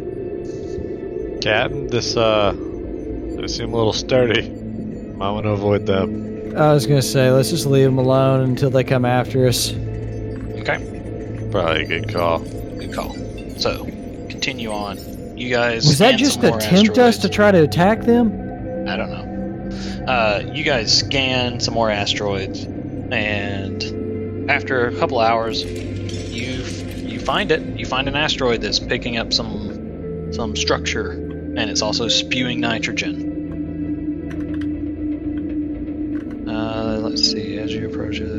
Speaker 4: Captain, this uh, they seem a little sturdy. Might want to avoid them.
Speaker 8: I was gonna say let's just leave them alone until they come after us.
Speaker 2: Okay,
Speaker 4: Probably a good call.
Speaker 2: good call. So continue on. You guys
Speaker 8: Was that
Speaker 2: scan some
Speaker 8: just to
Speaker 2: more
Speaker 8: tempt us
Speaker 2: asteroids.
Speaker 8: to try to attack them?
Speaker 2: I don't know. Uh, you guys scan some more asteroids, and after a couple hours, you you find it. You find an asteroid that's picking up some some structure, and it's also spewing nitrogen. Uh, let's see. As you approach it,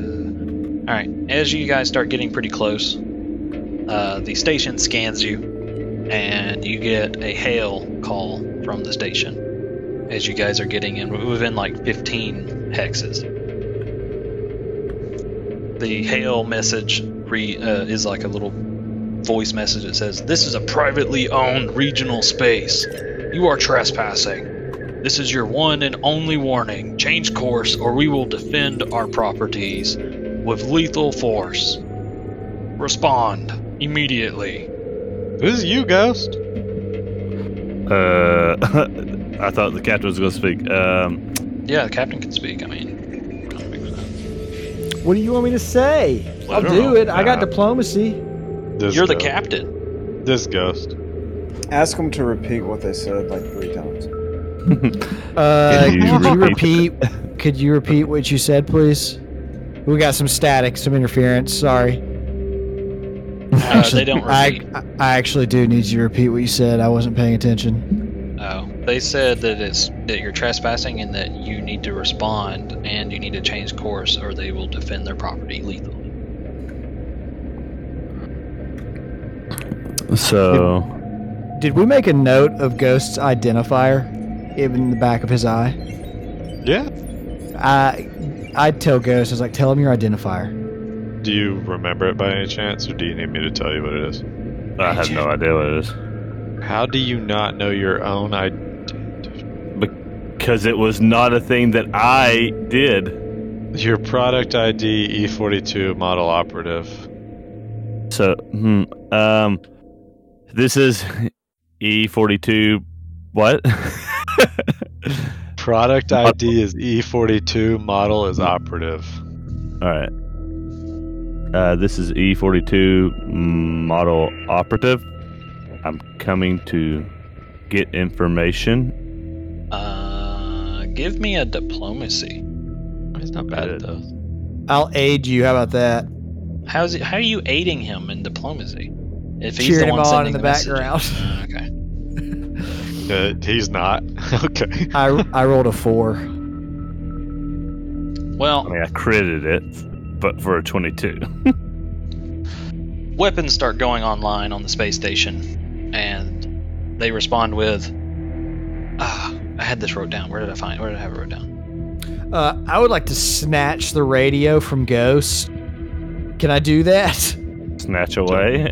Speaker 2: all right. As you guys start getting pretty close, uh, the station scans you, and you get a hail call from the station as you guys are getting in within like 15 hexes. The hail message re, uh, is like a little voice message that says, "This is a privately owned regional space. You are trespassing. This is your one and only warning. Change course, or we will defend our properties with lethal force. Respond immediately."
Speaker 4: This is you,
Speaker 6: Uh,
Speaker 4: Ghost.
Speaker 6: (laughs) I thought the captain was going to speak. Um,
Speaker 2: Yeah, the captain can speak. I mean,
Speaker 8: What do you want me to say?
Speaker 4: I
Speaker 8: I'll
Speaker 4: don't
Speaker 8: do
Speaker 4: know.
Speaker 8: it. I got
Speaker 2: Uh,
Speaker 4: Nah.
Speaker 8: diplomacy.
Speaker 4: This
Speaker 2: you're the
Speaker 4: ghost.
Speaker 2: captain.
Speaker 4: This ghost.
Speaker 13: Ask them to repeat what they said like three times.
Speaker 8: Uh,
Speaker 6: Can you
Speaker 8: could you
Speaker 6: repeat
Speaker 8: repeat? could you repeat what you said, please? We got some static, some interference. Sorry.
Speaker 2: Uh, they don't repeat.
Speaker 8: (laughs) I, I actually do need you to repeat what you said. I wasn't paying attention.
Speaker 2: Oh, they said that it's that you're trespassing and that you need to respond and you need to change course or they will defend their property lethally.
Speaker 6: So
Speaker 8: Did we make a note of Ghost's identifier in the back of his eye?
Speaker 4: Yeah.
Speaker 8: I I'd tell Ghost. I was like, tell him your identifier.
Speaker 4: Do you remember it by any chance, or do you need me to tell you what it is?
Speaker 6: I have no idea what it is.
Speaker 4: How do you not know your own ID?
Speaker 6: Because it was not a thing that I did.
Speaker 4: Your product ID E42 model operative.
Speaker 6: So, hmm, um, this is (laughs) E42. What? (laughs)
Speaker 4: Product ID is E42, model is operative.
Speaker 6: All right. Uh, this is E42 model operative. I'm coming to get information.
Speaker 2: Uh, give me a diplomacy. He's not bad at those.
Speaker 8: I'll aid you. How about that?
Speaker 2: How's it, how are you aiding him in diplomacy? If he's
Speaker 8: Cheering
Speaker 2: the
Speaker 8: him
Speaker 2: one
Speaker 8: on
Speaker 2: sending
Speaker 8: in the
Speaker 2: message.
Speaker 8: background. (laughs)
Speaker 2: Uh,
Speaker 4: Uh,
Speaker 2: okay.
Speaker 4: he's not. (laughs) okay.
Speaker 8: I I rolled a four.
Speaker 2: Well,
Speaker 6: I mean, I critted it, but for a 22.
Speaker 2: weapons start going online on the space station, and they respond with, "Ah, I had this wrote down. Where did I find? Where did I have it wrote down?
Speaker 8: Uh, I would like to snatch the radio from Ghost. Can I do that? (laughs)
Speaker 6: Snatch away.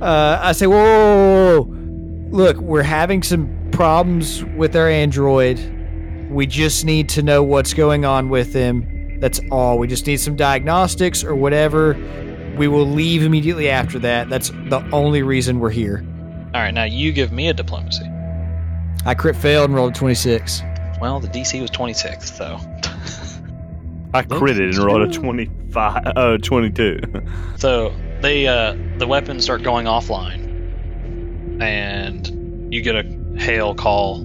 Speaker 8: Uh, I say, whoa, whoa, whoa, whoa. look, we're having some problems with our android. We just need to know what's going on with him. That's all. We just need some diagnostics or whatever. We will leave immediately after that. That's the only reason we're here.
Speaker 2: All right, now you give me a diplomacy.
Speaker 8: I crit failed and rolled a 26.
Speaker 2: Well, the DC was 26, so
Speaker 6: I critted and rolled a 25, uh, 22.
Speaker 2: so they uh, the weapons start going offline, and you get a hail call.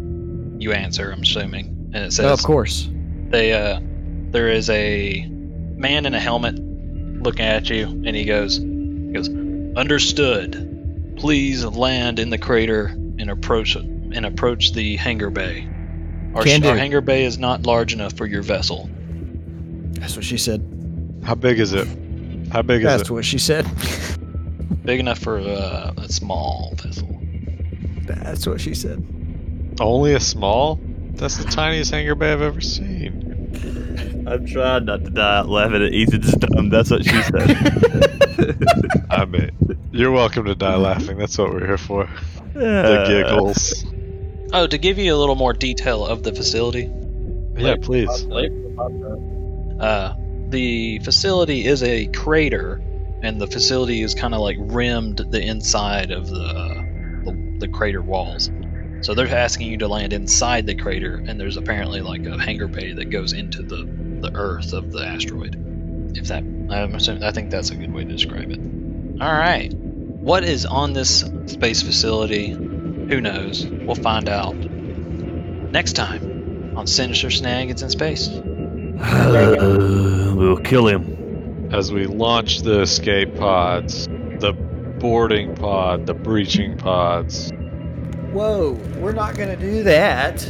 Speaker 2: You answer, I'm assuming, and it says,
Speaker 8: Oh, of course.
Speaker 2: they uh there is a man in a helmet looking at you and he goes he goes understood please land in the crater and approach and approach the hangar bay our,
Speaker 8: Can
Speaker 2: our
Speaker 8: do.
Speaker 2: hangar bay is not large enough for your vessel
Speaker 8: That's what she said.
Speaker 4: How big is it? How big is
Speaker 8: That's
Speaker 4: it?
Speaker 8: what she said. (laughs)
Speaker 2: big enough for uh, a small vessel
Speaker 8: That's what she said.
Speaker 4: Only a small? That's the tiniest hangar bay I've ever seen.
Speaker 6: I'm trying not to die out laughing at Ethan's dumb. That's what she (laughs) said.
Speaker 4: I mean, you're welcome to die laughing. That's what we're here for. The
Speaker 6: Uh,
Speaker 4: (laughs) giggles.
Speaker 2: oh to give you a little more detail of the facility
Speaker 4: Yeah, please.
Speaker 2: Uh, the facility is a crater, and the facility is kind of like rimmed the inside of the, the the crater walls. So they're asking you to land inside the crater, and there's apparently like a hangar bay that goes into the the earth of the asteroid. If that, I'm assuming, I think that's a good way to describe it. All right, what is on this space facility? Who knows? We'll find out next time on Sinister Snag. It's in space.
Speaker 6: Uh, we will kill him.
Speaker 4: As we launch the escape pods, the boarding pod, the breaching pods.
Speaker 3: Whoa, we're not gonna do that.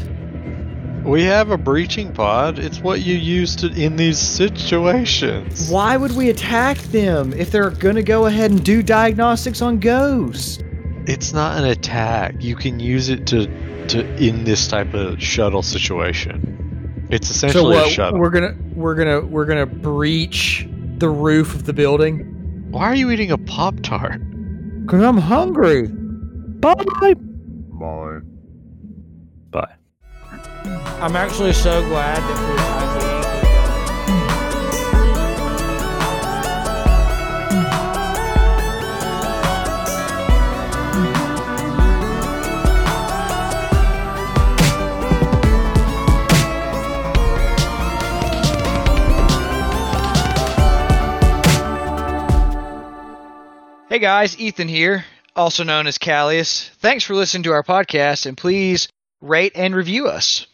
Speaker 4: We have a breaching pod. It's what you use to in these situations.
Speaker 8: Why would we attack them if they're gonna go ahead and do diagnostics on Ghost?
Speaker 4: It's not an attack. You can use it to to in this type of shuttle situation. It's
Speaker 8: So
Speaker 4: essentially a
Speaker 8: what,
Speaker 4: shuttle.
Speaker 8: we're gonna we're gonna we're gonna breach the roof of the building.
Speaker 4: Why are you eating a pop tart?
Speaker 8: Cause I'm hungry. Bye.
Speaker 6: Bye. Bye.
Speaker 9: I'm actually so glad that we.
Speaker 17: Hey guys, Ethan here, also known as Callius. Thanks for listening to our podcast, and please rate and review us.